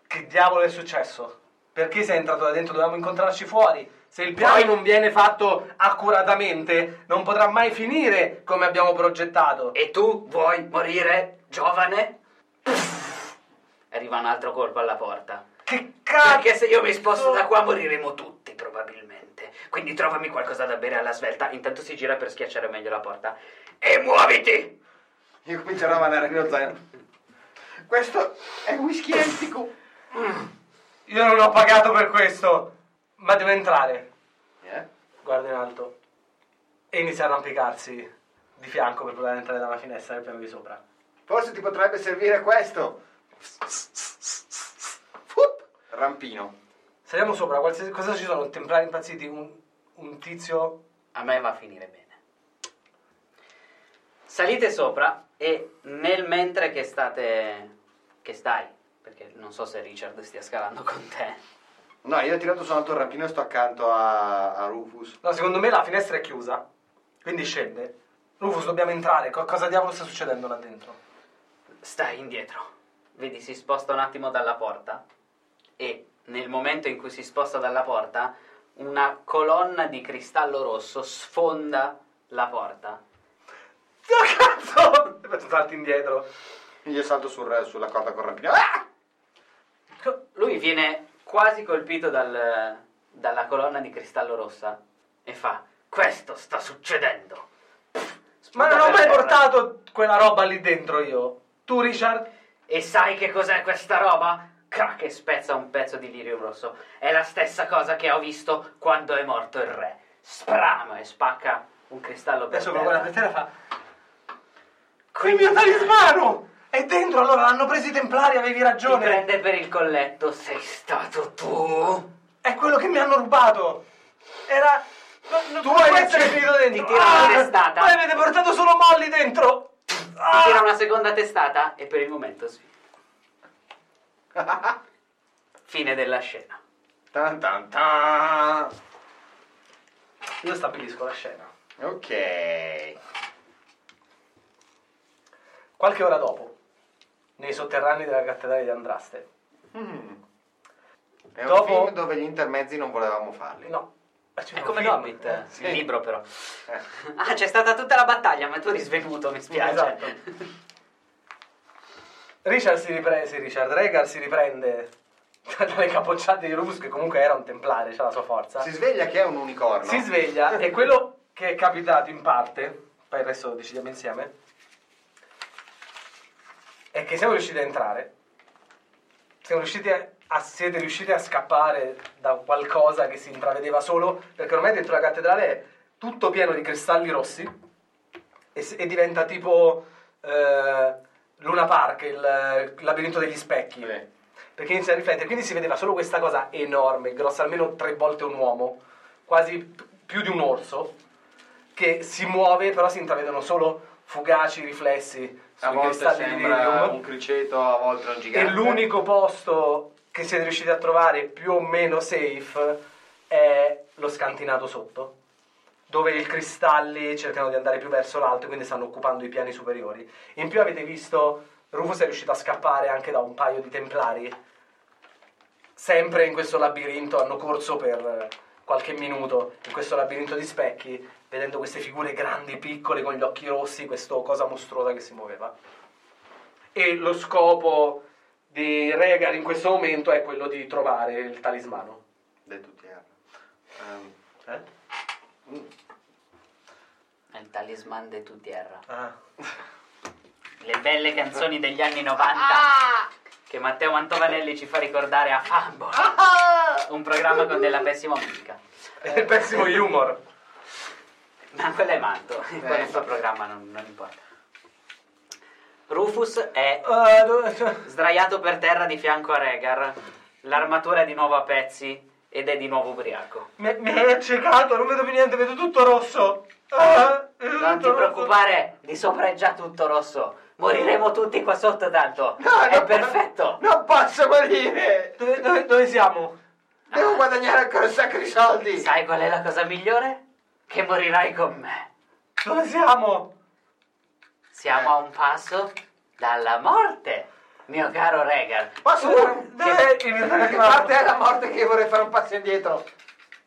Speaker 3: Che diavolo è successo? Perché sei entrato da dentro? Dovevamo incontrarci fuori. Se il piano non viene fatto accuratamente, non potrà mai finire come abbiamo progettato.
Speaker 2: E tu vuoi morire giovane? Arriva un altro colpo alla porta.
Speaker 3: Che
Speaker 2: Perché
Speaker 3: cacchio!
Speaker 2: se io mi sposto da qua moriremo tutti, probabilmente. Quindi trovami qualcosa da bere alla svelta. Intanto si gira per schiacciare meglio la porta. E muoviti!
Speaker 4: Io comincerò a mandare il mio zaino. Questo è whisky antico.
Speaker 3: Io non ho pagato per questo, ma devo entrare.
Speaker 4: Eh?
Speaker 3: Guarda in alto e inizia ad arrampicarsi di fianco per poter entrare dalla finestra del piano di sopra.
Speaker 4: Forse ti potrebbe servire questo. Fup. Rampino.
Speaker 3: Saliamo sopra, qualsiasi cosa ci sono? Templari impazziti, un, un tizio
Speaker 2: A me va a finire bene. Salite sopra e nel mentre che state... che stai, perché non so se Richard stia scalando con te.
Speaker 4: No, io ho tirato su un altro rampino e sto accanto a, a Rufus.
Speaker 3: No, secondo me la finestra è chiusa, quindi scende. Rufus, dobbiamo entrare. Co- cosa diavolo sta succedendo là dentro?
Speaker 2: Stai indietro. Vedi, si sposta un attimo dalla porta e nel momento in cui si sposta dalla porta, una colonna di cristallo rosso sfonda la porta.
Speaker 3: Zio cazzo! E poi tu salti indietro.
Speaker 4: Io salto sul- sulla corda con il rampino. Ah!
Speaker 2: Lui viene quasi colpito dal- dalla colonna di cristallo rossa e fa: Questo sta succedendo. Pff,
Speaker 3: Ma
Speaker 2: sputa
Speaker 3: non ho
Speaker 2: per
Speaker 3: mai
Speaker 2: terra.
Speaker 3: portato quella roba lì dentro io. Tu, Richard?
Speaker 2: eh, E sai che cos'è questa roba? Crack e spezza un pezzo di lirium rosso. È la stessa cosa che ho visto quando è morto il re. Sprama e spacca un cristallo per
Speaker 3: Adesso lo
Speaker 2: terra.
Speaker 3: guarda per terra e fa.
Speaker 2: Quindi-
Speaker 3: Il mio talismano! È dentro, allora l'hanno preso i templari, avevi
Speaker 2: Ti
Speaker 3: ragione.
Speaker 2: prende per il colletto, sei stato tu.
Speaker 3: È quello che mi hanno rubato! Era. no, no,
Speaker 2: Tu hai
Speaker 3: questo è
Speaker 2: ucciso-
Speaker 3: finito
Speaker 2: ti
Speaker 3: dentro! Ah!
Speaker 2: tira la testata.
Speaker 3: Voi avete portato solo molli dentro! Ah!
Speaker 2: Tira una seconda testata e per il momento sì. Fine della scena.
Speaker 1: Tan tan tan.
Speaker 3: Io stabilisco la scena.
Speaker 4: Ok.
Speaker 3: Qualche ora dopo, nei sotterranei della cattedrale di Andraste.
Speaker 1: Mm. È
Speaker 3: Dopo-
Speaker 4: un film dove gli intermezzi non volevamo farli.
Speaker 3: No. ma c'è
Speaker 2: È
Speaker 3: un
Speaker 2: come
Speaker 3: film.
Speaker 2: l'Hobbit,
Speaker 4: sì.
Speaker 2: il libro però.
Speaker 4: Eh.
Speaker 2: Ah, c'è stata tutta la battaglia, ma tu eri svenuto, mi spiace.
Speaker 3: Esatto. Richard si riprende, sì, Richard Regar si riprende dalle capocciate di Rubus, che comunque era un templare, c'ha la sua forza.
Speaker 4: Si sveglia che è un unicorno.
Speaker 3: Si sveglia e quello che è capitato in parte, poi il resto lo decidiamo insieme, è che siamo riusciti a entrare, siamo riusciti a, a- siete riusciti a scappare da qualcosa che si intravedeva solo, perché ormai dentro la cattedrale è tutto pieno di cristalli rossi e, s- e diventa tipo eh, Luna Park, il, il labirinto degli specchi
Speaker 4: Sì.
Speaker 3: perché inizia a riflettere. Quindi si vedeva solo questa cosa enorme, grossa almeno tre volte un uomo, quasi p- più di un orso, che si muove, però si intravedono solo fugaci riflessi
Speaker 4: A
Speaker 3: sui
Speaker 4: volte
Speaker 3: cristalli di
Speaker 4: sembra
Speaker 3: lirium.
Speaker 4: un criceto, a volte un gigante.
Speaker 3: E l'unico posto che siete riusciti a trovare più o meno safe è lo scantinato sotto, dove i cristalli cercano di andare più verso l'alto, quindi stanno occupando i piani superiori. In più avete visto Rufus è riuscito a scappare anche da un paio di templari. Sempre in questo labirinto hanno corso per qualche minuto in questo labirinto di specchi, vedendo queste figure grandi, piccole, con gli occhi rossi, questa cosa mostruosa che si muoveva. E lo scopo di Regar in questo momento è quello di trovare il talismano.
Speaker 4: Del tutti eh. Ehm,
Speaker 3: Eh?
Speaker 2: È il talisman de tu terra.
Speaker 3: Ah.
Speaker 2: Le belle canzoni degli anni 90
Speaker 4: Ah!
Speaker 2: che Matteo Mantovanelli ci fa ricordare a Fambo.
Speaker 4: Ah!
Speaker 2: Un programma con della pessima musica.
Speaker 3: È il pessimo humor.
Speaker 2: Ma quello è Manto, quello suo programma non, non importa. Rufus è
Speaker 3: Ah, dove-
Speaker 2: sdraiato per terra di fianco a Regar, l'armatura è di nuovo a pezzi ed è di nuovo ubriaco.
Speaker 3: Mi, mi è accecato, non vedo più niente, vedo tutto rosso. Ah, vedo
Speaker 2: Non
Speaker 3: tutto
Speaker 2: ti
Speaker 3: rosso.
Speaker 2: preoccupare, di sopra è già tutto rosso. Moriremo tutti qua sotto tanto.
Speaker 4: No,
Speaker 2: è
Speaker 4: non-
Speaker 2: perfetto.
Speaker 4: Non posso morire!
Speaker 3: Dove, dove- dove siamo?
Speaker 4: Devo guadagnare ancora un sacco di soldi!
Speaker 2: Sai qual è la cosa migliore? Che morirai con me.
Speaker 3: Dove siamo?
Speaker 2: Siamo a un passo dalla morte, mio caro Regar.
Speaker 4: Posso
Speaker 3: Uh, dov'è
Speaker 4: che,
Speaker 3: il mio
Speaker 4: che
Speaker 3: talismano?
Speaker 4: parte è la morte che vorrei fare un passo indietro?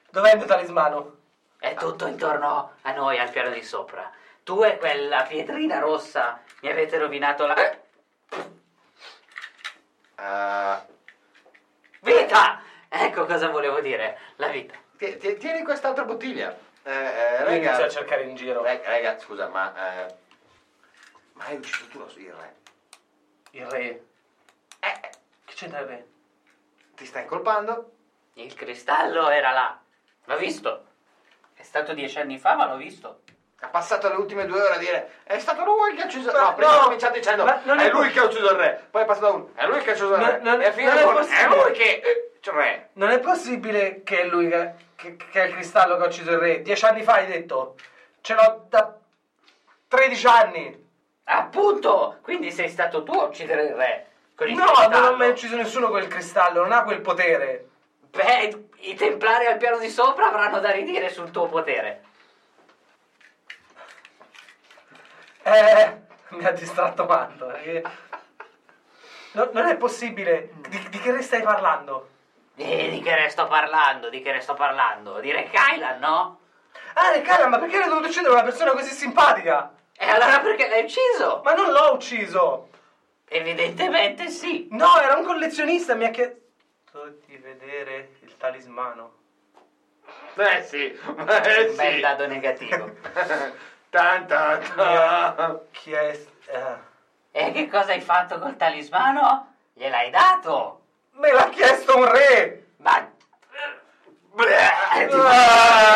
Speaker 3: Dov'è il mio talismano?
Speaker 2: È tutto intorno a noi, al piano di sopra. Tu e quella pietrina rossa mi avete rovinato la
Speaker 4: Eh, Ah,
Speaker 2: vita! Ecco cosa volevo dire, la vita.
Speaker 4: ti- ti- tieni quest'altra bottiglia. Eh, eh,
Speaker 3: Io
Speaker 4: raga,
Speaker 3: inizio a cercare in giro.
Speaker 4: Rag- Eh, raga, scusa, ma... eh, ma hai ucciso tu lo il re?
Speaker 3: Il re.
Speaker 4: Eh, eh,
Speaker 3: Che c'entra il re?
Speaker 4: ti stai incolpando?
Speaker 2: Il cristallo era là. L'ho visto. È stato dieci anni fa, ma l'ho visto.
Speaker 4: Ha passato le ultime due ore a dire è stato lui che ha ucciso il re.
Speaker 3: Ma
Speaker 4: No, prima
Speaker 3: no,
Speaker 4: ha cominciato dicendo
Speaker 3: ma
Speaker 4: è
Speaker 3: non è
Speaker 4: lui
Speaker 3: po-
Speaker 4: che ha ucciso il re. Poi è passato uno, è lui che ha ucciso il
Speaker 3: Ma
Speaker 4: re.
Speaker 3: non-
Speaker 4: e fine
Speaker 3: non è
Speaker 4: con è
Speaker 3: possibile.
Speaker 4: lui che... eh, cioè, re.
Speaker 3: Non è possibile che è lui che, che- che è il cristallo che ha ucciso il re. Dieci anni fa hai detto. Ce l'ho da 13 anni.
Speaker 2: Appunto! Quindi sei stato tu a uccidere il re. Con il
Speaker 3: No,
Speaker 2: cristallo.
Speaker 3: non ho mai ucciso nessuno quel cristallo, non ha quel potere.
Speaker 2: Beh, i templari al piano di sopra avranno da ridire sul tuo potere.
Speaker 3: Eh, mi ha distratto tanto. perché- No, non è possibile. Di, di che re stai parlando?
Speaker 2: E Eh, di che re sto parlando? Di che re sto parlando? Di Re Kylan, no?
Speaker 3: Ah, Re Kylan, ma perché hai dovuto uccidere una persona così simpatica?
Speaker 2: E allora perché l'hai ucciso?
Speaker 3: Ma non l'ho ucciso.
Speaker 2: Evidentemente sì.
Speaker 3: No, era un collezionista, mi ha chiesto di vedere il talismano.
Speaker 4: Eh sì, eh
Speaker 2: Un bel
Speaker 4: sì.
Speaker 2: dato negativo.
Speaker 4: tan, tan, tan.
Speaker 3: Chi è? eh.
Speaker 2: E che cosa hai fatto col talismano? Gliel'hai dato!
Speaker 3: Me l'ha chiesto un re!
Speaker 2: Ma...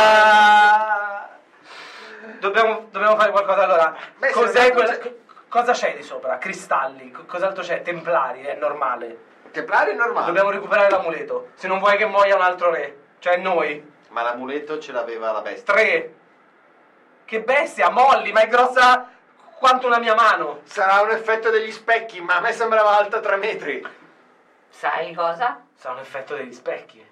Speaker 3: Ah! Dobbiamo, dobbiamo fare qualcosa allora.
Speaker 4: Beh,
Speaker 3: Cos'è
Speaker 4: se-
Speaker 3: quella- co- Cosa c'è di sopra? Cristalli? Co- Cos'altro c'è? Templari? È normale.
Speaker 4: Templari è normale.
Speaker 3: Dobbiamo recuperare l'amuleto. Se non vuoi che muoia un altro re, cioè noi.
Speaker 4: Ma l'amuleto ce l'aveva la bestia.
Speaker 3: Tre. Che bestia, molli, ma è grossa quanto una mia mano.
Speaker 4: Sarà un effetto degli specchi, ma a me sembrava alta 3 metri.
Speaker 2: Sai cosa?
Speaker 3: Sarà un effetto degli specchi.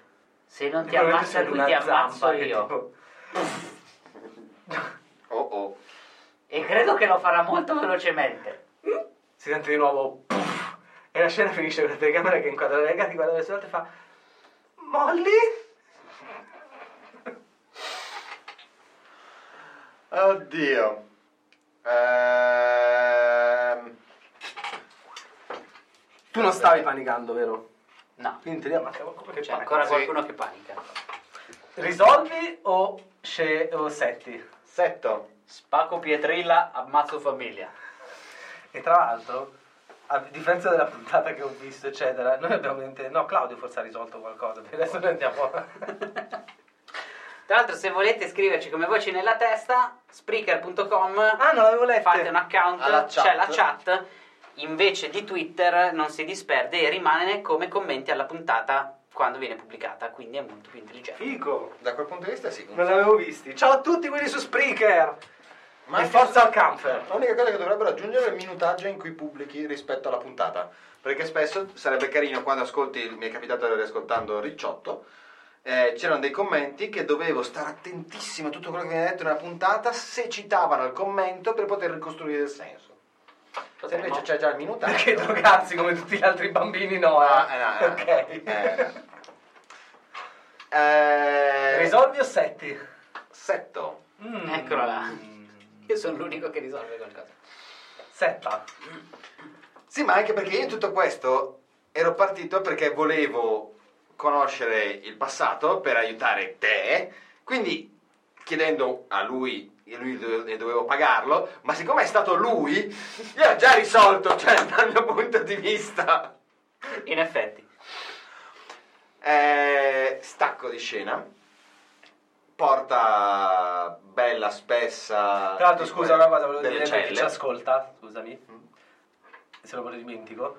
Speaker 2: Se non ti
Speaker 3: Probabilmente
Speaker 2: ammazza
Speaker 3: sei
Speaker 2: lui
Speaker 3: una
Speaker 2: ti ammazzo
Speaker 3: zampa che
Speaker 2: io.
Speaker 3: tipo-
Speaker 4: Oh oh.
Speaker 2: E credo che lo farà molto velocemente.
Speaker 3: si sente di nuovo puff, e la scena finisce con la telecamera che inquadra le ragazze, guarda verso l'alto e fa Molly?
Speaker 4: Oddio. Ehm,
Speaker 3: Tu non stavi panicando, vero?
Speaker 2: No,
Speaker 3: Quindi in teoria manca qualcuno che
Speaker 2: c'è
Speaker 3: panica.
Speaker 2: Cioè, ancora
Speaker 4: sì.
Speaker 2: qualcuno che panica.
Speaker 3: Risolvi o, sce- o setti?
Speaker 4: Setto.
Speaker 2: Spacco Pietrilla, ammazzo famiglia.
Speaker 3: E tra l'altro, a differenza della puntata che ho visto, eccetera, noi abbiamo niente... No, Claudio forse ha risolto qualcosa, perché adesso noi andiamo...
Speaker 2: Tra l'altro, se volete scriverci come voci nella testa, spreaker.com
Speaker 3: ah, non l'avevo letto.
Speaker 2: fate un account,
Speaker 4: Alla
Speaker 2: c'è
Speaker 4: chat.
Speaker 2: la chat, invece di Twitter non si disperde e rimane come commenti alla puntata quando viene pubblicata, quindi è molto più intelligente.
Speaker 3: Figo!
Speaker 4: Da quel punto di vista sì.
Speaker 3: Non l'avevo visti. Ciao a tutti quelli su Spreaker!
Speaker 4: Ma
Speaker 3: e
Speaker 4: anche
Speaker 3: forza
Speaker 4: su-
Speaker 3: al camper!
Speaker 4: L'unica cosa che dovrebbero aggiungere è il minutaggio in cui pubblichi rispetto alla puntata. Perché spesso sarebbe carino quando ascolti, mi è capitato di ascoltando Ricciotto, eh, c'erano dei commenti che dovevo stare attentissimo a tutto quello che viene detto nella puntata se citavano il commento per poter ricostruire il senso. Se
Speaker 2: Potremmo-
Speaker 4: invece c'è già il minutaggio.
Speaker 3: Perché drogarsi come tutti gli altri bambini no, eh?
Speaker 4: Ah, eh, no, eh, no.
Speaker 3: ok.
Speaker 4: Eh, no. Eh,
Speaker 3: Risolvi o setti?
Speaker 4: Setto.
Speaker 3: Mm.
Speaker 2: Eccola là. Io sono l'unico che risolve qualcosa.
Speaker 3: Setta.
Speaker 4: Sì, ma anche perché io in tutto questo ero partito perché volevo conoscere il passato per aiutare te, quindi chiedendo a lui, e lui do- e dovevo pagarlo, ma siccome è stato lui, io ho già risolto, cioè dal mio punto di vista.
Speaker 2: In effetti,
Speaker 4: Eh, stacco di scena, porta bella, spessa...
Speaker 3: Tra l'altro,
Speaker 4: Ah, di
Speaker 3: scusa,
Speaker 4: quelle- Mm.
Speaker 3: una cosa volevo
Speaker 4: delle
Speaker 3: dire per chi
Speaker 4: celle.
Speaker 3: ci ascolta, scusami, se lo dimentico.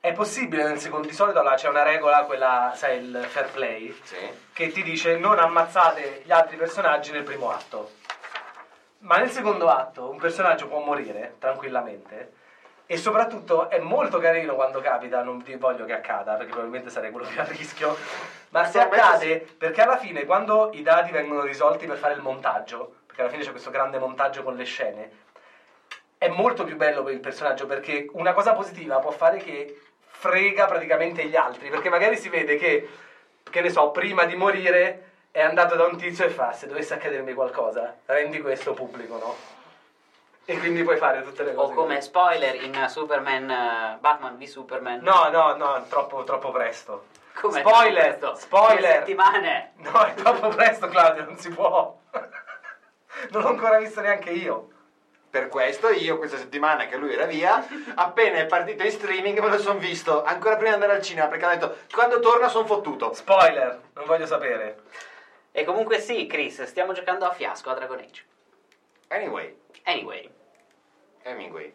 Speaker 3: È possibile nel secondo, di solito là c'è una regola, quella, sai, il fair play,
Speaker 4: Sì.
Speaker 3: che ti dice non ammazzate gli altri personaggi nel primo atto. Ma nel secondo atto un personaggio può morire tranquillamente e soprattutto è molto carino quando capita, non ti voglio che accada perché probabilmente sarei quello più a rischio, ma se accade perché alla fine quando i dati vengono risolti per fare il montaggio, perché alla fine c'è questo grande montaggio con le scene, è molto più bello per il personaggio perché una cosa positiva può fare che frega praticamente gli altri, perché magari si vede che, che ne so, prima di morire è andato da un tizio e fa se dovesse accadermi qualcosa, rendi questo pubblico, no? E quindi puoi fare tutte le cose.
Speaker 2: o come
Speaker 3: così.
Speaker 2: spoiler in Superman, eh, Batman v Superman.
Speaker 3: No, no, no, troppo, troppo presto.
Speaker 2: Come
Speaker 3: spoiler,
Speaker 2: questo?
Speaker 3: spoiler.
Speaker 2: Due settimane.
Speaker 3: No, è troppo presto Claudio, non si può. non l'ho ancora visto neanche io.
Speaker 4: Per questo io questa settimana che lui era via, appena è partito in streaming me lo sono visto, ancora prima di andare al cinema, perché ha detto quando torna sono fottuto.
Speaker 3: Spoiler, non voglio sapere.
Speaker 2: E comunque sì, Chris, stiamo giocando a fiasco a Dragon Age.
Speaker 4: Anyway,
Speaker 2: Anyway,
Speaker 4: Hemingway.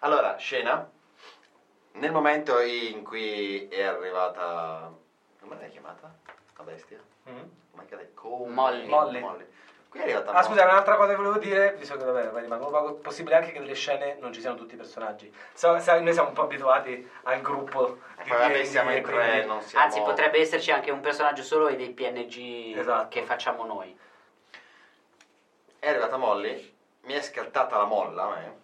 Speaker 4: Allora, scena. Nel momento in cui è arrivata... Come l'hai chiamata? La bestia?
Speaker 3: Mm.
Speaker 4: Come l'hai chiamata? Come-
Speaker 2: Molly.
Speaker 3: Molly.
Speaker 4: Qui è arrivata
Speaker 3: Ah, scusa, un'altra cosa che volevo dire, visto che vabbè, vabbè, rimangono poco, possibile anche che nelle scene non ci siano tutti i personaggi. So- sa- noi siamo un po' abituati al gruppo di
Speaker 4: Ma vabbè,
Speaker 3: D&D,
Speaker 4: siamo in
Speaker 3: quindi-
Speaker 4: tre, non siamo...
Speaker 2: anzi potrebbe esserci anche un personaggio solo e dei PNG
Speaker 3: Esatto.
Speaker 2: che facciamo noi.
Speaker 4: È arrivata Molly, mi è scattata la molla eh. a me.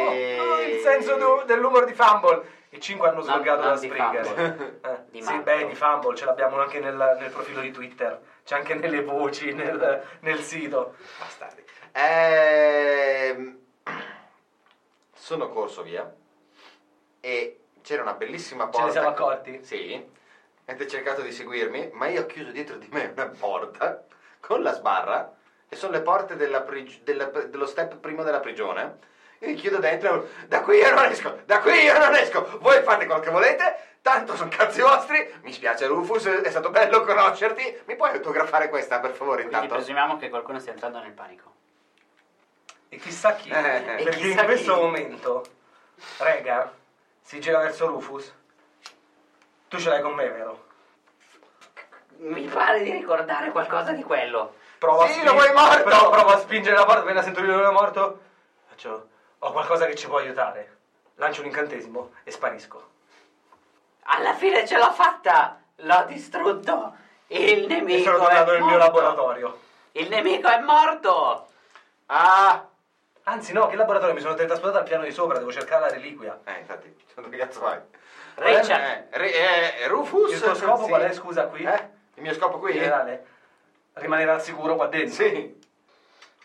Speaker 3: Oh, oh, il senso du- dell'umor di Fumble. I 5 hanno sbloccato
Speaker 2: non
Speaker 3: la
Speaker 2: di
Speaker 3: Springer.
Speaker 2: Fumble.
Speaker 3: Eh,
Speaker 2: Di
Speaker 3: sì,
Speaker 2: Marco.
Speaker 3: beh, di Fumble, ce l'abbiamo anche nel, nel profilo di Twitter, c'è anche nelle voci, nel, nel sito.
Speaker 4: Bastardi. Ehm, sono corso via e c'era una bellissima porta.
Speaker 3: Ce ne siamo accorti?
Speaker 4: Sì. Avete cercato di seguirmi, ma io ho chiuso dietro di me una porta con la sbarra e sono le porte della prig- della- dello step primo della prigione Io mi chiudo dentro, da qui io non esco, da qui io non esco, voi fate quel che volete, tanto sono cazzi vostri, mi spiace Rufus, è stato bello conoscerti, mi puoi autografare questa per favore
Speaker 2: Quindi
Speaker 4: intanto?
Speaker 2: presumiamo che qualcuno stia entrando nel panico.
Speaker 3: E chissà chi.
Speaker 4: Eh, eh.
Speaker 3: perché
Speaker 2: chissà
Speaker 3: in
Speaker 2: chi.
Speaker 3: questo momento, Rega si gira verso Rufus. Tu ce l'hai con me, vero?
Speaker 2: Mi pare di ricordare qualcosa di quello.
Speaker 3: Prova
Speaker 4: Sì,
Speaker 3: a
Speaker 4: lo vuoi morto!
Speaker 3: Però prova a spingere la porta, appena sento lui è morto. Faccio, ho qualcosa che ci può aiutare. Lancio un incantesimo e sparisco.
Speaker 2: Alla fine ce l'ho fatta! L'ho distrutto! Il nemico!
Speaker 3: e sono
Speaker 2: è
Speaker 3: tornato nel mio
Speaker 2: morto.
Speaker 3: laboratorio.
Speaker 2: Il nemico è morto!
Speaker 4: Ah!
Speaker 3: Anzi, no, che laboratorio? Mi sono teletrasportato al piano di sopra, devo cercare la reliquia.
Speaker 4: Eh, infatti, dove cazzo vai?
Speaker 2: Richard.
Speaker 4: Eh, Ri- eh, Rufus!
Speaker 3: Il tuo scopo
Speaker 4: sì.
Speaker 3: qual è, scusa, qui?
Speaker 4: Eh? Il mio scopo qui?
Speaker 3: In generale, rimanere al sicuro qua dentro.
Speaker 4: Sì.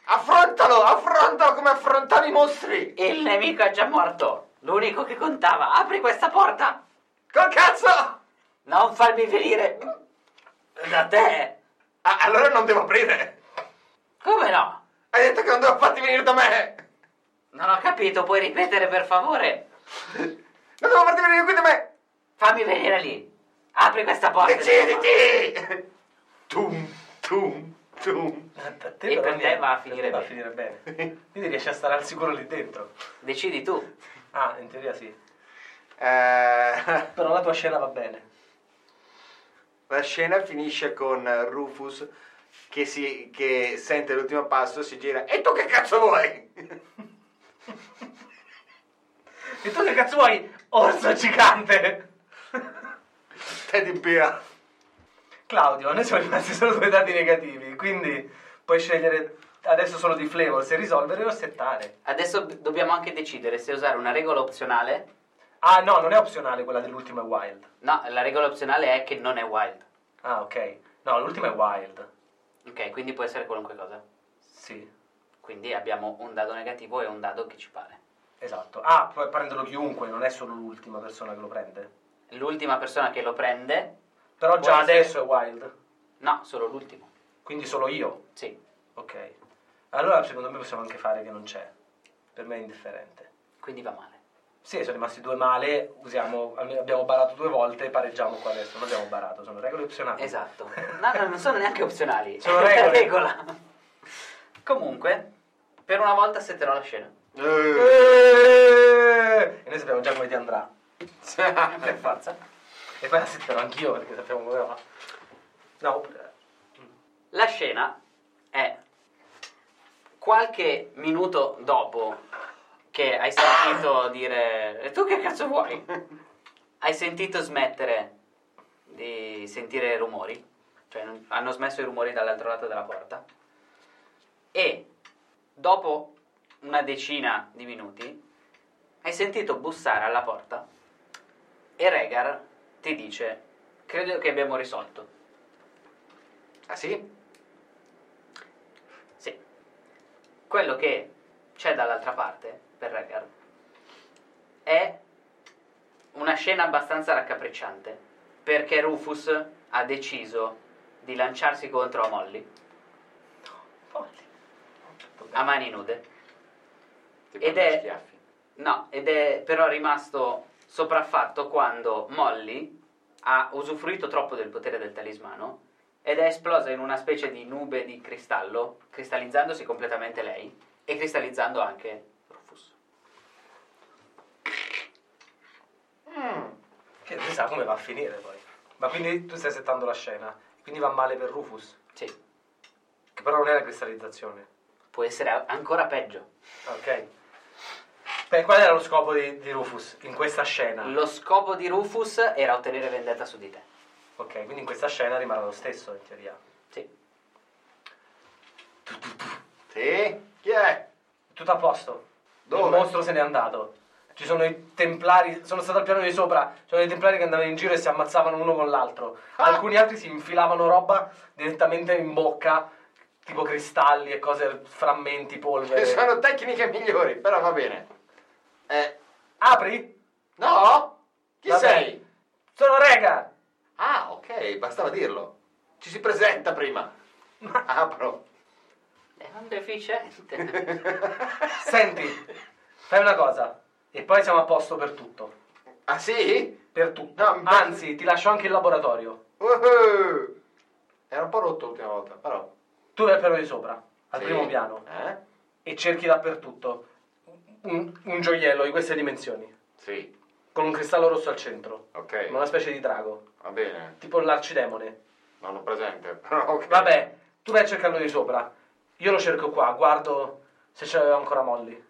Speaker 4: Affrontalo, affrontalo come affrontavi i mostri!
Speaker 2: Il nemico è già morto! L'unico che contava! Apri questa porta!
Speaker 4: Col cazzo!
Speaker 2: Non farmi venire da te!
Speaker 4: Ah, allora non devo aprire!
Speaker 2: Come no?
Speaker 4: Hai detto che non devo farti venire da me!
Speaker 2: Non ho capito, puoi ripetere per favore?
Speaker 4: Non devo farti venire qui da me!
Speaker 2: Fammi venire lì! Apri questa porta!
Speaker 4: Deciditi! Tum, tum, tum.
Speaker 3: A
Speaker 2: E per
Speaker 3: però
Speaker 2: te
Speaker 3: niente,
Speaker 2: va a
Speaker 3: per te
Speaker 2: finire
Speaker 3: va a
Speaker 2: bene.
Speaker 3: finire bene. Quindi riesci a stare al sicuro lì dentro.
Speaker 2: insomma. Decidi tu.
Speaker 3: Ah, in teoria sì.
Speaker 4: Eh,
Speaker 3: Però la tua scena va bene.
Speaker 4: la scena finisce con Rufus che, si, che sente l'ultimo passo, si gira. E tu che cazzo vuoi?
Speaker 3: E tu che cazzo vuoi? Orso gigante!
Speaker 4: Teddy Bear.
Speaker 3: Claudio, a noi sono rimasti solo due dati negativi, quindi puoi scegliere adesso solo di flavor se risolvere o settare.
Speaker 2: Adesso b- dobbiamo anche decidere se usare una regola opzionale.
Speaker 3: Ah no, non è opzionale quella dell'ultima è wild.
Speaker 2: No, la regola opzionale è che non è wild.
Speaker 3: Ah, ok. No, l'ultima è wild.
Speaker 2: Ok, quindi può essere qualunque cosa.
Speaker 3: Sì,
Speaker 2: Quindi abbiamo un dado negativo e un dado che ci pare.
Speaker 3: esatto. Ah, puoi prenderlo chiunque, non è solo l'ultima persona che lo prende.
Speaker 2: L'ultima persona che lo prende.
Speaker 3: Però
Speaker 2: Può
Speaker 3: già
Speaker 2: essere-
Speaker 3: adesso è wild,
Speaker 2: No, solo l'ultimo.
Speaker 3: quindi solo io.
Speaker 2: Sì.
Speaker 3: Ok. Allora secondo me possiamo anche fare che non c'è. Per me è indifferente.
Speaker 2: Quindi va male.
Speaker 3: Sì, sono rimasti due male, usiamo, almeno abbiamo barato due volte, pareggiamo qua adesso, non abbiamo barato, sono regole opzionali.
Speaker 2: Esatto. No, no, non sono neanche opzionali.
Speaker 3: Sono
Speaker 2: È una
Speaker 3: regole.
Speaker 2: regola. Comunque, per una volta setterò la scena.
Speaker 4: Eh.
Speaker 3: Eeeh! Eh! E noi sappiamo già come ti andrà.
Speaker 2: Per forza.
Speaker 3: E poi la setterò anch'io perché sappiamo come va. No, oppure-
Speaker 2: La scena è qualche minuto dopo che hai sentito dire "E tu che cazzo vuoi? Hai sentito smettere di sentire rumori, cioè non- hanno smesso i rumori dall'altro lato della porta e dopo una decina di minuti hai sentito bussare alla porta e Regar ti dice credo che abbiamo risolto.
Speaker 4: Ah sì?
Speaker 2: Sì. Quello che c'è dall'altra parte, per Rhaegar, è una scena abbastanza raccapricciante, perché Rufus ha deciso di lanciarsi contro a Molly a mani nude.
Speaker 4: Ti
Speaker 2: Ed
Speaker 4: prendo
Speaker 2: è-
Speaker 4: schiaffi.
Speaker 2: No, ed è però rimasto sopraffatto quando Molly ha usufruito troppo del potere del talismano ed è esplosa in una specie di nube di cristallo, cristallizzandosi completamente lei e cristallizzando anche Rufus.
Speaker 4: Mm,
Speaker 3: che si sa come va a finire poi. Ma quindi tu stai settando la scena, quindi va male per Rufus,
Speaker 2: Sì,
Speaker 3: che però non è la cristallizzazione.
Speaker 2: può essere a- ancora peggio.
Speaker 3: Ok. Beh, qual era lo scopo di, di Rufus in questa scena?
Speaker 2: Lo scopo di Rufus era ottenere vendetta su di te.
Speaker 3: Ok, quindi in questa scena rimarrà lo stesso in teoria.
Speaker 2: Sì.
Speaker 4: Sì? Chi è?
Speaker 3: Tutto a posto.
Speaker 4: Dove?
Speaker 3: Il mostro se n'è andato. Ci sono i templari, sono stato al piano di sopra, c'erano i templari che andavano in giro e si ammazzavano uno con l'altro.
Speaker 4: Ah!
Speaker 3: Alcuni altri si infilavano roba direttamente in bocca, tipo cristalli e cose, frammenti, polvere.
Speaker 4: Ci sono tecniche migliori, però va bene. Eh,
Speaker 3: Apri?
Speaker 4: no? Chi
Speaker 3: Vabbè.
Speaker 4: sei?
Speaker 3: Sono Rega!
Speaker 4: Ah, ok, bastava dirlo. Ci si presenta prima. Ah, Apro.
Speaker 2: È un deficiente.
Speaker 3: Senti, Fai una cosa, e poi siamo a posto per tutto.
Speaker 4: Ah sì?
Speaker 3: Per tutto.
Speaker 4: No, ma-
Speaker 3: Anzi, ti lascio anche il laboratorio.
Speaker 4: Uhuh. Era un po' rotto l'ultima volta, però.
Speaker 3: Tu vai al piano di sopra, al
Speaker 4: Sì.
Speaker 3: primo piano,
Speaker 4: Eh?
Speaker 3: e cerchi dappertutto un, un gioiello di queste dimensioni,
Speaker 4: Sì,
Speaker 3: con un cristallo rosso al centro,
Speaker 4: ok.
Speaker 3: ma una specie di drago,
Speaker 4: Va bene.
Speaker 3: tipo l'arcidemone.
Speaker 4: Non l'ho presente, però ok.
Speaker 3: Vabbè, tu vai a cercarlo di sopra, io lo cerco qua, guardo se ce l'aveva ancora Molly.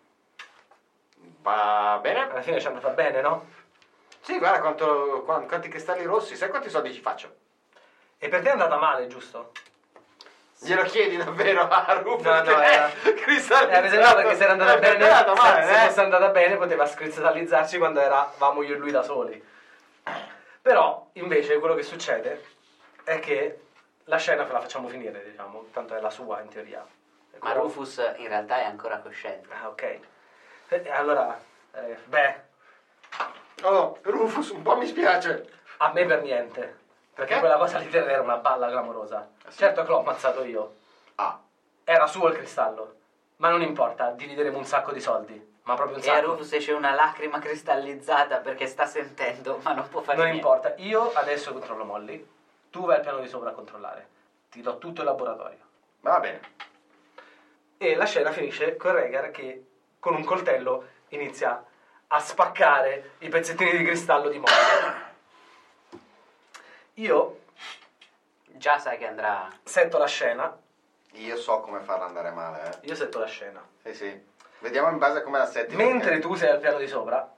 Speaker 4: Va bene?
Speaker 3: Alla fine ci è andata bene, no?
Speaker 4: Sì, guarda quanto- qua- quanti cristalli rossi, sai quanti soldi ci faccio?
Speaker 3: E per te è andata male, giusto?
Speaker 4: Glielo chiedi davvero a Rufus?
Speaker 3: No, no,
Speaker 4: che è
Speaker 3: era-
Speaker 4: cristallizzato.
Speaker 3: Eh, se no, perché se era andata
Speaker 4: Eh,
Speaker 3: bene,
Speaker 4: è andata male,
Speaker 3: se, se
Speaker 4: eh.
Speaker 3: fosse andata bene, poteva scristallizzarci quando eravamo io e lui da soli. Però, invece, quello che succede è che la scena la facciamo finire, diciamo, tanto è la sua in teoria. È
Speaker 2: Ma
Speaker 3: come-
Speaker 2: Rufus in realtà è ancora cosciente.
Speaker 3: Ah, ok. Eh, Allora, eh, beh,
Speaker 4: Oh, Rufus, un po' mi spiace.
Speaker 3: a me per niente. Perché
Speaker 4: Perché?
Speaker 3: quella cosa lì terra era una balla clamorosa. Certo che l'ho ammazzato io.
Speaker 4: Ah,
Speaker 3: Era suo il cristallo. Ma non importa, divideremo un sacco di soldi. Ma proprio un
Speaker 2: E a
Speaker 3: sacco.
Speaker 2: Rufus esce una lacrima cristallizzata perché sta sentendo, ma non può fare
Speaker 3: non
Speaker 2: niente.
Speaker 3: importa, io adesso controllo Molly, tu vai al piano di sopra a controllare, ti do tutto il laboratorio.
Speaker 4: va bene.
Speaker 3: E la scena finisce con Rhaegar che con un coltello inizia a spaccare i pezzettini di cristallo di Molly. Io
Speaker 2: Già sai che andrà.
Speaker 3: setto la scena,
Speaker 4: Io so come farla andare male, eh.
Speaker 3: io setto la scena.
Speaker 4: Sì, sì. Vediamo in base a come la setti.
Speaker 3: Mentre
Speaker 4: perché-
Speaker 3: tu sei al piano di sopra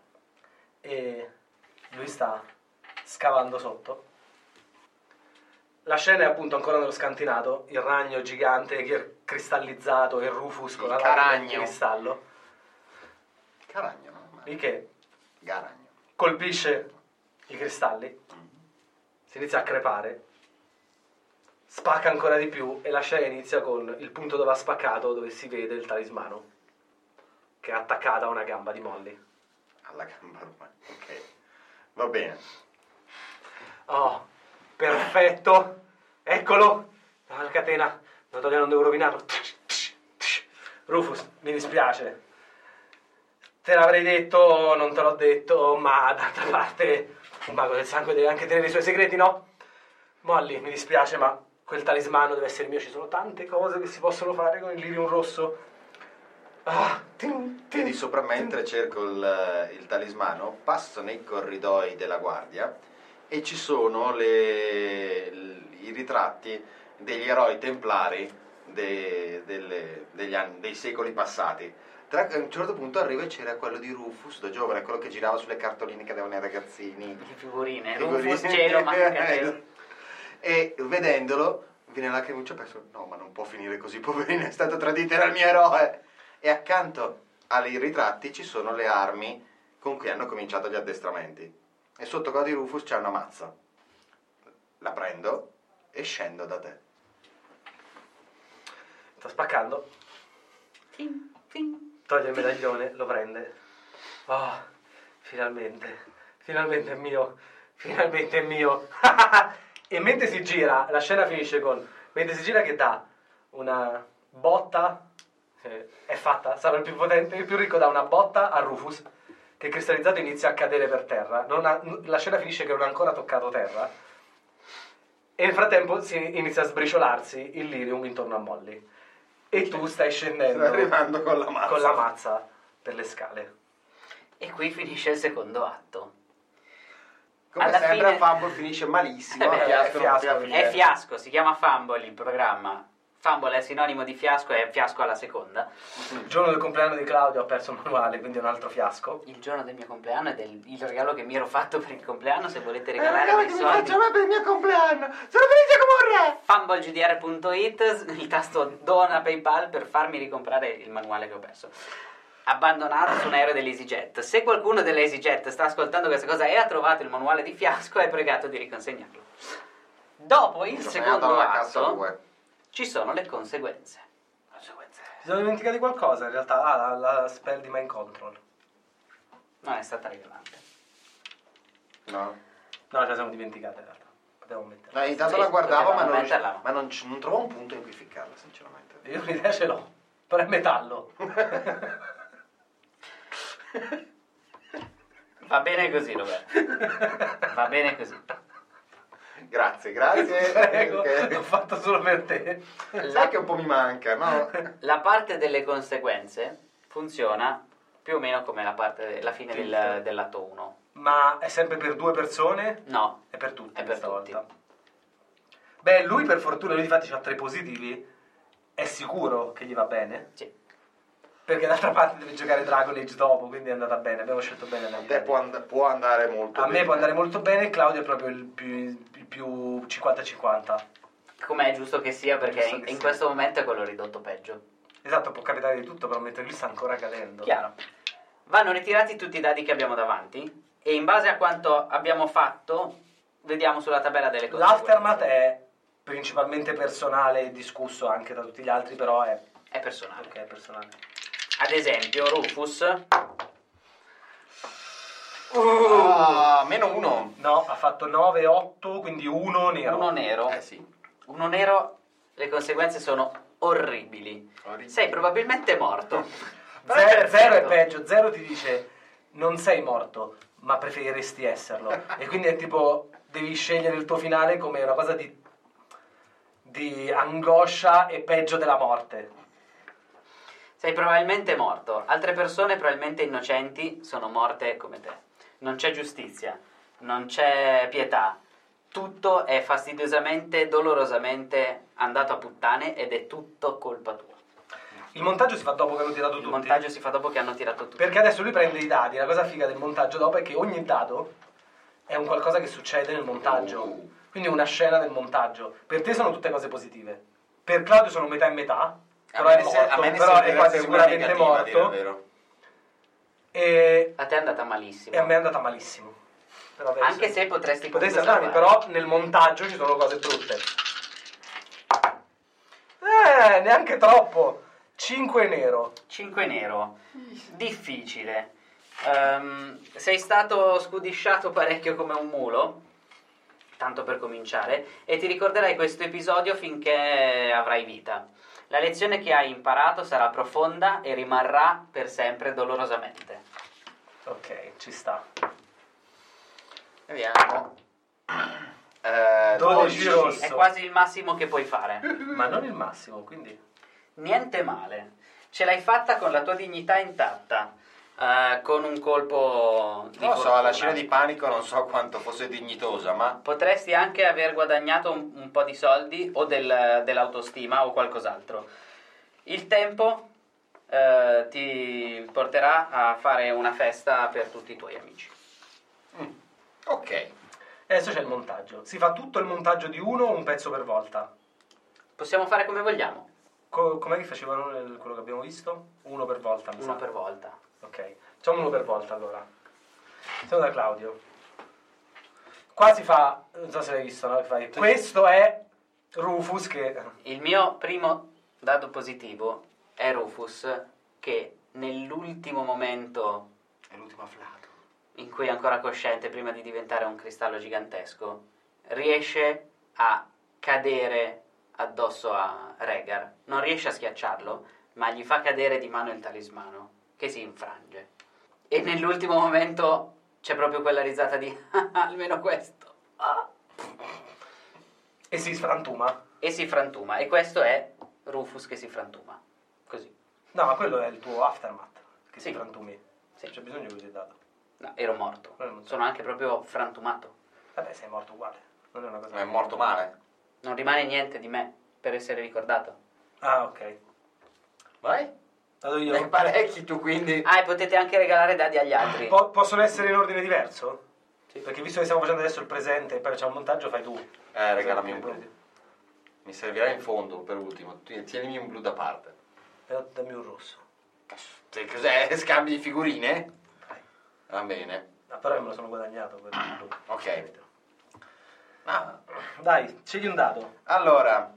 Speaker 3: e lui sta scavando sotto, la scena è appunto ancora nello scantinato, il ragno gigante che è cristallizzato, il Rufus con
Speaker 4: Il
Speaker 3: la lama di
Speaker 4: caragno.
Speaker 3: cristallo,
Speaker 4: Caragno, no? Ma-
Speaker 3: lì che
Speaker 4: Garagno. Mm.
Speaker 3: colpisce i cristalli, si inizia a crepare, spacca ancora di più e la scena inizia con il punto dove ha spaccato, dove si vede il talismano, che è attaccata a una gamba di Molly.
Speaker 4: Alla gamba ormai. Ok. Va bene.
Speaker 3: Oh, perfetto! Eccolo! Dalla catena! Noto che non devo rovinarlo. Rufus, mi dispiace. Te l'avrei detto, non te l'ho detto, ma d'altra parte un mago del sangue deve anche tenere i suoi segreti, no? Molly, mi dispiace, ma quel talismano deve essere mio. Ci sono tante cose che si possono fare con il lirium rosso. Ah, tin, tin,
Speaker 4: Quindi sopra mentre cerco il, il talismano, passo nei corridoi della guardia e ci sono le- l- i ritratti degli eroi templari de- delle- degli anni- dei secoli passati. Tra- a un certo punto arriva e c'era quello di Rufus da giovane, quello che girava sulle cartoline che davano ai ragazzini.
Speaker 2: Le figurine.
Speaker 4: Figurine.
Speaker 2: Rufus cielo, ma che cielo.
Speaker 4: E vedendolo, viene la cremuccia e penso, no, ma non può finire così, poverino, è stato tradito, era il mio eroe. E accanto ai ritratti ci sono le armi con cui hanno cominciato gli addestramenti. E sotto quella di Rufus c'è una mazza. La prendo e scendo da te.
Speaker 3: Sta spaccando.
Speaker 2: Fin, fin.
Speaker 3: Toglie il medaglione, lo prende. Oh, finalmente, finalmente è mio, finalmente è mio. e mentre si gira, la scena finisce con, mentre si gira che dà una botta, eh, è fatta, sarà il più potente, il più ricco, dà una botta a Rufus, che cristallizzato inizia a cadere per terra. Non ha- n- la scena finisce che non ha ancora toccato terra. E nel frattempo si inizia a sbriciolarsi il lirium intorno a Molly. E tu stai
Speaker 4: Sto
Speaker 3: scendendo
Speaker 4: arrivando con la mazza.
Speaker 3: con la mazza per le scale.
Speaker 2: E qui finisce il secondo atto.
Speaker 4: Come
Speaker 2: Alla
Speaker 4: sempre
Speaker 2: fine-
Speaker 4: Fumble finisce malissimo,
Speaker 2: Eh beh,
Speaker 4: fiasco,
Speaker 3: è
Speaker 4: non poteva
Speaker 3: fiasco.
Speaker 4: finire.
Speaker 2: È fiasco, si chiama Fumble il programma. Fumble è sinonimo di fiasco e fiasco alla seconda.
Speaker 3: Il giorno del compleanno di Claudio ho perso il manuale, quindi è un altro fiasco.
Speaker 2: Il giorno del mio compleanno è del, il regalo che mi ero fatto per il compleanno, se volete
Speaker 4: Eh,
Speaker 2: regalare
Speaker 4: regalo
Speaker 2: dei
Speaker 4: che mi
Speaker 2: soldi.
Speaker 4: faccio a me per il mio compleanno. Sono felice come un re.
Speaker 2: fumblegdr.it, il tasto dona PayPal per farmi ricomprare il manuale che ho perso. Abbandonato su un aereo dell'EasyJet. Se qualcuno dell'EasyJet sta ascoltando questa cosa e ha trovato il manuale di fiasco, è pregato di riconsegnarlo. Dopo il
Speaker 4: Sono andato
Speaker 2: secondo
Speaker 4: alla cassa
Speaker 2: atto
Speaker 4: due.
Speaker 2: ci sono le conseguenze.
Speaker 3: Ci sono dimenticati qualcosa in realtà. Ah, la, la spell di Mind Control.
Speaker 2: Non è stata rilevante.
Speaker 4: No.
Speaker 3: No, ce la siamo dimenticata in realtà. Potevamo metterla.
Speaker 4: No, intanto
Speaker 2: Sì,
Speaker 4: la guardavo, ma
Speaker 2: potevamo
Speaker 4: non,
Speaker 2: metterla.
Speaker 4: ma non, c- non trovavo un punto in cui ficcarla, sinceramente.
Speaker 3: Io un'idea ce l'ho, però è metallo.
Speaker 2: Va bene così, Roberto. Va bene così.
Speaker 4: Grazie, grazie.
Speaker 3: Prego,
Speaker 4: perché-
Speaker 3: Ecco, l'ho fatto solo per te.
Speaker 4: Sai che un po' mi manca, no?
Speaker 2: La parte delle conseguenze funziona più o meno come la, parte, la fine del, dell'atto 1.
Speaker 3: Ma è sempre per due persone?
Speaker 2: No,
Speaker 3: È per tutti
Speaker 2: È per
Speaker 3: questa
Speaker 2: tutti.
Speaker 3: volta. Beh, lui per fortuna, lui infatti ha tre positivi. È sicuro che gli va bene?
Speaker 2: sì.
Speaker 3: Perché d'altra parte deve giocare Dragon Age dopo, quindi è andata bene. Abbiamo scelto bene la
Speaker 4: A te può, and- può andare molto
Speaker 3: A
Speaker 4: bene.
Speaker 3: me può andare molto bene, Claudio è proprio il più, il più 50-50.
Speaker 2: Come è giusto che sia, perché
Speaker 3: Giusto
Speaker 2: in,
Speaker 3: che
Speaker 2: in
Speaker 3: sia.
Speaker 2: questo momento è quello ridotto peggio.
Speaker 3: Esatto, può capitare di tutto, però mentre lui sta ancora cadendo.
Speaker 2: Chiaro. Vanno ritirati tutti i dadi che abbiamo davanti e in base a quanto abbiamo fatto vediamo sulla tabella delle cose.
Speaker 3: L'aftermath è principalmente personale e discusso anche da tutti gli altri, però è...
Speaker 2: è personale.
Speaker 3: Ok, è personale.
Speaker 2: Ad esempio, Rufus
Speaker 4: Ah, meno uno.
Speaker 3: No, ha fatto 9-8, quindi 1 nero.
Speaker 2: uno nero.
Speaker 4: Eh sì.
Speaker 2: Uno nero le conseguenze sono orribili.
Speaker 4: Orribili.
Speaker 2: Sei probabilmente morto. Però è
Speaker 3: Zero, zero è
Speaker 4: Certo.
Speaker 2: perfetto.
Speaker 3: peggio, zero ti dice non sei morto, ma preferiresti esserlo. e quindi è tipo, devi scegliere il tuo finale come una cosa di, di angoscia e peggio della morte.
Speaker 2: Sei probabilmente morto. Altre persone, probabilmente innocenti, sono morte come te. Non c'è giustizia, non c'è pietà. Tutto è fastidiosamente, dolorosamente andato a puttane ed è tutto colpa tua.
Speaker 3: Il montaggio si fa dopo che hanno tirato
Speaker 2: Il
Speaker 3: tutti.
Speaker 2: montaggio si fa dopo che hanno tirato tutto.
Speaker 3: Perché adesso lui prende i dadi, la cosa figa del montaggio dopo è che ogni dado è un qualcosa che succede nel montaggio.
Speaker 4: Uh.
Speaker 3: Quindi una scena del montaggio. Per te sono tutte cose positive. Per Claudio sono metà e metà. Però
Speaker 4: a
Speaker 3: è
Speaker 4: me ne se- a
Speaker 3: morto,
Speaker 4: me ne
Speaker 3: però è
Speaker 4: sembrerebbe
Speaker 3: quasi
Speaker 4: una
Speaker 3: sicuramente
Speaker 4: negativa, a dire il
Speaker 3: morto.
Speaker 4: vero.
Speaker 3: E,
Speaker 2: A te è andata malissimo.
Speaker 3: e a me è andata malissimo. Però adesso-
Speaker 2: Anche se potresti comunque
Speaker 3: potresti andarmi,
Speaker 2: salvarti.
Speaker 3: però nel montaggio ci sono cose brutte. Eh, neanche troppo. 5 nero.
Speaker 2: 5 nero. Difficile. Ehm, sei stato scudisciato parecchio come un mulo, tanto per cominciare, e ti ricorderai questo episodio finché avrai vita. La lezione che hai imparato sarà profonda e rimarrà per sempre dolorosamente.
Speaker 3: Ok, ci sta.
Speaker 2: Vediamo.
Speaker 4: Eh,
Speaker 3: 12
Speaker 4: dodici.
Speaker 3: rosso.
Speaker 2: È quasi il massimo che puoi fare.
Speaker 3: Ma non il massimo, quindi...
Speaker 2: Niente male, ce l'hai fatta con la tua dignità intatta, eh, con un colpo di
Speaker 4: Non lo so,
Speaker 2: fortuna.
Speaker 4: la scena di panico non so quanto fosse dignitosa, ma
Speaker 2: Potresti anche aver guadagnato un, un po' di soldi o del- dell'autostima o qualcos'altro. Il tempo eh, ti porterà a fare una festa per tutti i tuoi amici.
Speaker 4: ok.
Speaker 3: E adesso c'è il montaggio. Si fa tutto il montaggio di uno, un pezzo per volta.
Speaker 2: Possiamo fare come vogliamo,
Speaker 3: Co- com'è che facevano nel- quello che abbiamo visto? Uno per volta, mi
Speaker 2: uno
Speaker 3: sa.
Speaker 2: per volta.
Speaker 3: Ok, facciamo uno per volta allora. Siamo da Claudio. Qua si fa, non so se l'hai visto, no? Fai- Questo è Rufus che...
Speaker 2: Il mio primo dato positivo è Rufus che nell'ultimo momento
Speaker 4: È l'ultimo afflato.
Speaker 2: in cui è ancora cosciente prima di diventare un cristallo gigantesco, riesce a cadere addosso a Regar. Non riesce a schiacciarlo, ma gli fa cadere di mano il talismano, che si infrange. E nell'ultimo momento c'è proprio quella risata di "Ah, ah, almeno questo. ah",
Speaker 3: E si sfrantuma.
Speaker 2: E si frantuma. E questo è Rufus che si frantuma. Così.
Speaker 3: No, ma quello è il tuo aftermath, che
Speaker 2: Sì.
Speaker 3: si frantumi.
Speaker 2: Sì.
Speaker 3: C'è bisogno di così dato.
Speaker 2: No, ero morto.
Speaker 3: Quello non c'è.
Speaker 2: Sono anche proprio frantumato.
Speaker 3: Vabbè, sei morto uguale. Non è una cosa...
Speaker 4: È morto male.
Speaker 2: Non rimane niente di me per essere ricordato.
Speaker 3: Ah, ok.
Speaker 4: Vai?
Speaker 3: Vado io.
Speaker 4: Ne parecchi tu quindi.
Speaker 2: Ah, e potete anche regalare dadi agli altri.
Speaker 3: Po- possono essere in ordine diverso?
Speaker 2: Sì.
Speaker 3: Perché visto che stiamo facendo adesso il presente e poi facciamo il montaggio, fai tu.
Speaker 4: Eh, regalami un blu. Mi servirà in fondo per ultimo. Ti- Tienimi un blu da parte.
Speaker 3: Però dammi un rosso.
Speaker 4: Che Cioè, cos'è? Scambi di figurine? Va bene.
Speaker 3: Ah, però io me lo sono guadagnato quello del blu.
Speaker 4: Ok. Ah,
Speaker 3: Dai, scegli un dado.
Speaker 4: allora.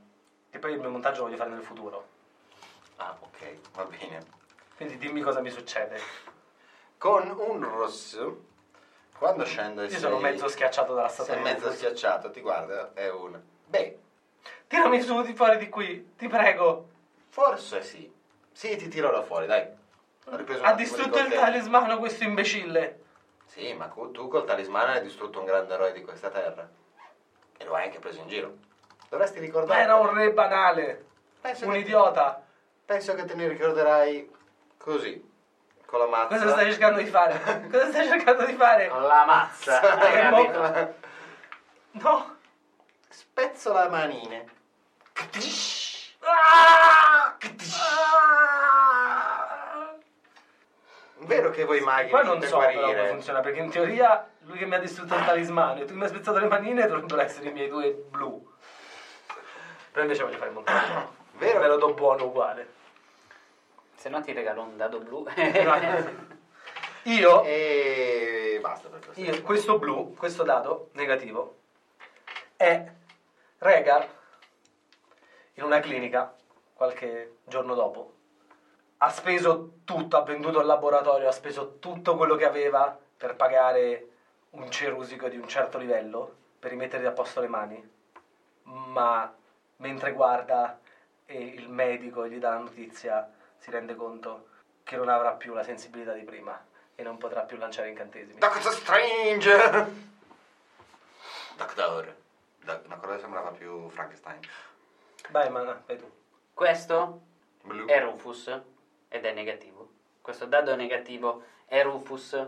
Speaker 3: Che poi il mio montaggio lo voglio fare nel futuro.
Speaker 4: Ah, ok, va bene.
Speaker 3: Quindi dimmi cosa mi succede.
Speaker 4: Con un rosso, quando scende
Speaker 3: Io sono mezzo schiacciato dalla statua.
Speaker 4: sei
Speaker 3: di
Speaker 4: mezzo
Speaker 3: Rufus.
Speaker 4: schiacciato, ti guarda, è un... Beh,
Speaker 3: Tirami su di fuori di qui, ti prego.
Speaker 4: forse sì. Sì, ti tiro da fuori, dai. Ho ripreso un
Speaker 3: Ha
Speaker 4: attimo di
Speaker 3: distrutto il
Speaker 4: coltello.
Speaker 3: talismano questo imbecille.
Speaker 4: Sì, ma co- tu col talismano hai distrutto un grande eroe di questa terra. E lo hai anche preso in giro. Dovresti
Speaker 3: Ma
Speaker 4: ricordare.
Speaker 3: era un re banale.
Speaker 4: Penso
Speaker 3: Un
Speaker 4: che-
Speaker 3: idiota.
Speaker 4: Penso che te ne ricorderai così, con la mazza.
Speaker 3: Cosa stai cercando di fare? Cosa stai cercando di fare?
Speaker 4: Ah.
Speaker 2: Con la mazza, hai
Speaker 3: Eh, mo-
Speaker 2: capito?
Speaker 3: No.
Speaker 4: Spezzo la manine. Vero che voi maghi
Speaker 3: Poi non
Speaker 4: riuscite a
Speaker 3: so però come
Speaker 4: guarire.
Speaker 3: funziona, perché in teoria lui che mi ha distrutto il talismano e tu che mi hai spezzato le manine dovrebbero essere i miei due blu. Però invece voglio fare il montaggio.
Speaker 4: Vero?
Speaker 3: Ve lo do buono uguale.
Speaker 2: Se no ti regalo un dado blu.
Speaker 3: Io
Speaker 4: E basta per questo.
Speaker 3: Io- questo blu, questo dado negativo, è Regal in una clinica qualche giorno dopo. Ha speso tutto, ha venduto il laboratorio, ha speso tutto quello che aveva per pagare un cerusico di un certo livello per rimettere a posto le mani. Ma mentre guarda e il medico gli dà la notizia, si rende conto che non avrà più la sensibilità di prima e non potrà più lanciare incantesimi.
Speaker 4: Doctor Strange! Doctor. Da- una cosa che sembrava più Frankenstein.
Speaker 3: Vai, ma vai tu.
Speaker 2: Questo
Speaker 4: Blu.
Speaker 2: è Rufus ed è negativo. Questo dado negativo è Rufus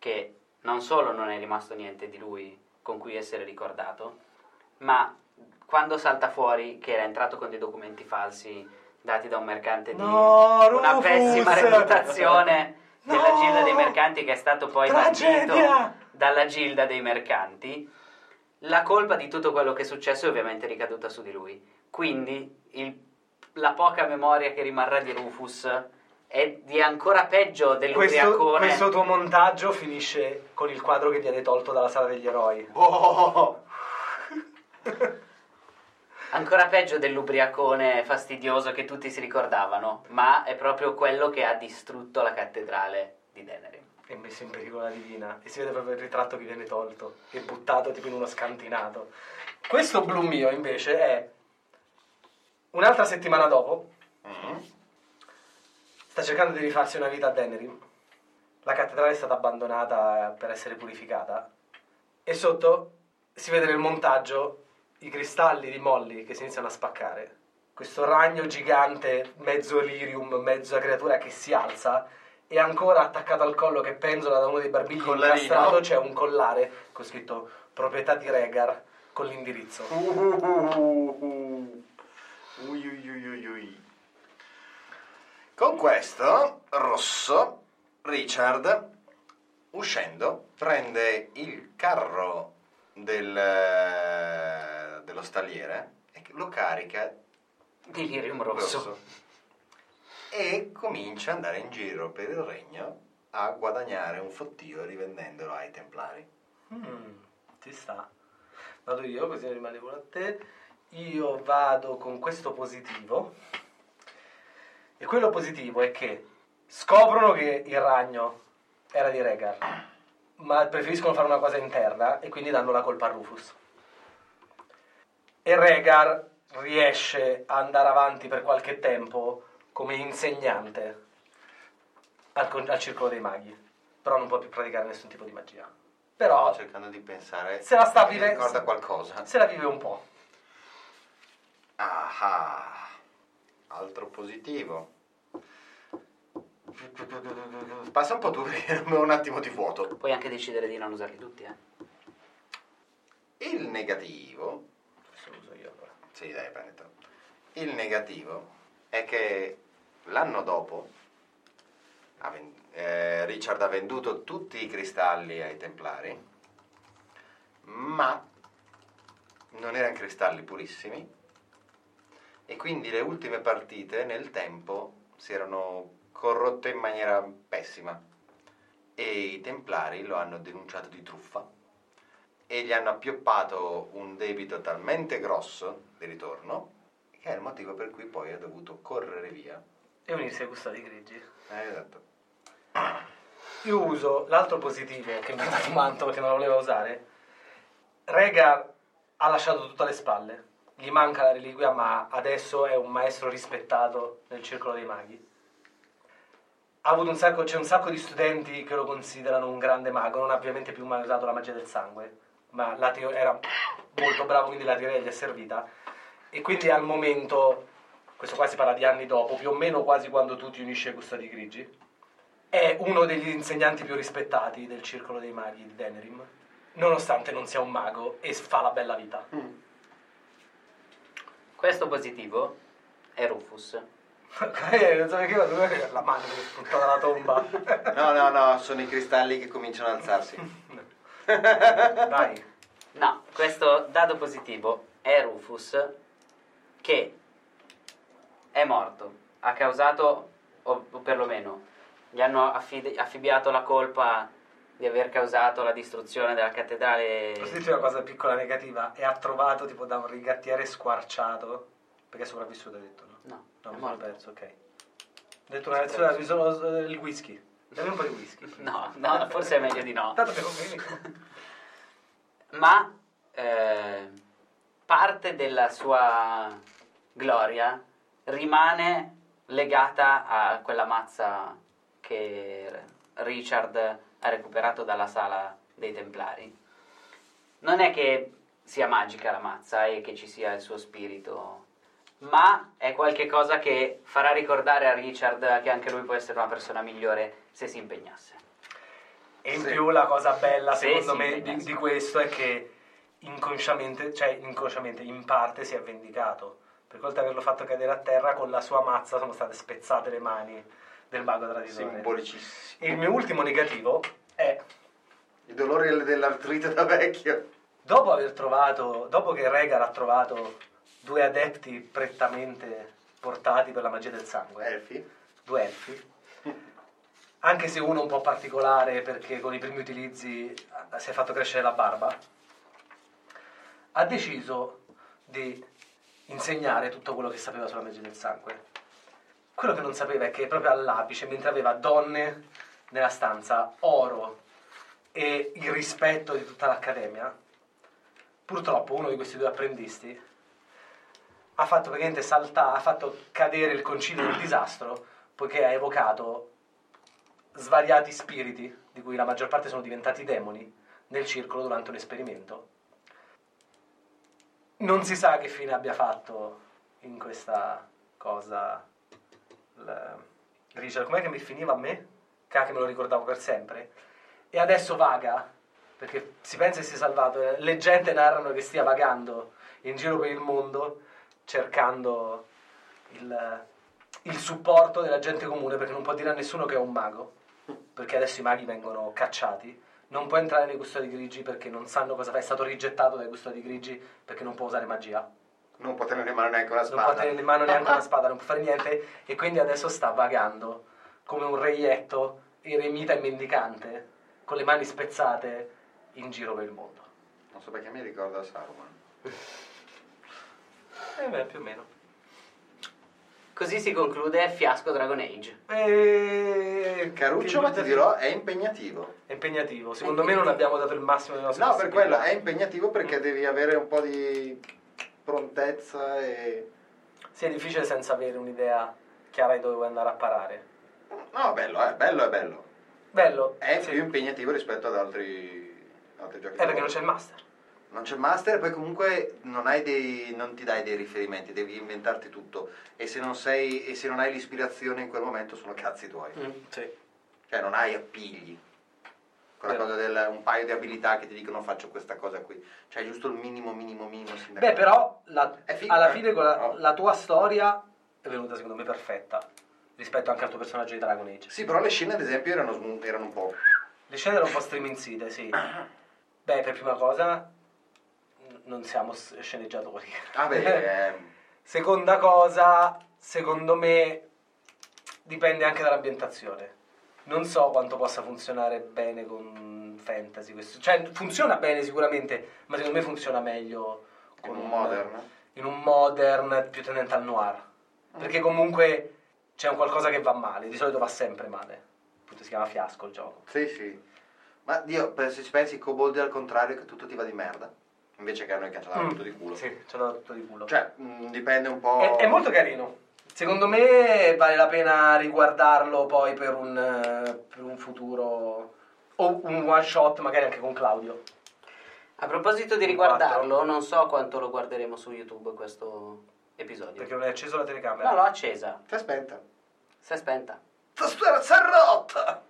Speaker 2: che non solo non è rimasto niente di lui con cui essere ricordato, ma quando salta fuori che era entrato con dei documenti falsi dati da un mercante di
Speaker 3: No,
Speaker 2: una
Speaker 3: Rufus!
Speaker 2: pessima reputazione della
Speaker 3: No!
Speaker 2: Gilda dei Mercanti che è stato poi bandito
Speaker 3: Tragedia!
Speaker 2: dalla Gilda dei Mercanti, la colpa di tutto quello che è successo è ovviamente ricaduta su di lui. Quindi il- la poca memoria che rimarrà di Rufus è di ancora peggio
Speaker 3: Questo,
Speaker 2: dell'ubriacone.
Speaker 3: questo tuo montaggio finisce con il quadro che viene tolto dalla sala degli eroi.
Speaker 4: Oh!
Speaker 2: Ancora peggio dell'ubriacone fastidioso che tutti si ricordavano, ma è proprio quello che ha distrutto la cattedrale di Denerim.
Speaker 3: E messo in pericolo la divina. E si vede proprio il ritratto che viene tolto e buttato tipo in uno scantinato. Questo blu mio invece è un'altra settimana dopo.
Speaker 4: Mm.
Speaker 3: Sta cercando di rifarsi una vita a Denerim. La cattedrale è stata abbandonata eh, per essere purificata. E sotto si vede nel montaggio i cristalli di Molly che si iniziano a spaccare. Questo ragno gigante, mezzo lirium, mezzo creatura che si alza. E ancora attaccato al collo che penzola da uno dei barbigli
Speaker 4: Collarino.
Speaker 3: incastrato c'è un collare con scritto proprietà di Regar con l'indirizzo.
Speaker 4: Ui, ui, ui, ui, ui. Con questo, rosso, Richard, uscendo, prende il carro del- dello stalliere e lo carica
Speaker 2: Delirium rosso.
Speaker 4: rosso. E comincia ad andare in giro per il regno a guadagnare un fottio rivendendolo ai templari.
Speaker 3: Mm, ci sta. Vado io, così rimane uno a te. Io vado con questo positivo. E quello positivo è che scoprono che il ragno era di Regar, ma preferiscono fare una cosa interna e quindi danno la colpa a Rufus. E Regar riesce a andare avanti per qualche tempo come insegnante al, con- al circolo dei maghi, però non può più praticare nessun tipo di magia. Però
Speaker 4: Sto Oh, cercando di pensare
Speaker 3: Se la sta
Speaker 4: che mi
Speaker 3: vivendo-
Speaker 4: ricorda qualcosa.
Speaker 3: se la vive un po'.
Speaker 4: Ah, altro positivo. Passa un po' tu perché ho un attimo di vuoto.
Speaker 2: Puoi anche decidere di non usarli tutti, eh.
Speaker 4: Il negativo,
Speaker 3: Questo lo uso io allora.
Speaker 4: sì dai prendetelo. Il negativo è che l'anno dopo ha ven- eh, Richard ha venduto tutti i cristalli ai Templari, ma non erano cristalli purissimi e quindi le ultime partite nel tempo si erano corrotte in maniera pessima e i Templari lo hanno denunciato di truffa e gli hanno appioppato un debito talmente grosso di ritorno che è il motivo per cui poi ha dovuto correre via.
Speaker 3: E unirsi ai gustati grigi.
Speaker 4: Eh, esatto.
Speaker 3: Io uso l'altro positivo che mi ha dato Manto perché non lo voleva usare. Regar ha lasciato tutto alle spalle. Gli manca la reliquia, ma adesso è un maestro rispettato nel circolo dei maghi. ha avuto un sacco, c'è un sacco di studenti che lo considerano un grande mago, non ha ovviamente più mai usato la magia del sangue, ma la teo- era molto bravo, quindi la teoria gli è servita. E quindi al momento, questo qua si parla di anni dopo, più o meno quasi quando tu ti unisci ai custodi grigi, è uno degli insegnanti più rispettati del circolo dei maghi di Denerim, nonostante non sia un mago e fa la bella vita.
Speaker 2: Mm. Questo positivo è Rufus.
Speaker 3: Eh, non so perché ma dove è la mano che è spuntata dalla tomba.
Speaker 4: No, no, no, sono i cristalli che cominciano ad alzarsi.
Speaker 3: Vai.
Speaker 2: No, questo dado positivo è Rufus che è morto. Ha causato, o o perlomeno gli hanno affide- affibbiato la colpa di aver causato la distruzione della cattedrale.
Speaker 3: Posso dirti una cosa piccola negativa? E ha trovato tipo da un rigattiere squarciato. Perché è sopravvissuto, hai detto, no?
Speaker 2: No,
Speaker 3: No,
Speaker 2: è
Speaker 3: mi sono
Speaker 2: morto.
Speaker 3: perso, ok. Ho detto una reazione, mi sono il whisky. Dammi un po' di whisky.
Speaker 2: No, no, forse è meglio di no.
Speaker 3: Tanto abbiamo finito.
Speaker 2: ma eh, parte della sua gloria rimane legata a quella mazza che Richard ha recuperato dalla sala dei Templari. Non è che sia magica la mazza e che ci sia il suo spirito, ma è qualche cosa che farà ricordare a Richard che anche lui può essere una persona migliore se si impegnasse.
Speaker 3: E in
Speaker 4: Sì.
Speaker 3: più la cosa bella,
Speaker 2: Sì,
Speaker 3: secondo
Speaker 2: sì,
Speaker 3: me,
Speaker 2: impegnato.
Speaker 3: di, di questo è che inconsciamente, cioè inconsciamente, in parte si è vendicato. Per colpa di averlo fatto cadere a terra, con la sua mazza sono state spezzate le mani del mago traditore.
Speaker 4: Simbolicissimi.
Speaker 3: E il mio ultimo negativo è
Speaker 4: I dolori del- dell'artrite da vecchio.
Speaker 3: Dopo aver trovato, dopo che Regar ha trovato due adepti prettamente portati per la magia del
Speaker 2: Eh,
Speaker 3: sangue,
Speaker 4: Elfi.
Speaker 3: due elfi, anche se uno un po' particolare perché con i primi utilizzi eh, si è fatto crescere la barba, ha deciso di insegnare tutto quello che sapeva sulla magia del sangue. Quello che non sapeva è che proprio all'apice, mentre aveva donne nella stanza, oro e il rispetto di tutta l'accademia, purtroppo uno di questi due apprendisti ha fatto praticamente saltare, ha fatto cadere il concilio del disastro poiché ha evocato svariati spiriti, di cui la maggior parte sono diventati demoni, nel circolo durante un esperimento. Non si sa che fine abbia fatto in questa cosa il- Richard. Com'è che mi finiva a me? Ca che me lo ricordavo per sempre. E adesso vaga, perché si pensa che sia salvato. eh, Le gente narrano che stia vagando in giro per il mondo cercando il, il supporto della gente comune, perché non può dire a nessuno che è un mago, perché adesso i maghi vengono cacciati. Non può entrare nei custodi grigi perché non sanno cosa fa. È stato rigettato dai custodi grigi perché non può usare magia.
Speaker 4: Non può tenere in mano neanche una
Speaker 3: Non può
Speaker 4: spada.
Speaker 3: tenere in mano neanche una spada, non può fare niente. E quindi adesso sta vagando come un reietto, eremita e mendicante, con le mani spezzate in giro per il mondo.
Speaker 4: Non so perché mi ricorda Saruman. Eh
Speaker 3: E beh, più o meno.
Speaker 2: Così si conclude Fiasco Dragon Age.
Speaker 3: E...
Speaker 4: Caruccio, ma ti dirò, è impegnativo.
Speaker 3: È impegnativo. Secondo me non abbiamo dato il massimo delle nostre
Speaker 4: No, per
Speaker 3: possibilità.
Speaker 4: quello, è impegnativo perché devi avere un po' di prontezza e...
Speaker 3: Sì, è difficile senza avere un'idea chiara di dove vuoi andare a parare.
Speaker 4: No, bello, è bello, è bello.
Speaker 3: Bello.
Speaker 4: È
Speaker 3: sì.
Speaker 4: più impegnativo rispetto ad altri, altri giochi.
Speaker 3: È perché non c'è il master.
Speaker 4: Non c'è il master e poi comunque non, hai dei, non ti dai dei riferimenti, devi inventarti tutto. E se non, sei, e se non hai l'ispirazione in quel momento sono cazzi tuoi.
Speaker 3: Mm. sì.
Speaker 4: Cioè non hai appigli. Quella
Speaker 3: Vero.
Speaker 4: cosa del un paio di abilità che ti dicono faccio questa cosa qui. Cioè giusto il minimo, minimo, minimo.
Speaker 3: Beh, però, la-
Speaker 4: È figo,
Speaker 3: alla
Speaker 4: eh.
Speaker 3: fine con la,
Speaker 4: Oh.
Speaker 3: la tua storia è venuta, secondo me, perfetta. Rispetto anche al tuo personaggio di Dragon Age.
Speaker 4: Sì, però le scene ad esempio erano, smu- erano un po'...
Speaker 3: Le scene erano un po' striminzite, sì. Beh, per prima cosa, n- non siamo s- sceneggiatori.
Speaker 4: Ah beh, ehm,
Speaker 3: Seconda cosa, secondo me dipende anche dall'ambientazione. Non so quanto possa funzionare bene con fantasy questo. Cioè, funziona bene sicuramente, ma secondo me funziona meglio
Speaker 4: con un modern.
Speaker 3: in un modern più tendente al noir. Perché comunque c'è un qualcosa che va male, di solito va sempre male. Appunto si chiama fiasco il gioco.
Speaker 4: Sì, sì. Ma Dio, per- se ci pensi, i coboldi al contrario che tutto ti va di merda.
Speaker 2: Mm.
Speaker 4: Invece che a noi che ci ha dato tutto di culo.
Speaker 3: Sì, ci ha dato tutto di culo.
Speaker 4: Cioè, mh, dipende un po'...
Speaker 3: È, è molto carino. Secondo me vale la pena riguardarlo poi per un, eh, per un futuro o un one shot magari anche con Claudio.
Speaker 2: A proposito di riguardarlo, non so quanto lo guarderemo su YouTube questo episodio.
Speaker 3: Perché non hai acceso la telecamera.
Speaker 2: No, l'ho accesa.
Speaker 4: Ti aspetta.
Speaker 2: Si è spenta.
Speaker 4: Tastiera si è rotta!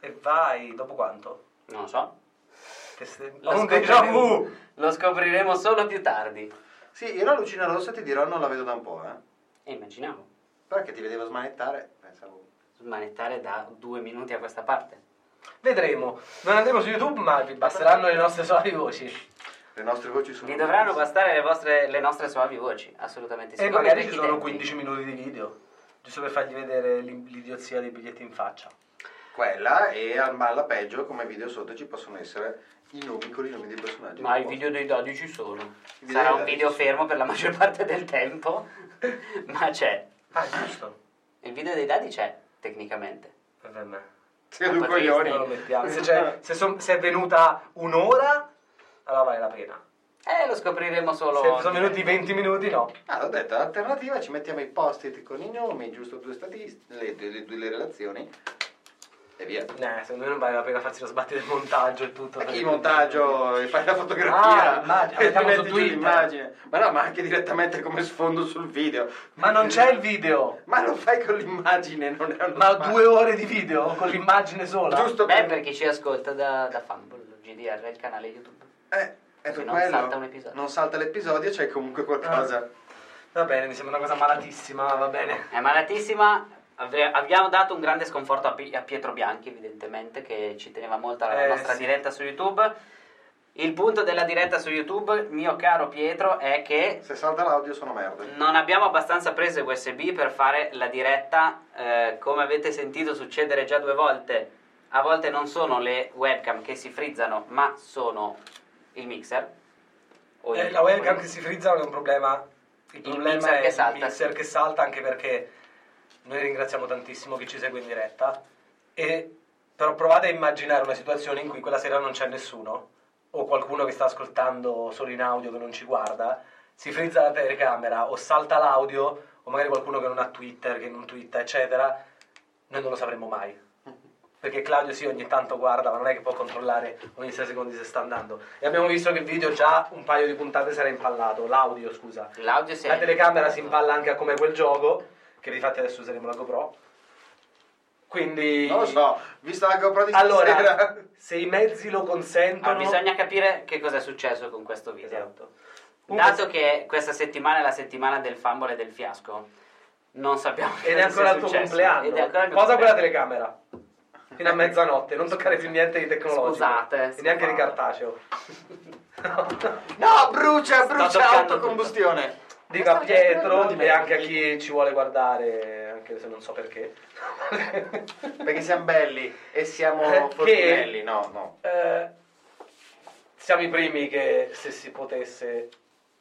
Speaker 3: E vai, dopo quanto?
Speaker 2: Non lo so.
Speaker 3: Che se-
Speaker 2: Lo
Speaker 3: un déjà vu!
Speaker 2: Lo scopriremo solo più tardi.
Speaker 4: Sì, io la lucina rossa ti dirò non la vedo da un po', eh.
Speaker 2: E immaginiamo.
Speaker 4: Però che ti vedevo smanettare, pensavo...
Speaker 2: Smanettare da due minuti a questa parte.
Speaker 3: Vedremo. Non andremo su YouTube, ma vi basteranno le nostre solite voci.
Speaker 4: Le nostre voci sono...
Speaker 2: Vi dovranno bastare le, vostre, le nostre suavi voci, assolutamente sì.
Speaker 3: E
Speaker 2: Come
Speaker 3: magari ci
Speaker 2: vecchi
Speaker 3: sono
Speaker 2: tempi.
Speaker 3: 15 minuti di video. Giusto per fargli vedere l'im- l'idiozia dei biglietti in faccia.
Speaker 4: Quella e al malla peggio come video sotto ci possono essere i nomi con i nomi dei personaggi.
Speaker 2: Ma i
Speaker 4: del
Speaker 2: video dei dadi ci sono.
Speaker 4: I video
Speaker 2: Sarà
Speaker 4: dei
Speaker 2: un
Speaker 4: dadi
Speaker 2: video
Speaker 4: ci sono.
Speaker 2: fermo per la maggior parte del tempo, ma c'è.
Speaker 3: Ah, giusto.
Speaker 2: Il video dei dadi c'è, tecnicamente.
Speaker 3: Per me.
Speaker 4: posto. Sei due coglioni.
Speaker 3: Non lo mettiamo. Se, c'è- se son- se è venuta un'ora, allora vale la pena.
Speaker 2: Eh, lo scopriremo solo.
Speaker 3: Se sono venuti 20 minuti, no.
Speaker 4: Ah, l'ho detto, l'alternativa ci mettiamo i post-it con i nomi, giusto due statistiche, le, le- le- le relazioni e via.
Speaker 3: Nah, secondo me non vale la pena farsi lo sbattere il montaggio e tutto.
Speaker 4: Anche il montaggio, e fai la fotografia
Speaker 3: Ah, l'immagine,
Speaker 4: e ti
Speaker 3: mettiamo su
Speaker 4: metti giù
Speaker 3: Twitter.
Speaker 4: l'immagine. Ma no, ma anche direttamente come sfondo sul video.
Speaker 3: Ma non c'è il video!
Speaker 4: Ma lo fai con l'immagine, non è una
Speaker 3: Ma due ore di video con l'immagine sola.
Speaker 4: Giusto
Speaker 2: Beh,
Speaker 4: per...
Speaker 2: per chi ci ascolta da, da Fumble, GDR, il canale YouTube.
Speaker 4: Eh, è per
Speaker 2: Se non
Speaker 4: quello.
Speaker 2: salta un episodio.
Speaker 4: Non salta l'episodio, c'è comunque qualcosa.
Speaker 3: Ah. Va bene, mi sembra una cosa malatissima, ma va bene.
Speaker 2: È malatissima. avre- abbiamo dato un grande sconforto a, Pi- a Pietro Bianchi, evidentemente, che ci teneva molto alla
Speaker 3: Eh,
Speaker 2: nostra
Speaker 3: sì.
Speaker 2: diretta su YouTube. Il punto della diretta su YouTube, mio caro Pietro, è che
Speaker 4: Se salta l'audio sono merda.
Speaker 3: Mm.
Speaker 2: Non abbiamo abbastanza prese USB per fare la diretta, eh, come avete sentito succedere già due volte. A volte non sono le webcam che si frizzano, ma sono il mixer. O
Speaker 3: Eh,
Speaker 2: il-
Speaker 3: la webcam
Speaker 2: o il-
Speaker 3: che si frizza non è un problema. Il problema
Speaker 2: mixer
Speaker 3: è
Speaker 2: che salta,
Speaker 3: il mixer
Speaker 2: sì.
Speaker 3: che salta, anche perché noi ringraziamo tantissimo chi ci segue in diretta. E però provate a immaginare una situazione in cui quella sera non c'è nessuno, o qualcuno che sta ascoltando solo in audio che non ci guarda, si frizza la telecamera o salta l'audio, o magari qualcuno che non ha Twitter, che non twitta, eccetera. Noi non lo sapremo mai.
Speaker 2: Mhm.
Speaker 3: Perché Claudio sì ogni tanto guarda, ma non è che può controllare ogni 6 secondi se sta andando. E abbiamo visto che il video già un paio di puntate sarà impallato, l'audio scusa.
Speaker 2: L'audio si è-
Speaker 3: La telecamera si impalla anche a come quel gioco, che infatti adesso useremo la GoPro. Quindi...
Speaker 4: Non lo so, vista la GoPro di
Speaker 3: Allora,
Speaker 4: stasera.
Speaker 3: se i mezzi lo
Speaker 2: Ah,
Speaker 3: consentono...
Speaker 2: bisogna capire che cosa è successo con questo video.
Speaker 3: Esatto.
Speaker 2: Dato che questa settimana è la settimana del fumble e del fiasco, non sappiamo
Speaker 3: Ed è
Speaker 2: cosa
Speaker 3: ancora
Speaker 2: sia
Speaker 3: il tuo
Speaker 2: successo.
Speaker 3: compleanno.
Speaker 2: Ed è ancora il mio
Speaker 3: Posa quella
Speaker 2: compleanno.
Speaker 3: telecamera. Fino a mezzanotte, non toccare più niente di tecnologico.
Speaker 2: Scusate,
Speaker 3: E neanche di
Speaker 2: scusate.
Speaker 3: cartaceo.
Speaker 4: No, brucia, brucia,
Speaker 2: toccando
Speaker 4: autocombustione.
Speaker 3: Dico a Pietro
Speaker 4: Di
Speaker 3: e anche a chi ci vuole guardare, anche se non so perché.
Speaker 4: Perché siamo belli e siamo
Speaker 3: Eh,
Speaker 4: fortunelli,
Speaker 3: che-
Speaker 4: no, no.
Speaker 3: Eh, siamo i primi che se si potesse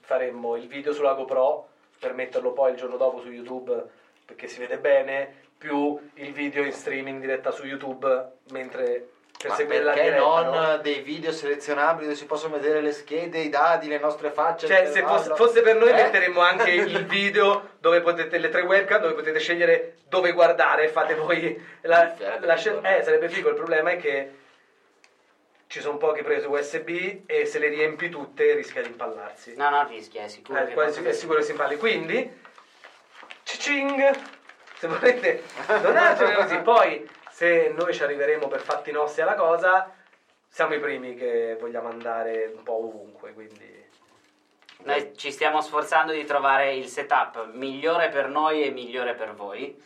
Speaker 3: faremmo il video sulla GoPro per metterlo poi il giorno dopo su YouTube perché si vede bene, più il video in streaming diretta su YouTube mentre per
Speaker 4: Ma
Speaker 3: seguire Cioè, la
Speaker 4: perché
Speaker 3: diretta. no?
Speaker 4: non dei video selezionabili dove si possono vedere le schede, i dadi, le nostre facce?
Speaker 3: Cioè,
Speaker 4: il
Speaker 3: se
Speaker 4: naso?
Speaker 3: fosse, fosse per noi,
Speaker 4: Eh?
Speaker 3: metteremmo anche il video dove potete, le tre webcam, dove potete scegliere dove guardare. Fate voi la,
Speaker 4: Sarebbe
Speaker 3: la
Speaker 4: figo,
Speaker 3: scel-
Speaker 4: no?
Speaker 3: Eh, sarebbe figo. Il problema è che ci sono poche prese USB e se le riempi tutte rischia di impallarsi.
Speaker 2: No, no, rischia, è sicuro.
Speaker 3: Eh,
Speaker 2: che
Speaker 3: quasi-
Speaker 2: qualcosa
Speaker 3: è sicuro che si impalli. Quindi, cicing, se volete donatele così. Poi, se noi ci arriveremo per fatti nostri alla cosa, siamo i primi che vogliamo andare un po' ovunque. Quindi.
Speaker 2: Noi ci stiamo sforzando di trovare il setup migliore per noi e migliore per voi.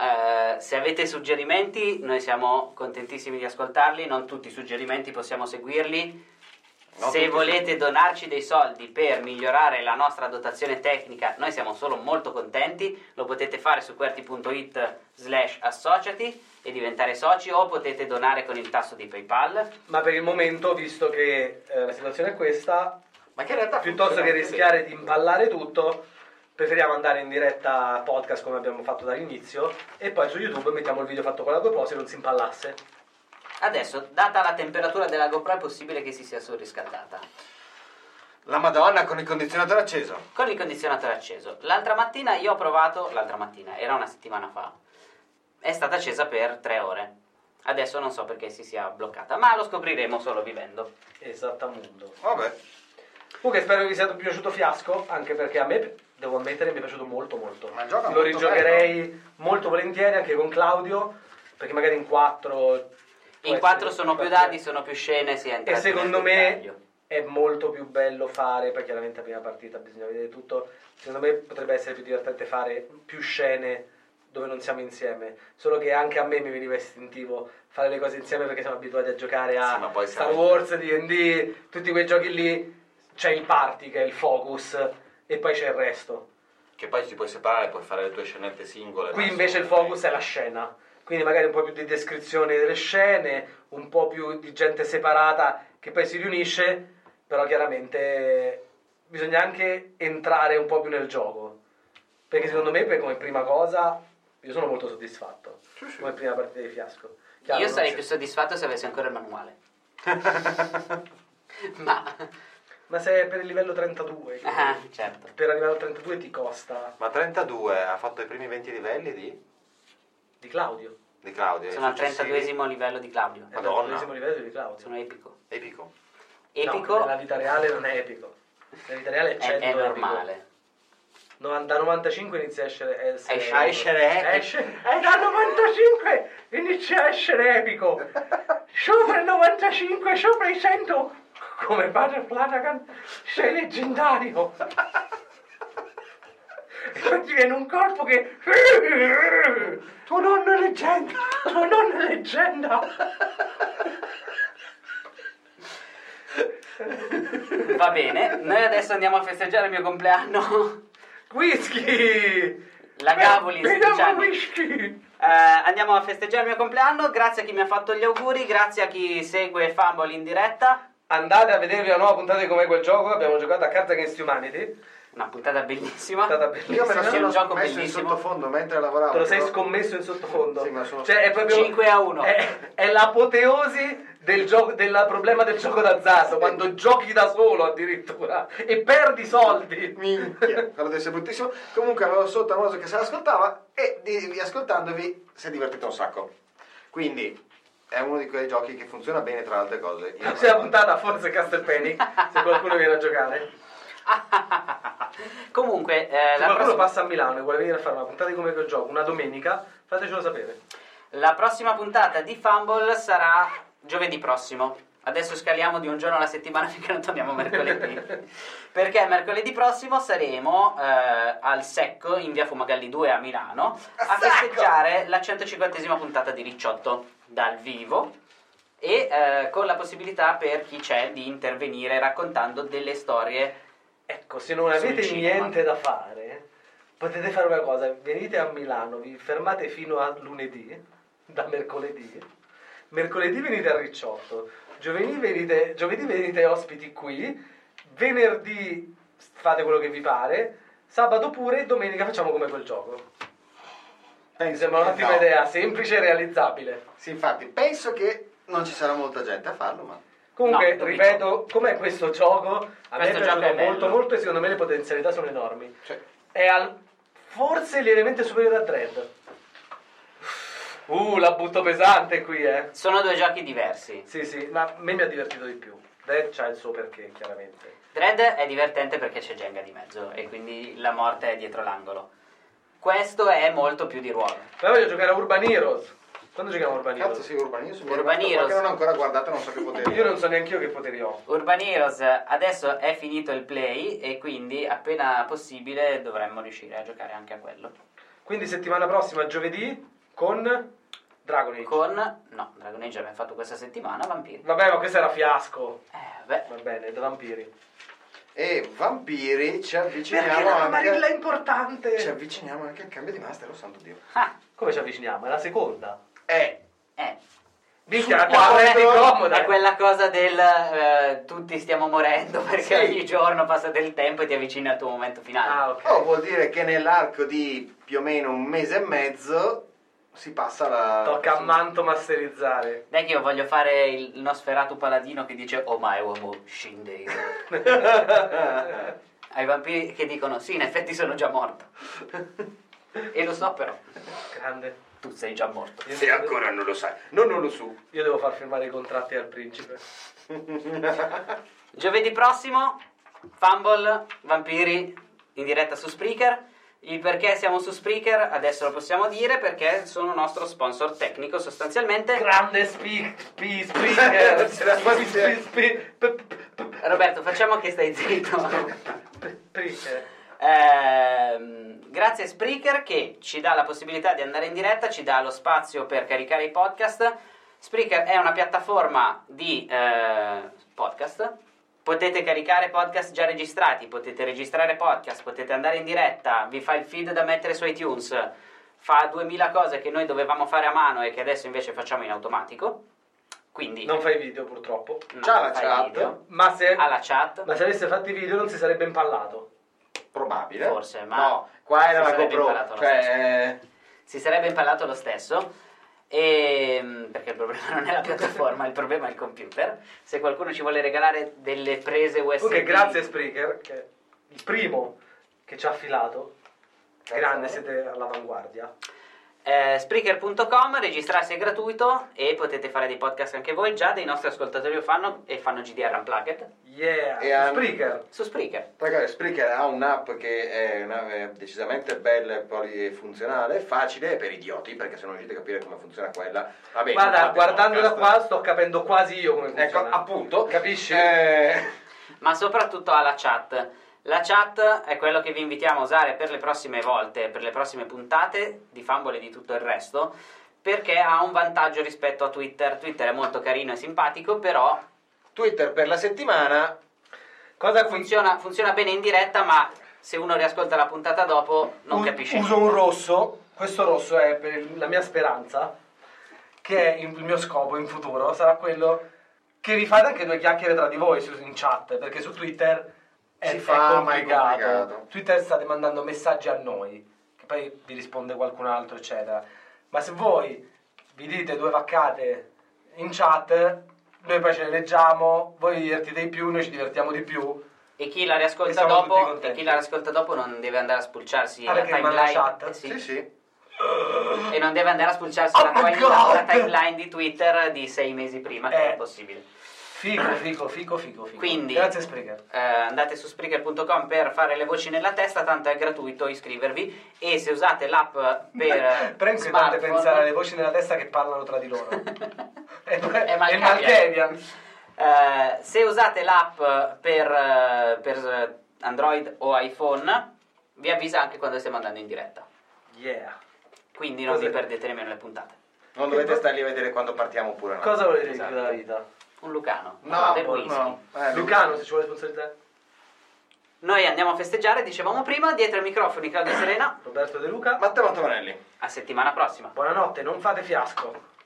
Speaker 2: Eh, se avete suggerimenti, noi siamo contentissimi di ascoltarli. Non tutti i suggerimenti possiamo seguirli.
Speaker 4: Non
Speaker 2: se
Speaker 4: tutti
Speaker 2: volete donarci dei soldi per migliorare la nostra dotazione tecnica, noi siamo solo molto contenti. Lo potete fare su querti.it slash associati e diventare soci o potete donare con il tasso di PayPal.
Speaker 3: Ma per il momento, visto che eh, la situazione è questa,
Speaker 4: Ma che in realtà
Speaker 3: piuttosto che
Speaker 4: funziona
Speaker 3: rischiare di
Speaker 4: così.
Speaker 3: impallare tutto, preferiamo andare in diretta podcast come abbiamo fatto dall'inizio e poi su YouTube mettiamo il video fatto con la GoPro se non si impallasse.
Speaker 2: Adesso, data la temperatura della GoPro, è possibile che si sia surriscaldata.
Speaker 4: La Madonna con il condizionatore acceso.
Speaker 2: con il condizionatore acceso. L'altra mattina io ho provato, l'altra mattina, era una settimana fa, è stata accesa per tre ore. Adesso non so perché si sia bloccata, ma lo scopriremo solo vivendo.
Speaker 3: Esattamundo.
Speaker 4: Vabbè.
Speaker 3: Comunque spero che vi sia piaciuto Fiasco, anche perché a me, devo ammettere, mi è piaciuto molto molto.
Speaker 4: Ma il gioco è
Speaker 3: Lo
Speaker 4: molto
Speaker 3: rigiocherei molto volentieri anche con Claudio, perché magari in quattro... può
Speaker 2: In quattro
Speaker 3: essere-
Speaker 2: sono più dadi, sono più scene, si entra
Speaker 3: E secondo me
Speaker 2: dettaglio.
Speaker 3: è molto più bello fare, poi chiaramente la prima partita bisogna vedere tutto, secondo me potrebbe essere più divertente fare più scene dove non siamo insieme, solo che anche a me mi veniva istintivo fare le cose insieme perché siamo abituati a giocare a
Speaker 4: Sì, ma poi
Speaker 3: Ah, Star
Speaker 4: siamo-
Speaker 3: Wars, D&D, tutti quei giochi lì, c'è il party che è il focus e poi c'è il resto.
Speaker 4: Che poi ti puoi separare, puoi fare le tue scenette singole.
Speaker 3: Qui
Speaker 4: ma
Speaker 3: invece il
Speaker 4: assolutamente.
Speaker 3: focus è la scena. Quindi magari un po' più di descrizione delle scene, un po' più di gente separata che poi si riunisce, però chiaramente bisogna anche entrare un po' più nel gioco. Perché secondo me, per- come prima cosa, io sono molto soddisfatto. Come prima partita di fiasco. Chiaro,
Speaker 2: Io
Speaker 3: non
Speaker 2: sarei
Speaker 3: si-
Speaker 2: più soddisfatto se avessi ancora il manuale. ma...
Speaker 3: Ma se è per il livello 32, cioè,
Speaker 2: Ah, certo.
Speaker 3: per arrivare al 32 ti costa
Speaker 4: Ma 32 ha fatto i primi 20 livelli di,
Speaker 3: di Claudio.
Speaker 4: di Claudio.
Speaker 2: Sono al
Speaker 4: Successivi-
Speaker 2: 32 livello di Claudio.
Speaker 3: È
Speaker 4: Madonna.
Speaker 3: il primo livello di Claudio.
Speaker 2: Sono epico.
Speaker 4: Epico.
Speaker 2: Epico
Speaker 3: No, nella vita reale non è epico. Nella vita reale è
Speaker 2: è,
Speaker 3: 100
Speaker 2: è
Speaker 3: epico.
Speaker 2: normale.
Speaker 3: No- Da 95 inizia a essere, essere
Speaker 2: Esce-
Speaker 3: epico.
Speaker 4: escere
Speaker 3: esce, è da 95 eh, inizia a essere epico sopra il 95 sopra i 100 come padre Flanagan sei leggendario e poi ti viene un corpo che tuo nonno è leggenda tuo nonno è leggenda
Speaker 2: Va bene, noi adesso andiamo a festeggiare il mio compleanno.
Speaker 3: whisky
Speaker 2: La Gavoli,
Speaker 3: Be-
Speaker 2: 16
Speaker 3: beviamo
Speaker 2: anni.
Speaker 3: whisky
Speaker 2: Eh, andiamo a festeggiare il mio compleanno, grazie a chi mi ha fatto gli auguri, grazie a chi segue Fumble in diretta.
Speaker 3: Andate a vedervi la nuova puntata di Com'è quel gioco. Abbiamo giocato a Carta Against Humanity.
Speaker 2: Una puntata bellissima.
Speaker 3: Puntata
Speaker 4: Io me lo
Speaker 3: bellissima.
Speaker 2: Sì, è un
Speaker 4: sono
Speaker 2: gioco
Speaker 4: messo in
Speaker 2: bellissimo.
Speaker 4: sottofondo mentre lavoravo.
Speaker 3: Te lo sei
Speaker 4: però-
Speaker 3: scommesso in sottofondo.
Speaker 4: Sì, ma sono-
Speaker 3: Cioè, è proprio
Speaker 2: 5 a 1.
Speaker 3: È, è l'apoteosi del gioco del problema del gioco d'azzardo, quando giochi da solo addirittura e perdi soldi.
Speaker 4: Minchia, quello deve essere bruttissimo. Comunque avevo sotto una cosa che se l'ascoltava e di- vi ascoltandovi si è divertito un sacco. Quindi è uno di quei giochi che funziona bene tra le altre cose. Io-
Speaker 3: Prossima puntata forse Castelpenny, se qualcuno viene a giocare.
Speaker 2: Comunque, eh,
Speaker 3: Se
Speaker 2: la,
Speaker 3: qualcuno
Speaker 2: prossima,
Speaker 3: passa a Milano e vuole venire a fare una puntata di come quel gioco una domenica, fatecelo sapere.
Speaker 2: la prossima puntata di Fumble sarà giovedì prossimo. Adesso scaliamo di un giorno alla settimana finché non torniamo mercoledì. Perché mercoledì prossimo saremo eh, al Secco in via Fumagalli 2 a Milano a
Speaker 4: Secco!
Speaker 2: festeggiare la 150esima puntata di Ricciotto dal vivo e eh, con la possibilità per chi c'è di intervenire raccontando delle storie.
Speaker 3: Ecco, se non
Speaker 2: Sul
Speaker 3: avete
Speaker 2: cinema.
Speaker 3: niente da fare, potete fare una cosa, venite a Milano, vi fermate fino a lunedì, da mercoledì. Mercoledì venite a Ricciotto, giovedì venite, giovedì venite ospiti qui, venerdì fate quello che vi pare, sabato pure e domenica facciamo come quel gioco. Mi sembra un'ottima
Speaker 4: No.
Speaker 3: idea, semplice e realizzabile.
Speaker 4: Sì, infatti, penso che non ci sarà molta gente a farlo, ma
Speaker 3: Comunque,
Speaker 2: No,
Speaker 3: ripeto, com'è questo gioco?
Speaker 2: Questo
Speaker 3: A me è
Speaker 2: gioco
Speaker 3: piaciuto
Speaker 2: è bello.
Speaker 3: molto, molto e secondo me le potenzialità sono enormi.
Speaker 4: Cioè-
Speaker 3: È al, forse lievemente superiore a Dread. Uh, la butto pesante qui, eh.
Speaker 2: Sono due giochi diversi.
Speaker 3: Sì, sì, ma a me mi ha divertito di più. Dread c'ha il suo perché, chiaramente.
Speaker 2: Dread è divertente perché c'è Jenga di mezzo e quindi la morte è dietro l'angolo. Questo è molto più di ruolo.
Speaker 3: Poi voglio giocare a Urban Heroes. Quando giochiamo a Urban
Speaker 4: cazzo
Speaker 3: Heroes?
Speaker 4: sì, Urban News mi è
Speaker 2: Urban
Speaker 4: rimasto qua
Speaker 2: Heroes.
Speaker 4: che non ho ancora guardato, non so che potevi.
Speaker 3: Io non so neanche io che poteri ho.
Speaker 2: Urban Heroes, adesso è finito il play e quindi appena possibile dovremmo riuscire a giocare anche a quello.
Speaker 3: Quindi settimana prossima, giovedì, con Dragon Age.
Speaker 2: Con... no, Dragon Age l'abbiamo fatto questa settimana, Vampiri.
Speaker 3: Vabbè, ma questo era fiasco.
Speaker 2: Eh, beh.
Speaker 3: Va bene, da vampiri.
Speaker 4: E vampiri ci avviciniamo
Speaker 3: la
Speaker 4: anche.
Speaker 3: Amarilla è importante?
Speaker 4: Ci avviciniamo anche al cambio di master, oh santo Dio.
Speaker 2: Ah,
Speaker 3: Come ci avviciniamo? È la seconda.
Speaker 4: Eh,
Speaker 2: eh.
Speaker 3: Minchia, la
Speaker 2: No,
Speaker 3: cavolo è
Speaker 2: è-
Speaker 3: comoda.
Speaker 2: È quella cosa del eh, tutti stiamo morendo perché
Speaker 4: Sì.
Speaker 2: ogni giorno passa del tempo e ti avvicini al tuo momento finale.
Speaker 3: Ah, ok.
Speaker 4: oh, vuol dire che nell'arco di più o meno un mese e mezzo si passa alla...
Speaker 3: Tocca a
Speaker 4: sì.
Speaker 3: manto masterizzare.
Speaker 2: Dai che io voglio fare il Nosferatu paladino che dice Oh my uomo scindei. Ai vampiri che dicono sì in effetti sono già morto. e lo so però,
Speaker 3: Grande.
Speaker 2: tu sei già morto.
Speaker 3: Io,
Speaker 4: E ancora non lo sai. No, non lo su.
Speaker 3: io devo far firmare i contratti al principe.
Speaker 2: Giovedì prossimo, Fumble, Vampiri, in diretta su Spreaker. Il perché siamo su Spreaker adesso lo possiamo dire perché sono nostro sponsor tecnico sostanzialmente.
Speaker 3: Grande speak, speak, speaker.
Speaker 4: Ce la fa
Speaker 3: Speak,
Speaker 4: dire.
Speaker 3: speak, pe- pe- pe-
Speaker 2: Roberto, facciamo che stai zitto.
Speaker 3: pe- speaker.
Speaker 2: Ehm, grazie a Spreaker che ci dà la possibilità di andare in diretta, ci dà lo spazio per caricare i podcast. Spreaker è una piattaforma di eh, podcast. Potete caricare podcast già registrati, potete registrare podcast, potete andare in diretta, vi fa il feed da mettere su iTunes, fa 2000 cose che noi dovevamo fare a mano e che adesso invece facciamo in automatico. Quindi
Speaker 3: Non fai video purtroppo.
Speaker 2: non
Speaker 4: c'ha la
Speaker 2: fai
Speaker 4: chat.
Speaker 2: video.
Speaker 3: Ma se,
Speaker 2: Ha la chat.
Speaker 3: ma se avesse fatto i video non si sarebbe impallato.
Speaker 4: Probabile.
Speaker 2: Forse, ma-
Speaker 4: No, qua era la
Speaker 2: Si sarebbe
Speaker 4: GoPro.
Speaker 2: imparato lo
Speaker 4: Cioè...
Speaker 2: si sarebbe impallato lo stesso. ehm, perché il problema non è la piattaforma, il problema è il computer. Se qualcuno ci vuole regalare delle prese
Speaker 4: Eh
Speaker 2: USB,
Speaker 3: Comunque grazie Spreaker, che è il primo che ci ha affilato. Grande, siete all'avanguardia.
Speaker 2: eh, Spreaker.com, registrarsi è gratuito e potete fare dei podcast anche voi. Già dei nostri ascoltatori lo fanno e fanno GDR Unplugged
Speaker 3: Yeah,
Speaker 4: E hanno-
Speaker 3: Spreaker.
Speaker 2: su Spreaker.
Speaker 4: Ragazzi, Spreaker ha un'app che è, una- è decisamente bella e polifunzionale, facile per idioti, perché se non riuscite a capire come funziona quella, vabbè.
Speaker 3: Guarda,
Speaker 4: fate
Speaker 3: guardandola
Speaker 4: podcast.
Speaker 3: qua sto capendo quasi io come
Speaker 4: Ecco,
Speaker 3: funziona.
Speaker 4: appunto.
Speaker 3: Capisci?
Speaker 4: Eh,
Speaker 2: ma soprattutto alla chat. La chat è quello che vi invitiamo a usare per le prossime volte, per le prossime puntate di Fumble e di tutto il resto, perché ha un vantaggio rispetto a Twitter. Twitter è molto carino e simpatico, però
Speaker 4: Twitter per la settimana,
Speaker 3: Cosa qui?
Speaker 2: funziona, funziona bene in diretta, ma se uno riascolta la puntata dopo non
Speaker 3: U-
Speaker 2: capisce.
Speaker 3: Uso un rosso, questo rosso è per la mia speranza, che è il mio scopo in futuro, sarà quello che vi fate anche due chiacchiere tra di voi su- in chat, perché su Twitter è,
Speaker 4: Si
Speaker 3: è
Speaker 4: fa, ma è
Speaker 3: complicato.
Speaker 4: complicato.
Speaker 3: Twitter state mandando messaggi a noi, che poi vi risponde qualcun altro, eccetera. Ma se voi vi dite due vaccate in chat, noi poi ce le leggiamo, voi vi divertite di più, noi ci divertiamo di più.
Speaker 2: E chi la
Speaker 3: E
Speaker 2: riascolta
Speaker 3: siamo tutti
Speaker 2: dopo
Speaker 3: contenti.
Speaker 2: e chi la riascolta dopo non deve andare a spulciarsi
Speaker 3: Ah,
Speaker 2: la
Speaker 3: perché rimane la
Speaker 2: timeline.
Speaker 3: chat?
Speaker 2: Eh sì.
Speaker 4: sì, sì.
Speaker 2: E non deve andare a spulciarsi
Speaker 3: Oh
Speaker 2: la,
Speaker 3: my
Speaker 2: timeline- la
Speaker 3: God!
Speaker 2: timeline di Twitter di sei mesi prima, che
Speaker 3: Eh.
Speaker 2: Ah, è possibile.
Speaker 3: Figo, figo, figo, figo, figo.
Speaker 2: Quindi-
Speaker 3: Grazie Spreaker.
Speaker 2: Eh, andate su Spreaker.com per fare le voci nella testa, tanto è gratuito iscrivervi e se usate l'app per
Speaker 3: Però è inquietante
Speaker 2: smartphone-
Speaker 3: pensare alle voci nella testa che parlano tra di loro. e poi-
Speaker 2: È Malkavian.
Speaker 3: e Malkavian.
Speaker 2: Eh, se usate l'app per, eh, per, eh, Android o iPhone, vi avvisa anche quando stiamo andando in diretta.
Speaker 3: Yeah.
Speaker 2: Quindi non
Speaker 3: Cos'è?
Speaker 2: vi perdete nemmeno le puntate.
Speaker 4: Non dovete stare lì a vedere quando partiamo oppure no.
Speaker 3: Cosa volete dire
Speaker 2: Esatto.
Speaker 3: della vita?
Speaker 2: Un Lucano,
Speaker 4: No,
Speaker 2: del whisky.
Speaker 4: no. Eh,
Speaker 3: Lucano, se ci vuole sponsorizzare.
Speaker 2: Noi andiamo a festeggiare, dicevamo prima, dietro i microfoni Claudia Serena.
Speaker 3: Roberto De Luca.
Speaker 4: Matteo Antonelli.
Speaker 2: A settimana prossima.
Speaker 3: Buonanotte, non fate fiasco.